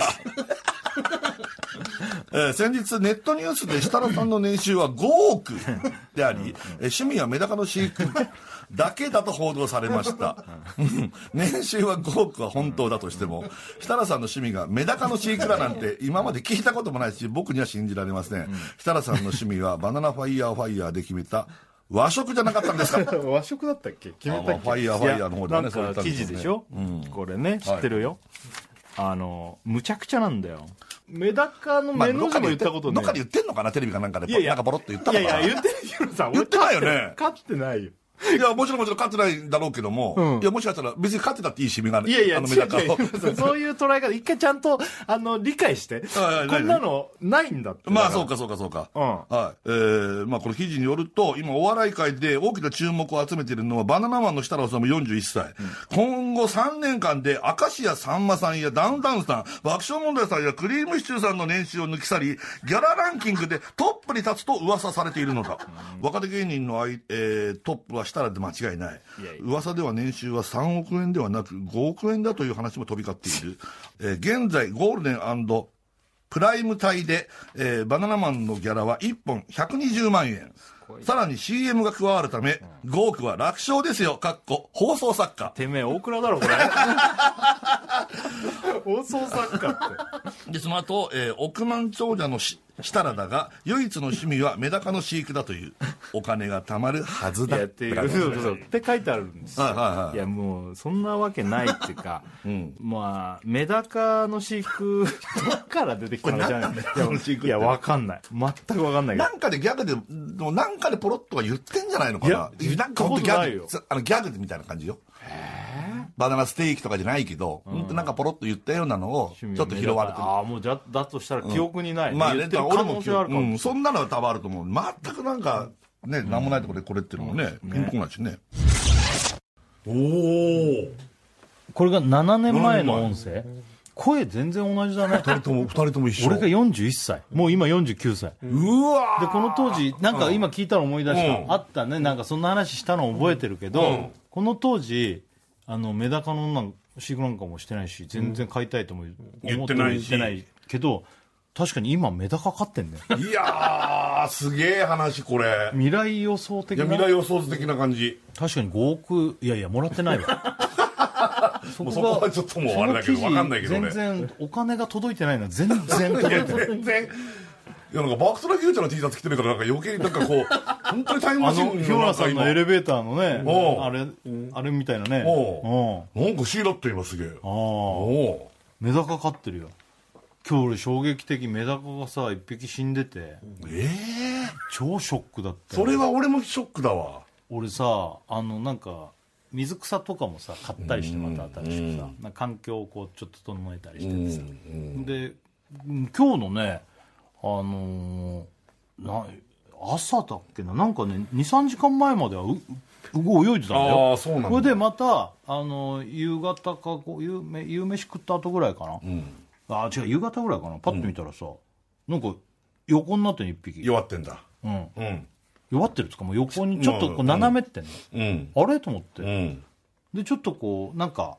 [SPEAKER 2] えー先日ネットニュースで設楽さんの年収は5億であり、えー趣味はメダカの飼育だけだと報道されましたうん年収は5億は本当だとしても設楽さんの趣味がメダカの飼育だなんて今まで聞いたこともないし僕には信じられません設楽さんの趣味はバナナファイヤーファイヤーで決めた和食じゃなかったんですか
[SPEAKER 3] 和食だったっけ決
[SPEAKER 2] あまあファイヤーファイヤーの方でねそういったんすよね
[SPEAKER 1] ょ、これね知
[SPEAKER 2] って
[SPEAKER 1] るよ、あのむちゃくちゃなんだよ メダカの
[SPEAKER 2] まあ、どっかで言ってどっかで言ってんのかなテレビかなんかでなんかボロって言ったのかない
[SPEAKER 1] 言ってるヒロさん
[SPEAKER 2] 言ってないよね
[SPEAKER 3] 勝ってないよ
[SPEAKER 2] いやもちろんもちろん勝ってないんだろうけども、
[SPEAKER 3] うん
[SPEAKER 2] いやもしかしたら別に勝ってたっていいしみが
[SPEAKER 3] いやいや、
[SPEAKER 2] あのメダカを
[SPEAKER 3] 違う違う日 村さんそういう捉え方、一回ちゃんと、あの、理解して。
[SPEAKER 2] はいはい
[SPEAKER 3] こんなの、ないんだって。
[SPEAKER 2] まあそうかそうかそうか、
[SPEAKER 3] うん
[SPEAKER 2] はいえーまあ、この記事によると今お笑い界で大きな注目を集めているのはバナナマンの設楽さんも41歳、今後3年間で明石家さんまさんやダウンタウンさん爆笑問題さんやクリームシチューさんの年収を抜き去りギャラランキングでトップに立つと噂されているのだ、若手芸人のあい、えートップは設楽で間違いない
[SPEAKER 1] いやいや
[SPEAKER 2] 噂では年収は3億円ではなく5億円だという話も飛び交っている、えー現在ゴールデンプライム帯で、えーバナナマンのギャラは1本120万円さらに CM が加わるため、5億は楽勝ですよかっこ放送作家
[SPEAKER 1] てめえ大倉だろこれ
[SPEAKER 3] 放送作家っ
[SPEAKER 2] でその後、えー億万長者のし設楽だが唯一の趣味はメダカの飼育だと いうお金が貯まるはず
[SPEAKER 3] て。
[SPEAKER 2] だ
[SPEAKER 3] やってい
[SPEAKER 2] は
[SPEAKER 3] る。
[SPEAKER 2] い
[SPEAKER 3] そうそうって書いてあるんですよ。
[SPEAKER 2] はいはい
[SPEAKER 1] いやもうそんなわけないっていうか、
[SPEAKER 2] ん
[SPEAKER 1] まあメダカの飼育どっから出てきたのじ ゃないいや
[SPEAKER 2] の飼育って
[SPEAKER 1] いやわかんない全くわかんないけ
[SPEAKER 2] な
[SPEAKER 1] ど
[SPEAKER 2] んかでギャグで、でもなんかでポロッとは言ってんじゃないのかない
[SPEAKER 1] や
[SPEAKER 2] なんかほんとギャ
[SPEAKER 1] 言った
[SPEAKER 2] グ
[SPEAKER 1] こと
[SPEAKER 2] あの、ギャグみたいな感じよ。バナナステーキとかじゃないけど、ほんとなんかポロッと言ったようなのを、ちょっと拾われてる。
[SPEAKER 1] ああもうじゃだとしたら記憶にない、
[SPEAKER 2] まあね、
[SPEAKER 1] 言ってる
[SPEAKER 2] 俺
[SPEAKER 1] 可
[SPEAKER 2] も
[SPEAKER 1] 能性はあるかも、
[SPEAKER 2] うんそんなのは多分あると思う。全くなんか、ね、なんもないところでこれっていうのもね、ピンコないしね。おー
[SPEAKER 1] これが7年前
[SPEAKER 2] 7年前
[SPEAKER 1] の音声声全然同 じだね
[SPEAKER 2] 二人とも、二人とも一緒。
[SPEAKER 1] 俺が41歳もう今49歳、
[SPEAKER 2] うわ
[SPEAKER 1] でこの当時なんか今聞いたの思い出した、
[SPEAKER 2] うん
[SPEAKER 1] あったねなんかそんな話したの覚えてるけど、
[SPEAKER 2] うん
[SPEAKER 1] この当時あのメダカのなん飼育なんかもしてないし全然飼いたいとも思
[SPEAKER 2] 言ってないし
[SPEAKER 1] 言ってないけど確かに今メダカ飼ってんだよ
[SPEAKER 2] いやー、すげえ話、これ。
[SPEAKER 1] 未来予想的
[SPEAKER 2] いや、
[SPEAKER 1] な
[SPEAKER 2] 未来予想図的な感じ。
[SPEAKER 1] 確かに5億いやいやもらってないわそ
[SPEAKER 2] もうそこはちょっともうあれだけど
[SPEAKER 1] その記事
[SPEAKER 2] わかんないけどね
[SPEAKER 1] 全然お金が届いてな いのは全然
[SPEAKER 2] い
[SPEAKER 1] 届い
[SPEAKER 2] や、
[SPEAKER 1] てない
[SPEAKER 2] 全然。いや、なんか、バックトラフューチャーの T シャツ着てるから、なんか余計になんかこ う、本当にタイム
[SPEAKER 1] あ
[SPEAKER 2] マシン
[SPEAKER 1] の
[SPEAKER 2] の
[SPEAKER 1] 日村さんのエレ
[SPEAKER 2] ベ
[SPEAKER 1] ベーターのね
[SPEAKER 2] おう
[SPEAKER 1] あれあれみたいなね
[SPEAKER 2] お
[SPEAKER 1] うん
[SPEAKER 2] なんかシーラって今すげえ。
[SPEAKER 1] あ
[SPEAKER 2] お
[SPEAKER 1] あ
[SPEAKER 2] お
[SPEAKER 1] メダカ飼ってるよ今日俺衝撃的メダカがさ一匹死んでて
[SPEAKER 2] ー。ええ
[SPEAKER 1] 超ショックだったよ
[SPEAKER 2] それは俺もショックだわ。
[SPEAKER 1] 俺さあのなんか水草とかもさ買ったりしてまた新しくさなんか環境をこうちょっと整えたりしててさでうん今日のねあのーな朝だっけななんかね23時間前まではううご泳いでたんだよ
[SPEAKER 2] あーそうなんだ
[SPEAKER 1] これでまたあの夕方かこう夕め夕飯食った後ぐらいかな、あー違う夕方ぐらいかなパッと見たらさ、なんか横になってる一匹、
[SPEAKER 2] 弱ってんだ。
[SPEAKER 1] うん、
[SPEAKER 2] うん。
[SPEAKER 1] 弱ってるっつうかもう横にちょっとこ
[SPEAKER 2] う
[SPEAKER 1] うん斜めってんの、
[SPEAKER 2] うん。
[SPEAKER 1] あれと思って、
[SPEAKER 2] うん。
[SPEAKER 1] でちょっとこうなんか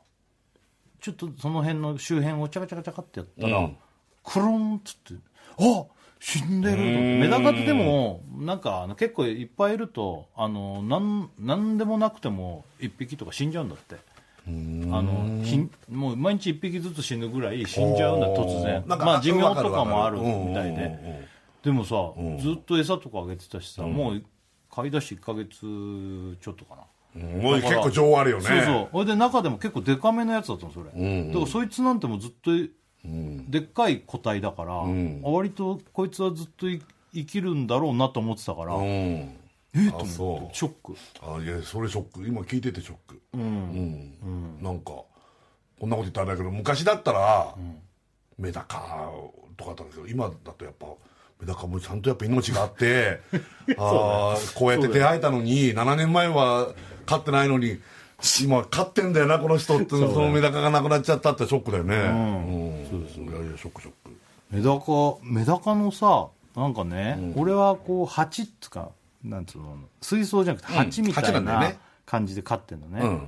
[SPEAKER 1] ちょっとその辺の周辺をチャカチャカチャカってやったら、
[SPEAKER 2] うん
[SPEAKER 1] クロンっつってあ死んでると思ってメダカってでもなんかあの結構いっぱいいるとあのなんなんでもなくても1匹とか死んじゃうんだってあのひんもう毎日1匹ずつ死ぬぐらい死んじゃうんだ突然
[SPEAKER 2] なんか
[SPEAKER 1] まあ寿命
[SPEAKER 2] わかる
[SPEAKER 1] とかもある
[SPEAKER 2] わかる
[SPEAKER 1] みたい
[SPEAKER 2] うんうんうんう
[SPEAKER 1] で
[SPEAKER 2] ん
[SPEAKER 1] でもさ、ずっと餌とかあげてたしさ、もう買い出し1ヶ月ちょっとかな
[SPEAKER 2] もう結構情あるよね。
[SPEAKER 1] そうそうほいで中でも結構デカめのやつだったのそれ、
[SPEAKER 2] んうん
[SPEAKER 1] だからそいつなんてもうずっとでっかい個体だから、
[SPEAKER 2] ん
[SPEAKER 1] あ割とこいつはずっとい生きるんだろうなと思ってたから、
[SPEAKER 2] う
[SPEAKER 1] え
[SPEAKER 2] ん。
[SPEAKER 1] えと
[SPEAKER 2] あ
[SPEAKER 1] 思
[SPEAKER 2] そ
[SPEAKER 1] って
[SPEAKER 2] う
[SPEAKER 1] ショック
[SPEAKER 2] あいやそれショック今聞いててショックうん、なんかこんなこと言ったらあれだけど昔だったら、メダカとかだったんだけど今だとやっぱメダカもちゃんとやっぱ命があって あーこうやって出会えたのに7年前は飼ってないのに今飼ってんだよなこの人ってそのメダカがなくなっちゃったってショックだよねうん、いやいやショックショック
[SPEAKER 1] メダカメダカのさなんかね、俺はこう鉢っつうかなんつうの水槽じゃなくて鉢みた
[SPEAKER 2] 鉢ないんだよ
[SPEAKER 1] な
[SPEAKER 2] ね
[SPEAKER 1] 感じで飼ってんのね、
[SPEAKER 2] うん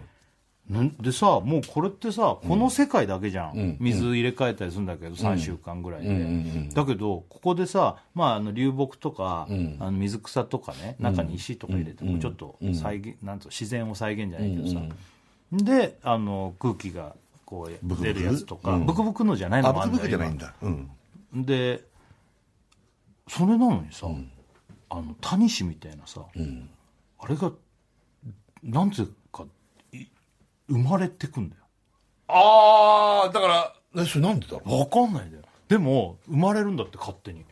[SPEAKER 1] なんでさもうこれってさこの世界だけじゃん、
[SPEAKER 2] ん
[SPEAKER 1] 水入れ替えたりするんだけど、3週間ぐらいで、
[SPEAKER 2] うんうんうん
[SPEAKER 1] だけどここでさ、まあ、あの流木とか、
[SPEAKER 2] ん
[SPEAKER 1] あの水草とかね中に石とか入れて、
[SPEAKER 2] うん
[SPEAKER 1] ちょっと再現、なんつうの自然を再現じゃないけどさ、
[SPEAKER 2] うん
[SPEAKER 1] であの空気がこう
[SPEAKER 2] ブクブ
[SPEAKER 1] 出
[SPEAKER 2] ク
[SPEAKER 1] るやつとか
[SPEAKER 2] うん
[SPEAKER 1] ブクブクのじゃない
[SPEAKER 2] あ
[SPEAKER 1] のもあ
[SPEAKER 2] ブクブ
[SPEAKER 1] るんだ
[SPEAKER 2] クじゃ
[SPEAKER 1] よ
[SPEAKER 2] ないんだうん
[SPEAKER 1] 今でそれなのにさ、あのタニシみたいなさ、
[SPEAKER 2] うん
[SPEAKER 1] あれがなんていうかい生まれてくんだよ
[SPEAKER 2] ああだからえそれなんでだろう
[SPEAKER 1] わかんないんだよでも生まれるんだって勝手に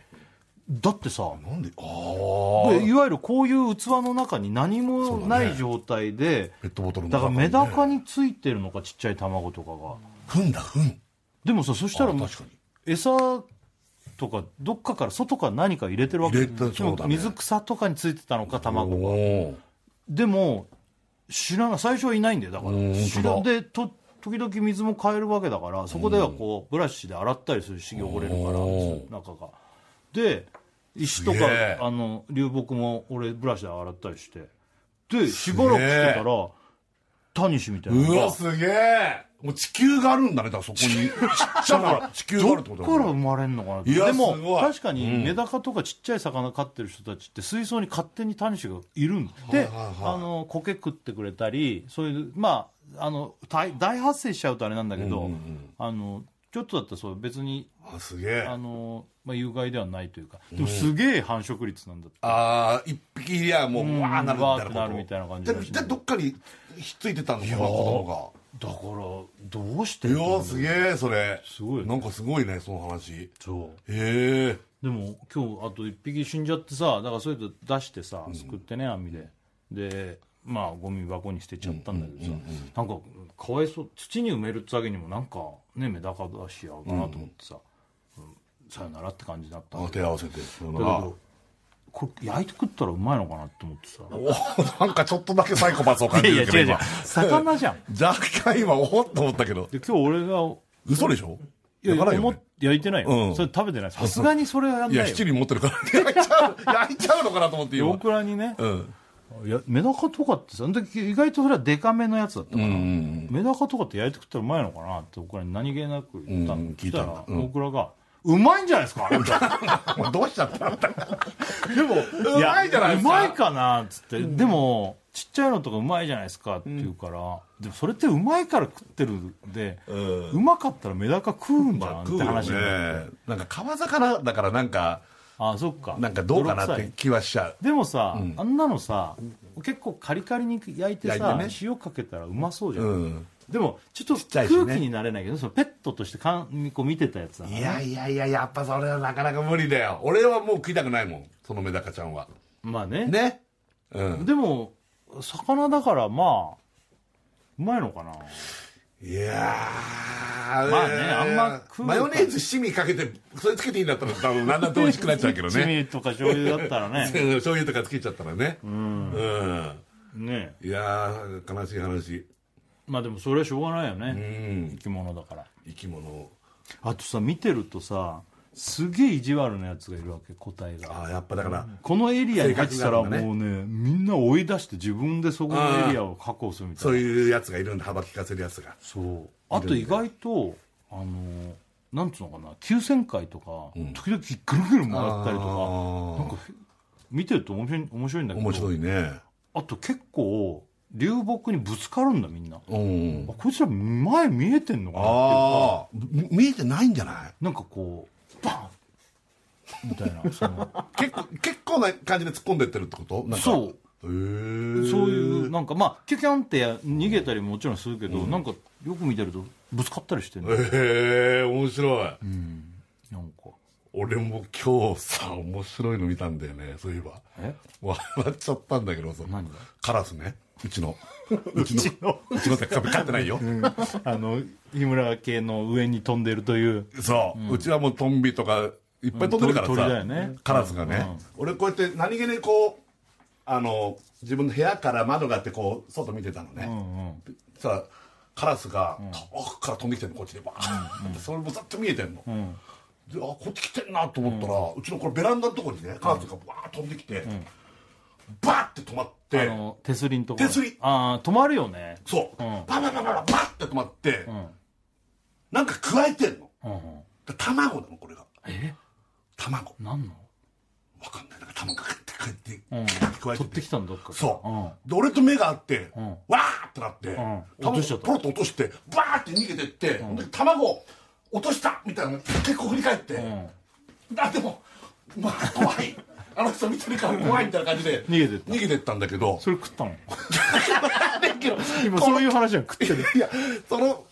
[SPEAKER 1] だってさ
[SPEAKER 2] なんでああ
[SPEAKER 1] いわゆるこういう器の中に何もない状態で
[SPEAKER 2] ペットボトルの
[SPEAKER 1] だ
[SPEAKER 2] 中
[SPEAKER 1] から
[SPEAKER 2] に
[SPEAKER 1] メ
[SPEAKER 2] ね
[SPEAKER 1] ダカについてるのかちっちゃい卵とかが
[SPEAKER 2] ふんだふん
[SPEAKER 1] でもさそしたら
[SPEAKER 2] あ確かに
[SPEAKER 1] 餌とかどっかから外から何か入れてるわけ
[SPEAKER 2] 入れた
[SPEAKER 1] で
[SPEAKER 2] そう
[SPEAKER 1] も
[SPEAKER 2] だね
[SPEAKER 1] 水草とかについてたのか卵が
[SPEAKER 2] おー
[SPEAKER 1] でも知らない最初はいないんだよだから
[SPEAKER 2] うん
[SPEAKER 1] 知ら
[SPEAKER 2] 本当
[SPEAKER 1] でと時々水も変えるわけだからそこではこうブラシで洗ったりするし汚れるから
[SPEAKER 2] うん
[SPEAKER 1] 中がで石とか
[SPEAKER 2] すげえ
[SPEAKER 1] あの流木も俺ブラシで洗ったりしてでしばらくしてたらタニシみたいなの
[SPEAKER 2] う
[SPEAKER 1] が
[SPEAKER 2] わすげえもう地球があるんだねだからそこにちっちゃな地球があるってこと
[SPEAKER 1] ど
[SPEAKER 2] だ
[SPEAKER 1] っから生まれんのかなって
[SPEAKER 2] いや
[SPEAKER 1] です
[SPEAKER 2] ご
[SPEAKER 1] も
[SPEAKER 2] い
[SPEAKER 1] 確かにメダカとかちっちゃい魚飼ってる人たちって水槽に勝手にタニシがいるん
[SPEAKER 2] は
[SPEAKER 1] で、
[SPEAKER 2] いはいはい
[SPEAKER 1] あの苔食ってくれたりそういうまああの大大発生しちゃうとあれなんだけど、
[SPEAKER 2] うんうんうん
[SPEAKER 1] あのちょっとだったらそう別に
[SPEAKER 2] あすげえ
[SPEAKER 1] あの、まあ、有害ではないというかでもすげえ繁殖率なんだって、
[SPEAKER 2] あー一匹いりゃもうわーなるみたいなこと
[SPEAKER 1] わーってなるみたいな感じ
[SPEAKER 2] で
[SPEAKER 1] らしい
[SPEAKER 2] じ
[SPEAKER 1] んだ
[SPEAKER 2] ゃあ
[SPEAKER 1] け
[SPEAKER 2] ど
[SPEAKER 1] ど
[SPEAKER 2] っかにひっついてたのかな子
[SPEAKER 1] だからどうして
[SPEAKER 2] 供
[SPEAKER 1] ん
[SPEAKER 2] がい
[SPEAKER 1] の
[SPEAKER 2] やーすげえそれ
[SPEAKER 1] すごいよね
[SPEAKER 2] なんかすごいねその話へ
[SPEAKER 1] そう
[SPEAKER 2] え
[SPEAKER 1] でも今日あと1匹死んじゃってさだからそれと出してさすくってね網で、でまあゴミ箱に捨てちゃったんだけどさ、なんかかわいそう土に埋めるってわけにもなんかねメダカだし合うかなと思ってさ、うんさよならって感じだったんだけ
[SPEAKER 2] 手合わせてそ
[SPEAKER 1] どだけどこれ焼いて食ったらうまいのかなって思ってさ
[SPEAKER 2] おーなんかちょっとだけサイコパスを感
[SPEAKER 1] い
[SPEAKER 2] じ
[SPEAKER 1] やいや
[SPEAKER 2] るけど
[SPEAKER 1] 違う違う
[SPEAKER 2] 今
[SPEAKER 1] 魚じゃんで
[SPEAKER 2] 若干今おっと思ったけど
[SPEAKER 1] 今日俺が
[SPEAKER 2] 嘘でしょ
[SPEAKER 1] いや
[SPEAKER 2] だからよね
[SPEAKER 1] 思っ焼いてないよ、
[SPEAKER 2] うん
[SPEAKER 1] それ食べてないさすがにそれはやん
[SPEAKER 2] いや、
[SPEAKER 1] ない
[SPEAKER 2] 七
[SPEAKER 1] よ
[SPEAKER 2] 輪持ってるから、焼いちゃう、焼いちゃうのかなと思って、
[SPEAKER 1] でオ
[SPEAKER 2] 今。
[SPEAKER 1] クラにね、
[SPEAKER 2] うん。
[SPEAKER 1] いやメダカとかってさあの時意外とそれはデカめのやつだったから、
[SPEAKER 2] うん
[SPEAKER 1] メダカとかって焼いて食ったらうまいのかなって僕らに何気なく言ったの、
[SPEAKER 2] うん
[SPEAKER 1] 聞いたら
[SPEAKER 2] 聞いたんだうん
[SPEAKER 1] 大倉が「うまいんじゃないですか」みたいな
[SPEAKER 2] お前どうしちゃったんだ でもう
[SPEAKER 1] や
[SPEAKER 2] まいじゃないですか
[SPEAKER 1] うまいかなっつって、でもちっちゃいのとかうまいじゃないですかって言うから、でもそれってうまいから食ってるんで、う
[SPEAKER 2] うん
[SPEAKER 1] まかったらメダカ食うんじゃんって
[SPEAKER 2] 食うよ
[SPEAKER 1] 話になって、
[SPEAKER 2] ねなんか川魚だからなんか
[SPEAKER 1] あそっか
[SPEAKER 2] なんかどうかなっ
[SPEAKER 1] 泥臭
[SPEAKER 2] て
[SPEAKER 1] い
[SPEAKER 2] 気はしちゃう
[SPEAKER 1] でもさ、
[SPEAKER 2] うん
[SPEAKER 1] あんなのさ結構カリカリに焼いてさ
[SPEAKER 2] 焼いてね
[SPEAKER 1] 塩かけたらうまそうじゃん、
[SPEAKER 2] うん
[SPEAKER 1] でもちょっと
[SPEAKER 2] ちゃ
[SPEAKER 1] 空
[SPEAKER 2] い
[SPEAKER 1] 気
[SPEAKER 2] しね
[SPEAKER 1] になれないけど、そのペットとしてかんこう見てたやつだから
[SPEAKER 2] いやいやいややっぱそれはなかなか無理だよ俺はもう食いたくないもんそのメダカちゃんは
[SPEAKER 1] まあね
[SPEAKER 2] ねうん
[SPEAKER 1] でも魚だからまあうまいのかない
[SPEAKER 2] やー
[SPEAKER 1] まあねあんま食う
[SPEAKER 2] マヨネーズ七味かけてそれつけていいんだったら多分だんだんと美味しくなっちゃう けど
[SPEAKER 1] チ
[SPEAKER 2] ね
[SPEAKER 1] ミとか醤油だった らね
[SPEAKER 2] うん醤油とかつけちゃったらねうん、
[SPEAKER 1] ね
[SPEAKER 2] いやー悲しい話
[SPEAKER 1] まあでもそれはしょうがないよ
[SPEAKER 2] う
[SPEAKER 1] ね、生
[SPEAKER 2] ん
[SPEAKER 1] き物だから
[SPEAKER 2] 生き物を
[SPEAKER 1] あとさ見てるとさすげえ意地悪なやつがいるわけ個体が
[SPEAKER 2] ああやっぱだから、
[SPEAKER 1] このエリアに入ってたらも
[SPEAKER 2] 性格があるんだね
[SPEAKER 1] うねみんな追い出して自分でそこのエリアを確保するみたい
[SPEAKER 2] そ
[SPEAKER 1] な
[SPEAKER 2] ういうやつがいるんだ幅利かせるやつが
[SPEAKER 1] そうあと意外とあのなんつうのかな急旋回とか、時々ぐるぐる回ったりと
[SPEAKER 2] あー
[SPEAKER 1] かなんかへ見てると面白い面白いんだけど
[SPEAKER 2] 面白いね
[SPEAKER 1] あと結構流木にぶつかるんだみんなあ
[SPEAKER 2] うん
[SPEAKER 1] こいつら前見えてんのかなっていうか
[SPEAKER 2] ああ見えてないんじゃない
[SPEAKER 1] なんかこうバンみたい なその
[SPEAKER 2] 結構結構な感じで突っ込んでってるってことなんか
[SPEAKER 1] そ
[SPEAKER 2] へ
[SPEAKER 1] う
[SPEAKER 2] ー
[SPEAKER 1] そういうなんかまあキュキュンってや逃げたりももちろんするけど、なんかよく見てるとぶつかったりしてるの、
[SPEAKER 2] へえ面白い、
[SPEAKER 1] なんか
[SPEAKER 2] 俺も今日さ面白いの見たんだよねそういえば
[SPEAKER 1] え
[SPEAKER 2] 笑っちゃったんだけどさ
[SPEAKER 1] 何が
[SPEAKER 2] カラスねうちの うちのうちの って飼ってないよ、
[SPEAKER 1] あの日村家の上に飛んでるという
[SPEAKER 2] そう、うちはもうトンビとかいっぱい飛んでるからさ、
[SPEAKER 1] うん鳥鳥だよね
[SPEAKER 2] カラスがね、俺こうやって何気にこうあの自分の部屋から窓があってこう外見てたのね、さカラスが遠くから飛んできてるのこっちでバーンってそれもずっと見えてんの、であこっち来てんなと思ったら、うちのこれベランダのとこにねカラスがバーン飛んできて、バーって止まっ
[SPEAKER 1] あ
[SPEAKER 2] て
[SPEAKER 1] の手すりのところ
[SPEAKER 2] 手すり
[SPEAKER 1] ああ止まるよね
[SPEAKER 2] そう、
[SPEAKER 1] うん
[SPEAKER 2] ババババババッて止まって、
[SPEAKER 1] ん
[SPEAKER 2] なんか加えてんの
[SPEAKER 1] うんうん
[SPEAKER 2] 卵なのこれが
[SPEAKER 1] え
[SPEAKER 2] 卵
[SPEAKER 1] 何の
[SPEAKER 2] わかんないなんか卵がって帰って、
[SPEAKER 1] うん
[SPEAKER 2] 加えて
[SPEAKER 1] 取ってきたんだっか
[SPEAKER 2] そう、
[SPEAKER 1] うん
[SPEAKER 2] で俺と目が合って、
[SPEAKER 1] ん
[SPEAKER 2] わーってなって、
[SPEAKER 1] ん
[SPEAKER 2] 卵
[SPEAKER 1] 落としちゃった
[SPEAKER 2] ポロッと落としてバーって逃げてって、で卵落としたみたいなの結構振り返って、あでもまあ怖いあの人見てるから怖いみたいな感じで
[SPEAKER 1] 逃げてった
[SPEAKER 2] 逃げてったんだけど
[SPEAKER 1] それ食っ たの
[SPEAKER 2] だけど
[SPEAKER 1] 今
[SPEAKER 2] こ
[SPEAKER 1] そ
[SPEAKER 2] の
[SPEAKER 1] ういう話は食ってる
[SPEAKER 2] いやその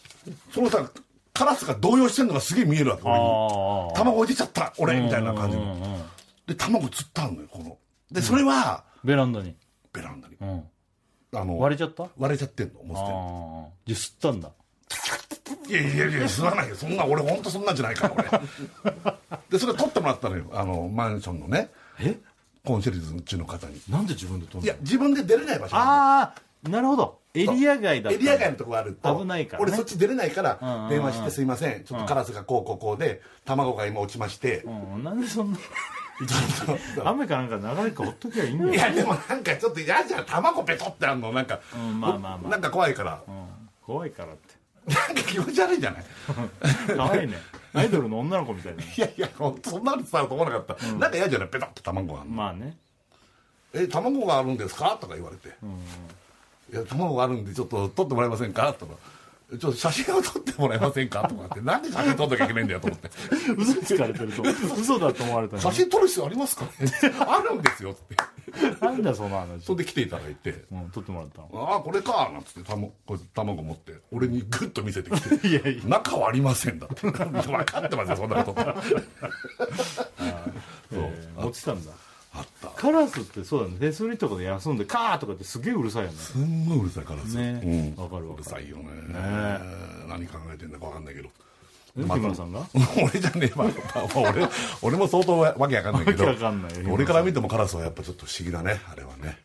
[SPEAKER 2] そのさカラスが動揺してるのがすげえ見えるわけ俺に
[SPEAKER 1] あ
[SPEAKER 2] 卵落ちちゃった俺みたいな感じ
[SPEAKER 1] うんうんう
[SPEAKER 2] の
[SPEAKER 1] ん
[SPEAKER 2] で卵釣ったのよこのでそれは
[SPEAKER 1] ベランダに、
[SPEAKER 2] ベランダに
[SPEAKER 1] うん、
[SPEAKER 2] あの
[SPEAKER 1] 割れちゃったあ
[SPEAKER 2] 割れちゃってんのもうすでに
[SPEAKER 1] あじゃあ吸ったんだ
[SPEAKER 2] いやいやいや、吸わないよ。そんな、俺、本当そんなんじゃないから、俺。で、それ取ってもらったのよ。あの、マンションのね、
[SPEAKER 1] え
[SPEAKER 2] コンシェルジュのうちの方に。
[SPEAKER 1] なんで自分で飛ん
[SPEAKER 2] い
[SPEAKER 1] だ
[SPEAKER 2] や、自分で出れない場所なん
[SPEAKER 1] ああなるほどエリア外
[SPEAKER 2] だ
[SPEAKER 1] だ
[SPEAKER 2] よ
[SPEAKER 1] った
[SPEAKER 2] エリア外のとこがあると
[SPEAKER 1] 危ないからね
[SPEAKER 2] 俺そっち出れないから
[SPEAKER 1] んうんうん
[SPEAKER 2] 電話して「すいませんちょっとカラスがこうこうこうで卵が今落ちまして
[SPEAKER 1] うん、なんでそんな雨かなんか流れかほっときゃいいんだ」よ
[SPEAKER 2] いやでもなんかちょっと嫌じゃん卵ペトってあんのなんか
[SPEAKER 1] んまあまあまあ
[SPEAKER 2] なんか怖いから
[SPEAKER 1] うん怖いからって
[SPEAKER 2] なんか気持ち悪いじゃない
[SPEAKER 1] 可愛いねアイドルの女の子みたいな
[SPEAKER 2] いやいやほんとそんなのさ思わなかったなんか嫌じゃないペトって卵があんの
[SPEAKER 1] まあね
[SPEAKER 2] え卵があるんですか?」とか言われて「いや卵があるんでちょっと撮ってもらえませんか?」とか「ちょっと写真を撮ってもらえませんか?」とかってなんで写真撮んなきゃいけないんだよと思って「
[SPEAKER 1] 嘘つかれてると嘘だと思われた
[SPEAKER 2] 写真撮る必要あります かね?」あるんですよ」って
[SPEAKER 1] なんだよその話
[SPEAKER 2] それで来ていただいて
[SPEAKER 1] うん、撮ってもらったの
[SPEAKER 2] 「ああこれか」なんつって卵こう卵持って俺にグッと見せてきて「
[SPEAKER 1] いやい
[SPEAKER 2] 中はありません」だって分 かってますよそんなことそう
[SPEAKER 1] 落ちたんだ
[SPEAKER 2] あった
[SPEAKER 1] カラスってそうだね手すりとかで休んでカーとかってすげえうるさいよね
[SPEAKER 2] すんごいうるさいからさ
[SPEAKER 1] ね
[SPEAKER 2] うん
[SPEAKER 1] わかる
[SPEAKER 2] う
[SPEAKER 1] わか
[SPEAKER 2] る
[SPEAKER 1] る
[SPEAKER 2] さいよね何考えてんだか分かんないけど
[SPEAKER 1] え日村さんが
[SPEAKER 2] 俺じゃねえわ、まあ俺俺も相当わけわかんないけど
[SPEAKER 1] わけわかんないよ今
[SPEAKER 2] 俺から見てもカラスはやっぱちょっと不思議だねあれはね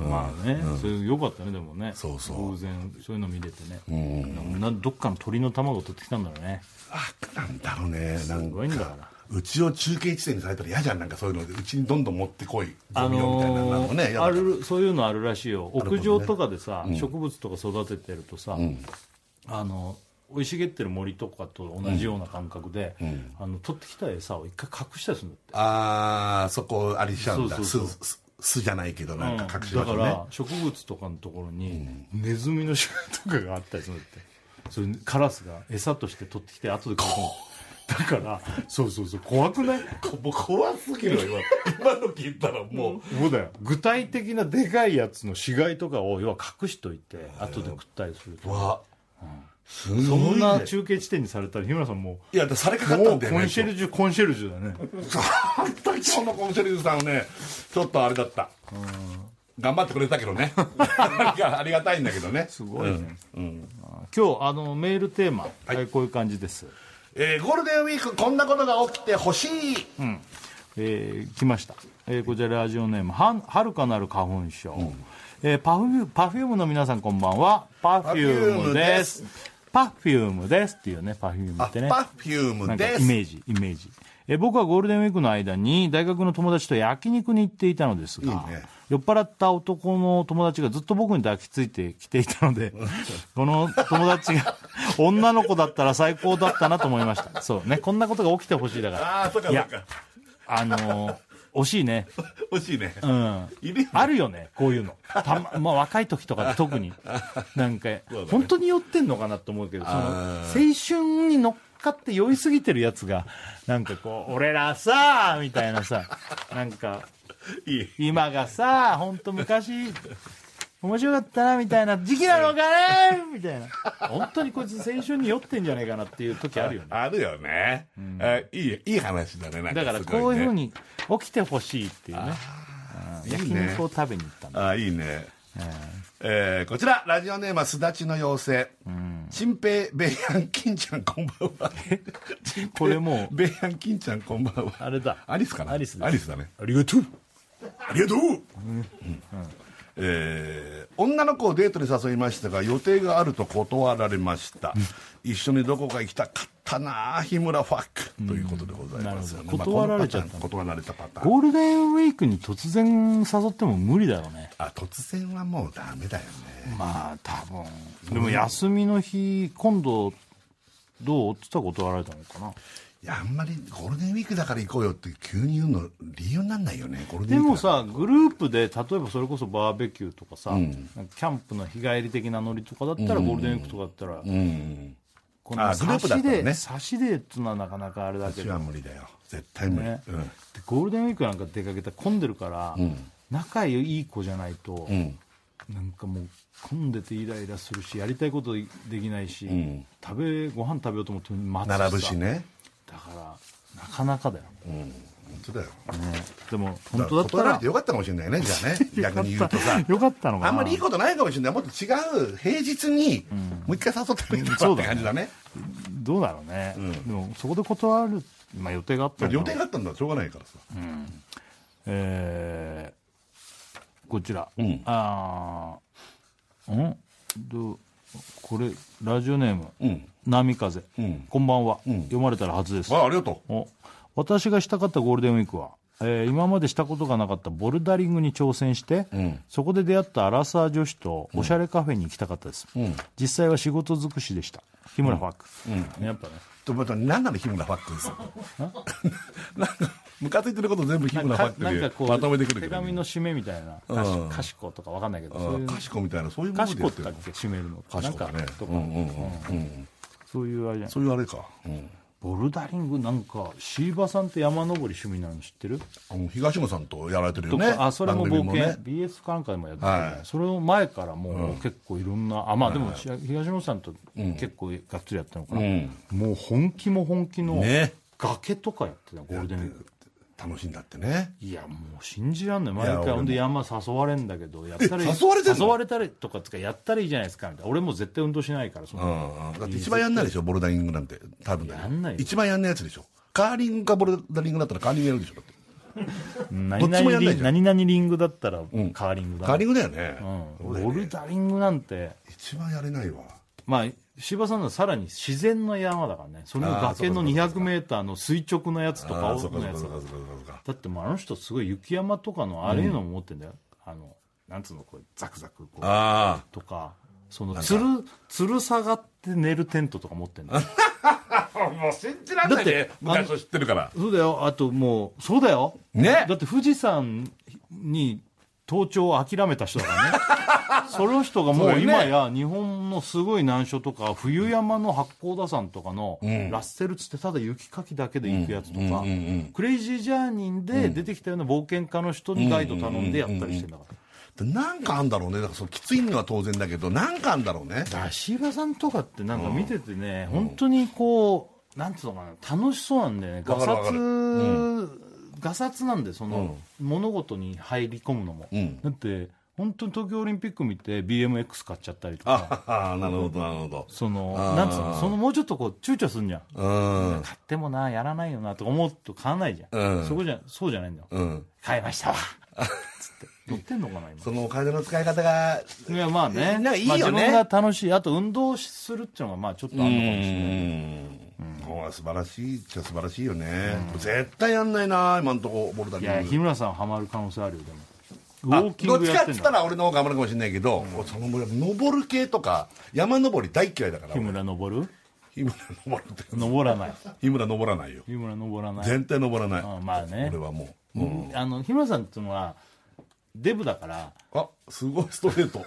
[SPEAKER 1] うんまあね、それよかったねでもね
[SPEAKER 2] そうそう
[SPEAKER 1] 偶然そういうの見れてね、なんかどっかの鳥の卵取ってきたんだろうね
[SPEAKER 2] あなんだろうねなん
[SPEAKER 1] すごいんだ
[SPEAKER 2] か
[SPEAKER 1] から
[SPEAKER 2] うちを中継地点にされたら嫌じゃんなんかそういうのでうちにどんどん持ってこい
[SPEAKER 1] あ
[SPEAKER 2] ゾンビ用みたいな
[SPEAKER 1] の
[SPEAKER 2] の
[SPEAKER 1] ー
[SPEAKER 2] もね嫌だ
[SPEAKER 1] あ
[SPEAKER 2] から
[SPEAKER 1] るそういうのあるらしいよ
[SPEAKER 2] るかも
[SPEAKER 1] 屋
[SPEAKER 2] ね
[SPEAKER 1] 上とかでさ、植物とか育ててるとさ、あの生い茂ってる森とかと同じような感覚で、あの取ってきた餌を一回隠したりするんだって
[SPEAKER 2] ああそこありしちゃうんだ
[SPEAKER 1] そう
[SPEAKER 2] す
[SPEAKER 1] そうそう
[SPEAKER 2] すすじゃないけどなんか隠し
[SPEAKER 1] だ
[SPEAKER 2] 場
[SPEAKER 1] か
[SPEAKER 2] 所ね
[SPEAKER 1] ら植物とかのところにネズミの種類とかがあったりするんだってそれカラスが餌として取ってきて後で食 うだからそうそうそう怖くない
[SPEAKER 2] こもう怖すぎるよ今今の聞いたらもう
[SPEAKER 1] そうだよ具体的なでかいやつの死骸とかを要は隠しといて後で食ったりすると
[SPEAKER 2] わ、すごい、ね、
[SPEAKER 1] そんな中継地点にされたら日村さんも
[SPEAKER 2] いやだからされか
[SPEAKER 1] う
[SPEAKER 2] かった
[SPEAKER 1] もうん
[SPEAKER 2] だよ
[SPEAKER 1] コ
[SPEAKER 2] ね
[SPEAKER 1] ンシェルジュコンシェルジュだね
[SPEAKER 2] 本当に今日のコンシェルジュさんはねちょっとあれだった頑張ってくれたけどねなんかありがたいんだけどねす
[SPEAKER 1] ごいね今日あのメールテーマ、はい、こういう感じです
[SPEAKER 2] えーゴールデンウィークこんなことが起きてほしい、
[SPEAKER 1] えー来ました、えーこちらラジオネームはんはるかなる花粉症、えーパフュパフュームの皆さんこんばんはパフュームですパフュームですっていうねパフューム
[SPEAKER 2] あ
[SPEAKER 1] ってね
[SPEAKER 2] パフューム
[SPEAKER 1] なんか
[SPEAKER 2] で
[SPEAKER 1] イ
[SPEAKER 2] す
[SPEAKER 1] メージイメージえ僕はゴールデンウィークの間に大学の友達と焼肉に行っていたのですが
[SPEAKER 2] いいね
[SPEAKER 1] 酔っ払った男の友達がずっと僕に抱きついてきていた のでこの友達が女の子だったら最高だったなと思いましたそうねこんなことが起きてほしいだから
[SPEAKER 2] ああそっか
[SPEAKER 1] い
[SPEAKER 2] そ
[SPEAKER 1] や
[SPEAKER 2] っか
[SPEAKER 1] あのー惜しいね
[SPEAKER 2] 欲しいね、
[SPEAKER 1] うん
[SPEAKER 2] いるよ
[SPEAKER 1] あるよねこういうのたま、まあ、若い時とかで特になんか、
[SPEAKER 2] だね
[SPEAKER 1] 本当に酔ってんのかなと思うけどその青
[SPEAKER 2] あ
[SPEAKER 1] 春に乗っかって酔いすぎてるやつがなんかこう「俺らさ」みたいなさなんか
[SPEAKER 2] いい
[SPEAKER 1] 今がさ本当昔面白かったなみたいな時期なのかねみたいな本当にこいつ青春に酔ってんじゃないかなっていう時あるよね
[SPEAKER 2] あるよね、えいいいい話だねなん
[SPEAKER 1] だから
[SPEAKER 2] すごね
[SPEAKER 1] こういうふうに起きてほしいっていうねう
[SPEAKER 2] い
[SPEAKER 1] ん
[SPEAKER 2] い
[SPEAKER 1] 焼
[SPEAKER 2] ね
[SPEAKER 1] 肉を食べに行ったんだ
[SPEAKER 2] ああいいね、えーこちらラジオネームはすだちの妖精ちんぺいべいやんきんちゃんこんばんはちんぺい
[SPEAKER 1] これもう
[SPEAKER 2] べいやんきんちゃんこんばんは
[SPEAKER 1] あれだ
[SPEAKER 2] アリスかな
[SPEAKER 1] アリスです
[SPEAKER 2] だね
[SPEAKER 1] ありがとう
[SPEAKER 2] ありがとう、うんえー女の子をデートに誘いましたが予定があると断られました一緒にどこか行きたかったなあ日村ファックということでございますよね、
[SPEAKER 1] なるほど断られちゃっ
[SPEAKER 2] まあこのパ
[SPEAKER 1] た
[SPEAKER 2] ターン断られたパターン
[SPEAKER 1] ゴールデンウィークに突然誘っても無理だろうね
[SPEAKER 2] あ突然はもうダメだよね
[SPEAKER 1] まあ多分でも休みの日今度どうって言ったら断られたのかない
[SPEAKER 2] やあんまりゴールデンウィークだから行こうよって急に言うの理由になんないよねゴールデン
[SPEAKER 1] で
[SPEAKER 2] ウィーク
[SPEAKER 1] も
[SPEAKER 2] だ
[SPEAKER 1] さグループで例えばそれこそバーベキューとかさ、なんかキャンプの日帰り的なノリとかだったらゴールデンウィークとかだったら、
[SPEAKER 2] うん
[SPEAKER 1] こ
[SPEAKER 2] あグループだったらね
[SPEAKER 1] 差しでっていうのはなかなかあれだけ
[SPEAKER 2] 私
[SPEAKER 1] ど
[SPEAKER 2] は無理だよ絶対無理、
[SPEAKER 1] ね
[SPEAKER 2] うん
[SPEAKER 1] でゴールデンウィークなんか出かけたら混んでるから、仲いい子じゃないと、なんかもう混んでてイライラするしやりたいことできないし、食べご飯食べようと思っても待つしさ
[SPEAKER 2] 並ぶしね
[SPEAKER 1] だからなかなかだよ、
[SPEAKER 2] 本当だよ
[SPEAKER 1] でも本当だった
[SPEAKER 2] 断られ
[SPEAKER 1] ら
[SPEAKER 2] てよかったかもしれないねじゃあ ね逆に言うとさ
[SPEAKER 1] よかったのかな
[SPEAKER 2] あんまりいいことないかもしれないもっと違う平日にもう一回誘ってみる
[SPEAKER 1] そ
[SPEAKER 2] と
[SPEAKER 1] う
[SPEAKER 2] かって
[SPEAKER 1] だね
[SPEAKER 2] 感じだね
[SPEAKER 1] どうだろうね、でもそこで断る、まあ、予定があったの
[SPEAKER 2] 予定があったんだからしょうがないからさ
[SPEAKER 1] えーこちら、
[SPEAKER 2] ん
[SPEAKER 1] ああんどうこれラジオネーム、
[SPEAKER 2] うん
[SPEAKER 1] 波風、
[SPEAKER 2] うん
[SPEAKER 1] こんばんは、読まれたら初です
[SPEAKER 2] あありがとう
[SPEAKER 1] お私がしたかったゴールデンウィークは、えー今までしたことがなかったボルダリングに挑戦して、そこで出会ったアラサー女子とおしゃれカフェに行きたかったです、実際は仕事尽くしでした日村ファック、ねやっぱね
[SPEAKER 2] とまた何なの日村ファックです なんかムカついてること全部日
[SPEAKER 1] な
[SPEAKER 2] 村
[SPEAKER 1] ん
[SPEAKER 2] フ
[SPEAKER 1] か
[SPEAKER 2] ァ
[SPEAKER 1] なん
[SPEAKER 2] ッ
[SPEAKER 1] か
[SPEAKER 2] ク
[SPEAKER 1] こ
[SPEAKER 2] で
[SPEAKER 1] う
[SPEAKER 2] まとめてくるけ
[SPEAKER 1] 手
[SPEAKER 2] ど
[SPEAKER 1] 紙の締めみたいなかしかしことかわかんないけどそういう
[SPEAKER 2] かしこみたいなそういうも
[SPEAKER 1] か
[SPEAKER 2] の
[SPEAKER 1] し
[SPEAKER 2] で
[SPEAKER 1] こ
[SPEAKER 2] や
[SPEAKER 1] っ
[SPEAKER 2] ってて
[SPEAKER 1] だっけ締めるの
[SPEAKER 2] かしこ
[SPEAKER 1] な
[SPEAKER 2] だ
[SPEAKER 1] ん
[SPEAKER 2] ね
[SPEAKER 1] かとか、
[SPEAKER 2] うんうんうんうん
[SPEAKER 1] そういうあれじゃない
[SPEAKER 2] そういうあれかうん
[SPEAKER 1] ボルダリングなんか椎葉さんって山登り趣味なの知ってる、
[SPEAKER 2] あの東野さんとやられてるよ
[SPEAKER 1] と
[SPEAKER 2] ね
[SPEAKER 1] かあそれも
[SPEAKER 2] 番
[SPEAKER 1] 冒
[SPEAKER 2] 組
[SPEAKER 1] 険、
[SPEAKER 2] ね
[SPEAKER 1] BS かなんかでもやってて、ね
[SPEAKER 2] はい
[SPEAKER 1] それを前からもう結構いろんな、あまあでも、東野さんと結構がっつりやったのかな、
[SPEAKER 2] うん
[SPEAKER 1] もう本気も本気の
[SPEAKER 2] ね
[SPEAKER 1] 崖とかやってたゴールデンウィーク
[SPEAKER 2] 楽しいんだってね
[SPEAKER 1] いやもう信じらんない毎
[SPEAKER 2] や
[SPEAKER 1] 回
[SPEAKER 2] 俺も
[SPEAKER 1] ほんで山誘われんだけどやったり
[SPEAKER 2] え誘われてんの
[SPEAKER 1] 誘われたりとかつかやったらいいじゃないですかみたいな俺もう絶対運動しないからその、
[SPEAKER 2] うんうんだって一番やんないでしょボルダリングなんて多分だけど
[SPEAKER 1] やんないよ
[SPEAKER 2] 一番やんないやつでしょカーリングかボルダリングだったらカーリングやるでしょだって
[SPEAKER 1] 何
[SPEAKER 2] どっちも
[SPEAKER 1] 々
[SPEAKER 2] やんないじ
[SPEAKER 1] リン
[SPEAKER 2] ゃ
[SPEAKER 1] 何々リングだったらカーリングだ
[SPEAKER 2] カ
[SPEAKER 1] な、
[SPEAKER 2] ーリングだよね
[SPEAKER 1] うんボルダリングなんて
[SPEAKER 2] 一番やれないわ
[SPEAKER 1] まあ芝さんのはさらに自然の山だからねその
[SPEAKER 2] あー
[SPEAKER 1] 崖の
[SPEAKER 2] そうかそうか
[SPEAKER 1] 200メーターの垂直のやつとか
[SPEAKER 2] あー
[SPEAKER 1] 青
[SPEAKER 2] そうか
[SPEAKER 1] の
[SPEAKER 2] そう
[SPEAKER 1] や
[SPEAKER 2] か
[SPEAKER 1] つ
[SPEAKER 2] そ
[SPEAKER 1] と
[SPEAKER 2] う
[SPEAKER 1] か
[SPEAKER 2] かそうかそうか
[SPEAKER 1] だってもうあの人すごい雪山とかのあれいうのも持ってんだよ、あのなんつうのこうザクザクこう
[SPEAKER 2] あ
[SPEAKER 1] とかその
[SPEAKER 2] なんか
[SPEAKER 1] つるつる下がって寝るテントとか持ってんだよ
[SPEAKER 2] あもう信じられない
[SPEAKER 1] だっ
[SPEAKER 2] ね
[SPEAKER 1] て
[SPEAKER 2] 昔を知ってるから
[SPEAKER 1] そうだよあともうそうだよ
[SPEAKER 2] ね
[SPEAKER 1] だって富士山に登頂を諦めた人だ からねその人が
[SPEAKER 2] そ
[SPEAKER 1] も
[SPEAKER 2] う
[SPEAKER 1] う
[SPEAKER 2] よね
[SPEAKER 1] 今や日本のすごい難所とか冬山の八甲田山とかの
[SPEAKER 2] ん
[SPEAKER 1] ラッセルっつってただ雪かきだけで行くやつとか
[SPEAKER 2] うんうんうん
[SPEAKER 1] クレイジージャーニーで出てきたような冒険家の人にガイド頼んでやったりしてんだから
[SPEAKER 2] でなんかあんだろうねだからそのきついのは当然だけどなんかあんだろうね
[SPEAKER 1] だから椎葉さんとかってなんか見ててね、本当にこうなんていうのかな楽しそうなんだよね
[SPEAKER 2] わかる
[SPEAKER 1] ガサ
[SPEAKER 2] わか
[SPEAKER 1] ツ、
[SPEAKER 2] る
[SPEAKER 1] ガサツなんでその、物事に入り込むのも、
[SPEAKER 2] うん
[SPEAKER 1] だって本当に東京オリンピック見て BMX 買っちゃったりとか
[SPEAKER 2] ああなるほどなるほど
[SPEAKER 1] その
[SPEAKER 2] あー
[SPEAKER 1] なんつうのそのもうちょっとこう躊躇すんじゃん
[SPEAKER 2] うん
[SPEAKER 1] 買ってもなやらないよなとか思うと買わないじゃん、
[SPEAKER 2] うん
[SPEAKER 1] そこじゃそうじゃないんだよ
[SPEAKER 2] うん
[SPEAKER 1] 買いましたわつって乗ってんのかな
[SPEAKER 2] そのお金の使い方が
[SPEAKER 1] 今いやまあね
[SPEAKER 2] なんかいいよね
[SPEAKER 1] まあ、自分が楽しいあと運動するっていうのがまあちょっとあ
[SPEAKER 2] う
[SPEAKER 1] るのかもしれない
[SPEAKER 2] んもう素晴らしいっちゃ素晴らしいよね絶対やんないな今んとこボルダ
[SPEAKER 1] い
[SPEAKER 2] リ
[SPEAKER 1] や、
[SPEAKER 2] ン
[SPEAKER 1] 日
[SPEAKER 2] グ
[SPEAKER 1] 村さんはハマる可能性あるよ、でも。
[SPEAKER 2] あ
[SPEAKER 1] ウォーキングや
[SPEAKER 2] ど
[SPEAKER 1] って
[SPEAKER 2] っちかっ
[SPEAKER 1] ん
[SPEAKER 2] つった
[SPEAKER 1] だ
[SPEAKER 2] ら俺の方が頑張るかもしれないけど、俺その登る系とか山登り大嫌いだから
[SPEAKER 1] 日
[SPEAKER 2] 俺
[SPEAKER 1] 村登る
[SPEAKER 2] 日村登るって
[SPEAKER 1] 登らない。
[SPEAKER 2] 日村登らないよ
[SPEAKER 1] 日村登らない。
[SPEAKER 2] 絶対登らない、
[SPEAKER 1] うんまあね
[SPEAKER 2] 俺はもう、うん
[SPEAKER 1] あの、日村さんっていうのは、デブだから、
[SPEAKER 2] あすごいストレート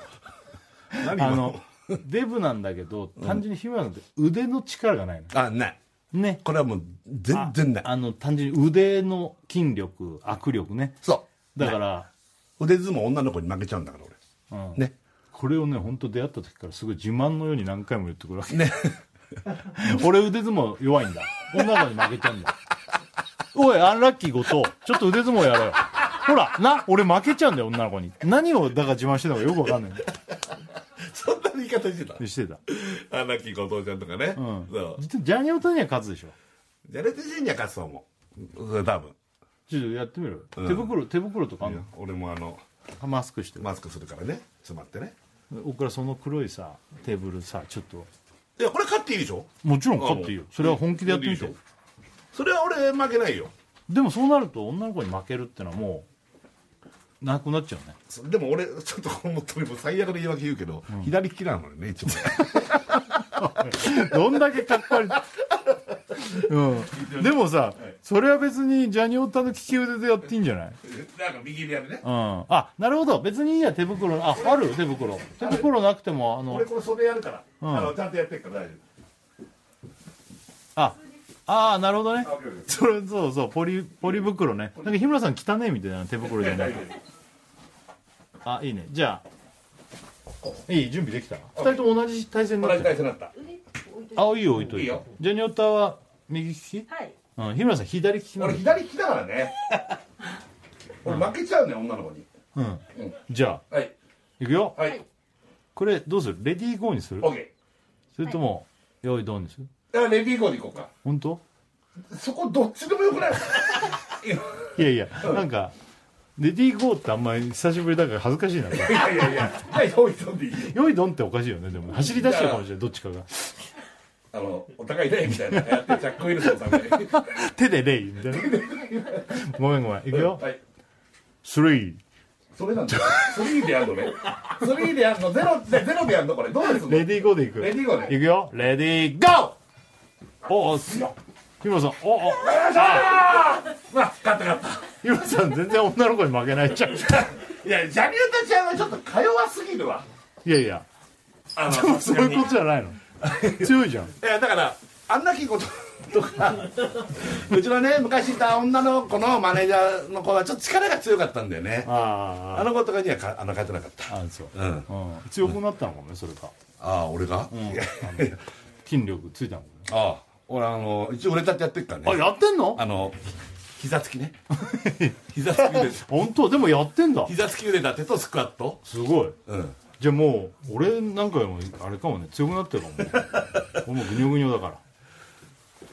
[SPEAKER 2] 何
[SPEAKER 1] あ
[SPEAKER 2] 今の
[SPEAKER 1] の、デブなんだけど、単純に日村さんって腕の力がない
[SPEAKER 2] あない
[SPEAKER 1] の。ね。
[SPEAKER 2] これはもう全然ない
[SPEAKER 1] あの、単純に腕の筋力、握力ね。
[SPEAKER 2] そ
[SPEAKER 1] だから、
[SPEAKER 2] う腕相撲女の子に負けちゃうんだから
[SPEAKER 1] うん
[SPEAKER 2] 俺ね
[SPEAKER 1] これをね、本当出会った時からすごい自慢のように何回も言ってくるわけ。
[SPEAKER 2] ね
[SPEAKER 1] 俺腕相撲弱いんだ。女の子に負けちゃうんだ。おい、アンラッキーごと、ちょっと腕相撲やろよ。ほら、な、俺負けちゃうんだよ、女の子に。何を、だから自慢してたのかよくわかんないんだよ。
[SPEAKER 2] そんな言い方してた
[SPEAKER 1] してた。
[SPEAKER 2] アナキー後藤ちゃんとかね、
[SPEAKER 1] うん
[SPEAKER 2] そう。
[SPEAKER 1] 実はジャニオタには勝つでしょ。
[SPEAKER 2] ジャレット・ジェンには勝つと思ううん多分
[SPEAKER 1] ちょっとやってみる、
[SPEAKER 2] ん
[SPEAKER 1] 手袋、手袋とかあんの
[SPEAKER 2] 俺もあの
[SPEAKER 1] マスクして。
[SPEAKER 2] マスクするからね詰まってね
[SPEAKER 1] 僕らその黒いさ、テーブルさ、ちょっと。
[SPEAKER 2] いやこれ勝っていいでしょ
[SPEAKER 1] もちろん勝っていいよ。それは本気でやってみて
[SPEAKER 2] いい。でしょそれは俺負けないよ
[SPEAKER 1] でもそうなると女の子に負けるってのはもうなくなっちゃうね
[SPEAKER 2] そでも俺ちょっと本当にもう最悪の言い訳言うけど、左利きなのよね一応
[SPEAKER 1] どんだけかっこ悪い、うん、でもさ、それは別にジャニオタの利き腕でやっていいんじゃない、うん、
[SPEAKER 2] なんか右でやるね
[SPEAKER 1] あなるほど別にいいや手袋あある手袋手袋なくてもあの
[SPEAKER 2] 俺これ袖やるから、
[SPEAKER 1] ん
[SPEAKER 2] あのちゃんとやってるから大丈
[SPEAKER 1] あああなるほどね
[SPEAKER 2] 夫オッケーオッケ
[SPEAKER 1] それそうそうポリポリ袋ねなんか日村さん汚ねえみたいな手袋じゃ
[SPEAKER 2] ー
[SPEAKER 1] な
[SPEAKER 2] 大
[SPEAKER 1] い
[SPEAKER 2] 丈夫
[SPEAKER 1] あいいねじゃあいい準備できた二人とも同じ対戦にな
[SPEAKER 2] 同
[SPEAKER 1] っ
[SPEAKER 2] じ
[SPEAKER 1] た
[SPEAKER 2] 体勢になった
[SPEAKER 4] 腕置いといて
[SPEAKER 1] あいいよ置いといて
[SPEAKER 2] いいよ
[SPEAKER 1] ジャニオタは右利き
[SPEAKER 4] はい
[SPEAKER 1] うん、日村さん左利きな
[SPEAKER 2] 俺
[SPEAKER 1] んだ
[SPEAKER 2] 左利きだから ね俺負けちゃうね女の子に
[SPEAKER 1] うん、じゃあ
[SPEAKER 2] はい
[SPEAKER 1] いくよ
[SPEAKER 2] はい
[SPEAKER 4] はい
[SPEAKER 1] これどうするレディーゴーにする
[SPEAKER 2] OK
[SPEAKER 1] それとも、用意ドンにする
[SPEAKER 2] だからレディーゴーでいこうか
[SPEAKER 1] 本当
[SPEAKER 2] そこどっちでもよくないいや
[SPEAKER 1] いやいやなんかレディーゴーってあんまり久しぶりだから恥ずかしいな
[SPEAKER 2] いやいやいやはい用意しとんでいいよ
[SPEAKER 1] 用意ドンっておかしいよねでも走り出しちゃうかもしれないどっちかが
[SPEAKER 2] あのお互いねみたいなやってジャック・ウィルソンさんみたいに
[SPEAKER 1] 手でレイみたいなごめんごめんいくよ
[SPEAKER 2] はい
[SPEAKER 1] スリー
[SPEAKER 2] それなんだスリーでやるのねスリーでやるのゼロでゼロでやるのこれどうです
[SPEAKER 1] レディーゴーでいく
[SPEAKER 2] レディーゴーで
[SPEAKER 1] いくよレディーゴーおおす日村さんおお
[SPEAKER 2] まあ勝った勝った
[SPEAKER 1] 日村さん全然女の子に負けないじゃんい
[SPEAKER 2] いやジャニオタちゃんはちょっとか弱すぎるわ
[SPEAKER 1] やいや
[SPEAKER 2] あの
[SPEAKER 1] そういうことじゃないの強いじゃん
[SPEAKER 2] いやだからあんなきいこととかうちのね昔いた女の子のマネージャーの子はちょっと力が強かったんだよね
[SPEAKER 1] あ
[SPEAKER 2] あの子とかにはかあの勝てなかった
[SPEAKER 1] ああそう、
[SPEAKER 2] うんあ
[SPEAKER 1] うん、強くなったのかもねそれか
[SPEAKER 2] あ俺が、いや
[SPEAKER 1] 筋力ついたのかもね
[SPEAKER 2] ああ俺あの一応俺だってやってるからね
[SPEAKER 1] あやってんの
[SPEAKER 2] あの膝つき ね膝つき腕
[SPEAKER 1] 本当でもやってんだ
[SPEAKER 2] 膝つき腕立てとスクワット
[SPEAKER 1] すごい
[SPEAKER 2] うん
[SPEAKER 1] じゃあもう俺なんかよりもあれかもね強くなってるかもね俺もうグニョグニョだから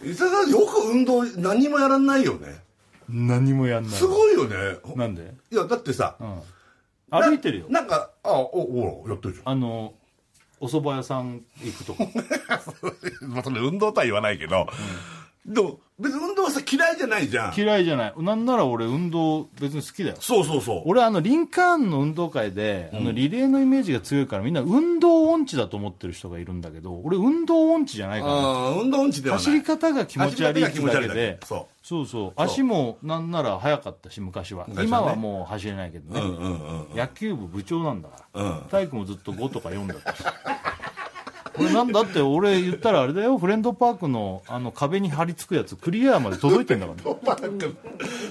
[SPEAKER 2] 伊勢さんよく運動何もやらないよね
[SPEAKER 1] 何もやんない
[SPEAKER 2] すごいよね
[SPEAKER 1] なんで、
[SPEAKER 2] いやだってさ
[SPEAKER 1] うん、歩いてるよ
[SPEAKER 2] ななんかああおおらやってるじゃん
[SPEAKER 1] あのお蕎麦屋さん行くとか
[SPEAKER 2] まあそれ運動とは言わないけど、でも別に運動はさ嫌いじゃないじゃん
[SPEAKER 1] 嫌いじゃないなんなら俺運動別に好きだよ
[SPEAKER 2] そうそうそう
[SPEAKER 1] 俺あのリンカーンの運動会で、あのリレーのイメージが強いからみんな運動音痴だと思ってる人がいるんだけど俺運動音痴じゃないから、
[SPEAKER 2] あー運動音痴ではない
[SPEAKER 1] 走り方が気持ち悪いってだけ
[SPEAKER 2] 走り方が気持ち悪いだけ
[SPEAKER 1] で
[SPEAKER 2] そう
[SPEAKER 1] そうそう足もなんなら速かったし昔は
[SPEAKER 2] はね
[SPEAKER 1] 今はもう走れないけどね、
[SPEAKER 2] うんうんうん
[SPEAKER 1] 野球部部長なんだから、
[SPEAKER 2] うん
[SPEAKER 1] 体育もずっと5とか4だったし 俺なんだって俺言ったらあれだよフレンドパークのあの壁に張り付くやつクリアまで届いてんだからね
[SPEAKER 2] パークウォ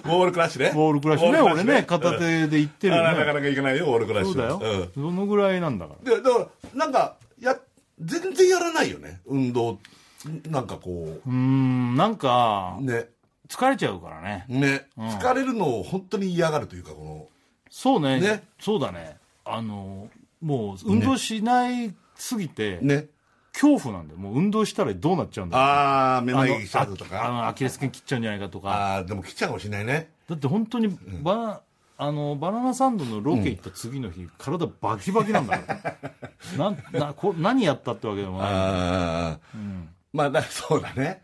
[SPEAKER 2] ールクラッシュね
[SPEAKER 1] ボールクラッシュね
[SPEAKER 2] ウォ
[SPEAKER 1] 俺ね片
[SPEAKER 2] うん
[SPEAKER 1] 手で行ってる
[SPEAKER 2] あ
[SPEAKER 1] よ
[SPEAKER 2] らなか
[SPEAKER 1] ね
[SPEAKER 2] なかいかないよウォールクラッシ
[SPEAKER 1] そ
[SPEAKER 2] ュ
[SPEAKER 1] うだよ、
[SPEAKER 2] うん
[SPEAKER 1] そのぐらいなんだから
[SPEAKER 2] でだからなんかや全然やらないよね運動なんかこ
[SPEAKER 1] うーんなんか
[SPEAKER 2] うね
[SPEAKER 1] 疲れちゃうからね
[SPEAKER 2] ね、疲れるのを本当に嫌がるというかこ
[SPEAKER 1] そうね
[SPEAKER 2] ね
[SPEAKER 1] そうだねあのもう運動しないすぎて、
[SPEAKER 2] のね
[SPEAKER 1] 恐怖なんだよもう運動したらどうなっちゃうんだろう
[SPEAKER 2] ああめま
[SPEAKER 1] あ
[SPEAKER 2] い
[SPEAKER 1] の
[SPEAKER 2] シャツと
[SPEAKER 1] ああ
[SPEAKER 2] か
[SPEAKER 1] のアキレス腱切っちゃうんじゃないかとか
[SPEAKER 2] ああーでも来ちゃうかもしれないね
[SPEAKER 1] だって本当にバ,、あのバナナサンドのロケ行った次の日、体バキバキなんだか らななこ何やったってわけでもない
[SPEAKER 2] ああ、まあだそうだね、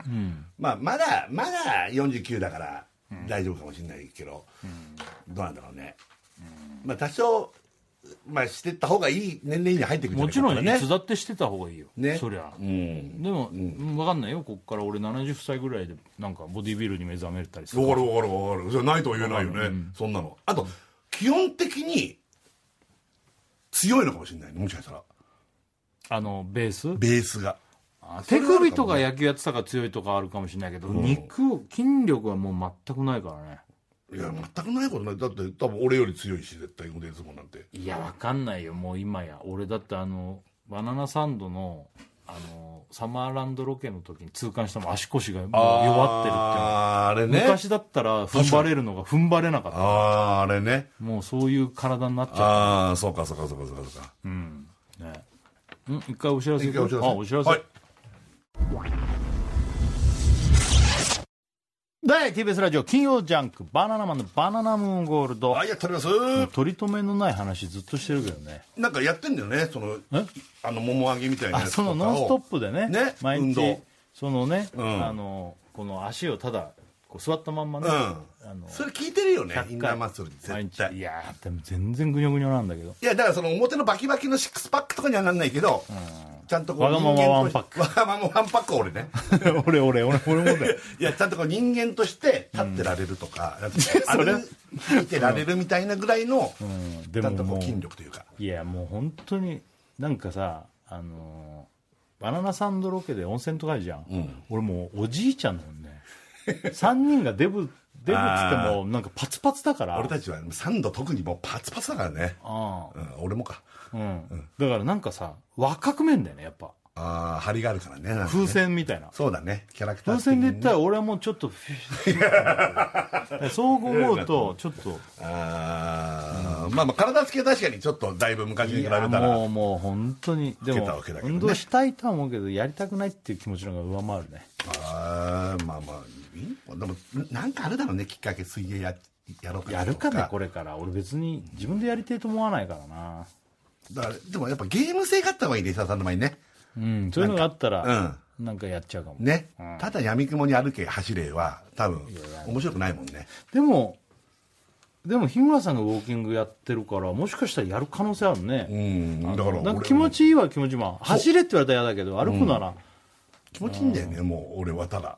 [SPEAKER 2] まあまだまだ49だから大丈夫かもしれないけど、どうなんだろうね、まあ多少まあしてった方がいい年齢に入ってくる
[SPEAKER 1] もちろんい
[SPEAKER 2] ね
[SPEAKER 1] つだってしてた方がいいよ、
[SPEAKER 2] ね
[SPEAKER 1] そりゃ、
[SPEAKER 2] うん
[SPEAKER 1] でも、分かんないよここから俺70歳ぐらいでなんかボディービルに目覚めたりする
[SPEAKER 2] わかるわかるわかるじゃないとは言えないよね、そんなのあと基本的に強いのかもしれないねもしかしたら
[SPEAKER 1] あのベース
[SPEAKER 2] ベースが
[SPEAKER 1] あ手首とか野球やってたから強いとかあるかもしれないけど、肉を筋力はもう全くないからね
[SPEAKER 2] いや全くないことないだって多分俺より強いし絶対腕相撲なんて
[SPEAKER 1] いやわかんないよもう今や俺だってあのバナナサンドのあのサマーランドロケの時に痛感したもん足腰がもう弱ってるっていうの
[SPEAKER 2] あーあれね
[SPEAKER 1] 昔だったら踏ん張れるのが踏ん張れなかった
[SPEAKER 2] あああれね
[SPEAKER 1] もうそういう体になっちゃう
[SPEAKER 2] ああそうかそうかそうかそうかそうか
[SPEAKER 1] うんねん一回お知らせ行く
[SPEAKER 2] 一回
[SPEAKER 1] あお知らせ、
[SPEAKER 2] はい
[SPEAKER 1] 第 TBS ラジオ金曜ジャンク「バナナマンのバナナムーンゴールド」
[SPEAKER 2] はいやっております
[SPEAKER 1] 取り留めのない話ずっとしてるけどね
[SPEAKER 2] なんかやってんだよねその
[SPEAKER 1] え
[SPEAKER 2] あの桃揚げみたいな
[SPEAKER 1] あ
[SPEAKER 2] やつ
[SPEAKER 1] そ
[SPEAKER 2] とか
[SPEAKER 1] の
[SPEAKER 2] を
[SPEAKER 1] 「ノンストップ!」でね
[SPEAKER 2] ね
[SPEAKER 1] 毎
[SPEAKER 2] 運
[SPEAKER 1] 日
[SPEAKER 2] 動
[SPEAKER 1] そのね、
[SPEAKER 2] ん
[SPEAKER 1] あのこの足をただこう座ったまんまね、
[SPEAKER 2] うん
[SPEAKER 1] あの
[SPEAKER 2] それ聞いてるよね
[SPEAKER 1] 100
[SPEAKER 2] インナーマッスル絶
[SPEAKER 1] 毎日
[SPEAKER 2] 対
[SPEAKER 1] いやーでも全然ぐにょぐにょなんだけど
[SPEAKER 2] いやだからその表のバキバキのシックスパックとかにはなんないけど、ちゃんとこう
[SPEAKER 1] わがままワンパック
[SPEAKER 2] クわがままワンパック は俺ね
[SPEAKER 1] 俺俺俺俺もだよ
[SPEAKER 2] いやちゃんとこう人間として立ってられるとか、 なんかこう歩いてられるみたいなぐらいの、
[SPEAKER 1] んで
[SPEAKER 2] ち
[SPEAKER 1] も
[SPEAKER 2] ゃんとこ
[SPEAKER 1] もう
[SPEAKER 2] う筋力というか
[SPEAKER 1] いやもう本当になんかさあのーバナナサンドロケで温泉とかあるじゃん、俺もうおじいちゃんだもんね3人がデブデブっつってもなんかパツパツだから
[SPEAKER 2] 俺たちはサンド特にもうパツパツだからね、
[SPEAKER 1] あ
[SPEAKER 2] うん、俺もか
[SPEAKER 1] あ、うん、だからなんかさ若く見えんだよねやっぱ
[SPEAKER 2] ああ張りがあるからねなんかね
[SPEAKER 1] 風船みたいな
[SPEAKER 2] そうだねキャラクター
[SPEAKER 1] 風
[SPEAKER 2] 的に
[SPEAKER 1] 船で言ったら俺はもうちょっとフィッだ からそう思うとちょっと
[SPEAKER 2] あーまあまあ体つきは確かにちょっとだいぶ昔に比
[SPEAKER 1] い
[SPEAKER 2] べた
[SPEAKER 1] や
[SPEAKER 2] ら
[SPEAKER 1] もうもう本当にで
[SPEAKER 2] 老けた
[SPEAKER 1] も
[SPEAKER 2] わけだけどね
[SPEAKER 1] 運動したいとは思うけどやりたくないっていう気持ちの方が上回るね
[SPEAKER 2] あーまあまあいいのかでもなんかあれだろうねきっかけ水泳ややろうかな
[SPEAKER 1] やるか
[SPEAKER 2] と
[SPEAKER 1] ねこれから俺別に自分でやりてえと思わないからな
[SPEAKER 2] だからでもやっぱゲーム性があった方がいいねささんの前にね
[SPEAKER 1] うんそういうのがあったら
[SPEAKER 2] な
[SPEAKER 1] なんかやっちゃうかも
[SPEAKER 2] ね、ただ闇雲に歩け走れは多分面白くないもんね
[SPEAKER 1] でもでも日村さんがウォーキングやってるからもしかしたらやる可能性あるね
[SPEAKER 2] うんだから俺
[SPEAKER 1] なん
[SPEAKER 2] も
[SPEAKER 1] か気持ちいいは気持ちいいまあ走れって言われたら嫌だけど歩くなら、
[SPEAKER 2] 気持ちいいんだよねもう俺はただ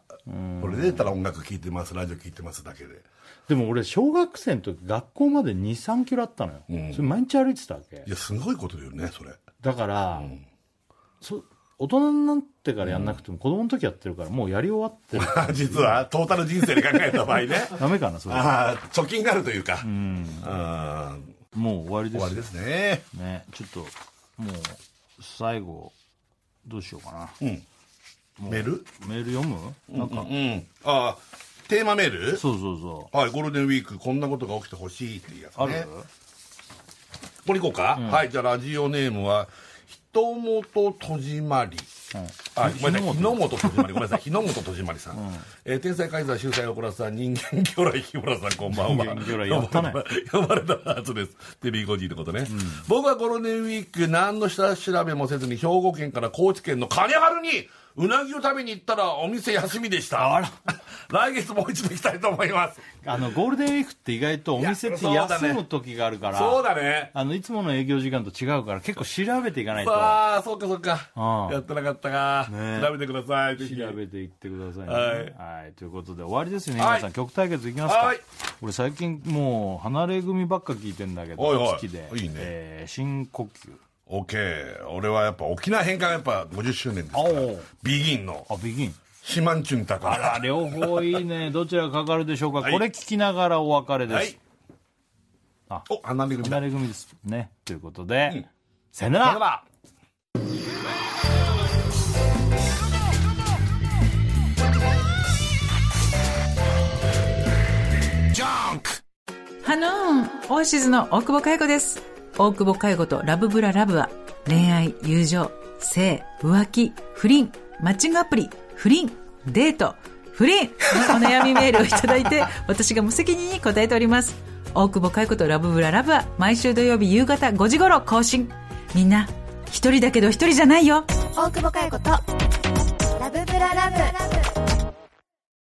[SPEAKER 2] 俺でたら音楽聴いてますラジオ聴いてますだけで
[SPEAKER 1] でも俺小学生の時学校まで2 3キロあったのよ、それ毎日歩いてたわけ
[SPEAKER 2] いやすごいことだよねそれ
[SPEAKER 1] だから、そ大人になってからやんなくても、子供の時やってるからもうやり終わってる
[SPEAKER 2] 実はトータル人生で考えた場合ね
[SPEAKER 1] ダメかなそれ
[SPEAKER 2] ああ貯金があるというかうん
[SPEAKER 1] もう終わりで
[SPEAKER 2] 終わり
[SPEAKER 1] す
[SPEAKER 2] ですね
[SPEAKER 1] ねちょっともう最後どうしようかな、
[SPEAKER 2] メール
[SPEAKER 1] メール読む、なんか
[SPEAKER 2] うんああテーマメール
[SPEAKER 1] そうそうそ
[SPEAKER 2] はいゴールデンウィークこんなことが起きてほしいっていうやつ
[SPEAKER 1] うある、
[SPEAKER 2] ねこれいこうか、はいじゃあラジオネームは「ひともととじまり」あ、ごめんなさい。日の本とじまり。ごめんなさい。日の本とじまりさん。えー天才カイザー、秀才、小倉さん、人間魚雷、日村さん、こんばんは。
[SPEAKER 1] 人間魚雷やったね
[SPEAKER 2] 呼ばれたはずです。テビーゴジーってことね。僕はゴールデンウィーク、何の下調べもせずに、兵庫県から高知県の金原に、うなぎを食べに行ったら、お店休みでした。
[SPEAKER 1] あら
[SPEAKER 2] 来月もう一度行きたいと思います。
[SPEAKER 1] あのゴールデンウィークって意外とお店って
[SPEAKER 2] いやそうだね
[SPEAKER 1] 休む時があるから
[SPEAKER 2] そうだね。
[SPEAKER 1] あのいつもの営業時間と違うから結構調べていかないと
[SPEAKER 2] ああ、そうかそうか。
[SPEAKER 1] うん
[SPEAKER 2] やってなかったか。
[SPEAKER 1] ね
[SPEAKER 2] 調べてください。ぜひ
[SPEAKER 1] 調べていってくださいね
[SPEAKER 2] は
[SPEAKER 1] はいということで終わりですね
[SPEAKER 2] はい
[SPEAKER 1] 皆さん曲対決いきますか
[SPEAKER 2] はい
[SPEAKER 1] 俺最近もう離れ組ばっか聞いてんだけど
[SPEAKER 2] はいはい
[SPEAKER 1] 好きで
[SPEAKER 2] いいね
[SPEAKER 1] えー深呼吸
[SPEAKER 2] OK 俺はやっぱ沖縄返還がやっぱ50周年ですから
[SPEAKER 1] おう
[SPEAKER 2] ビギンの
[SPEAKER 1] あビギン
[SPEAKER 2] 「シマンチュンタカ」
[SPEAKER 1] あら両方いいね どちらがかかるでしょうか
[SPEAKER 2] はい
[SPEAKER 1] これ聞きながらお別れで
[SPEAKER 2] は
[SPEAKER 1] す
[SPEAKER 2] い
[SPEAKER 1] あ
[SPEAKER 2] お離れ組
[SPEAKER 1] 離
[SPEAKER 2] だ
[SPEAKER 1] れ組ですねということで、
[SPEAKER 2] うん
[SPEAKER 1] さよな
[SPEAKER 2] だからら
[SPEAKER 4] ハノーンオーシズの大久保佳代子です。大久保佳代子とラブブララブは恋愛、友情、性、浮気、不倫、マッチングアプリ、不倫、デート、不倫のお悩みメールをいただいて私が無責任に答えております。大久保佳代子とラブブララブは毎週土曜日夕方5時頃更新。みんな、一人だけど一人じゃないよ。
[SPEAKER 5] 大久保佳代子とラブブララブ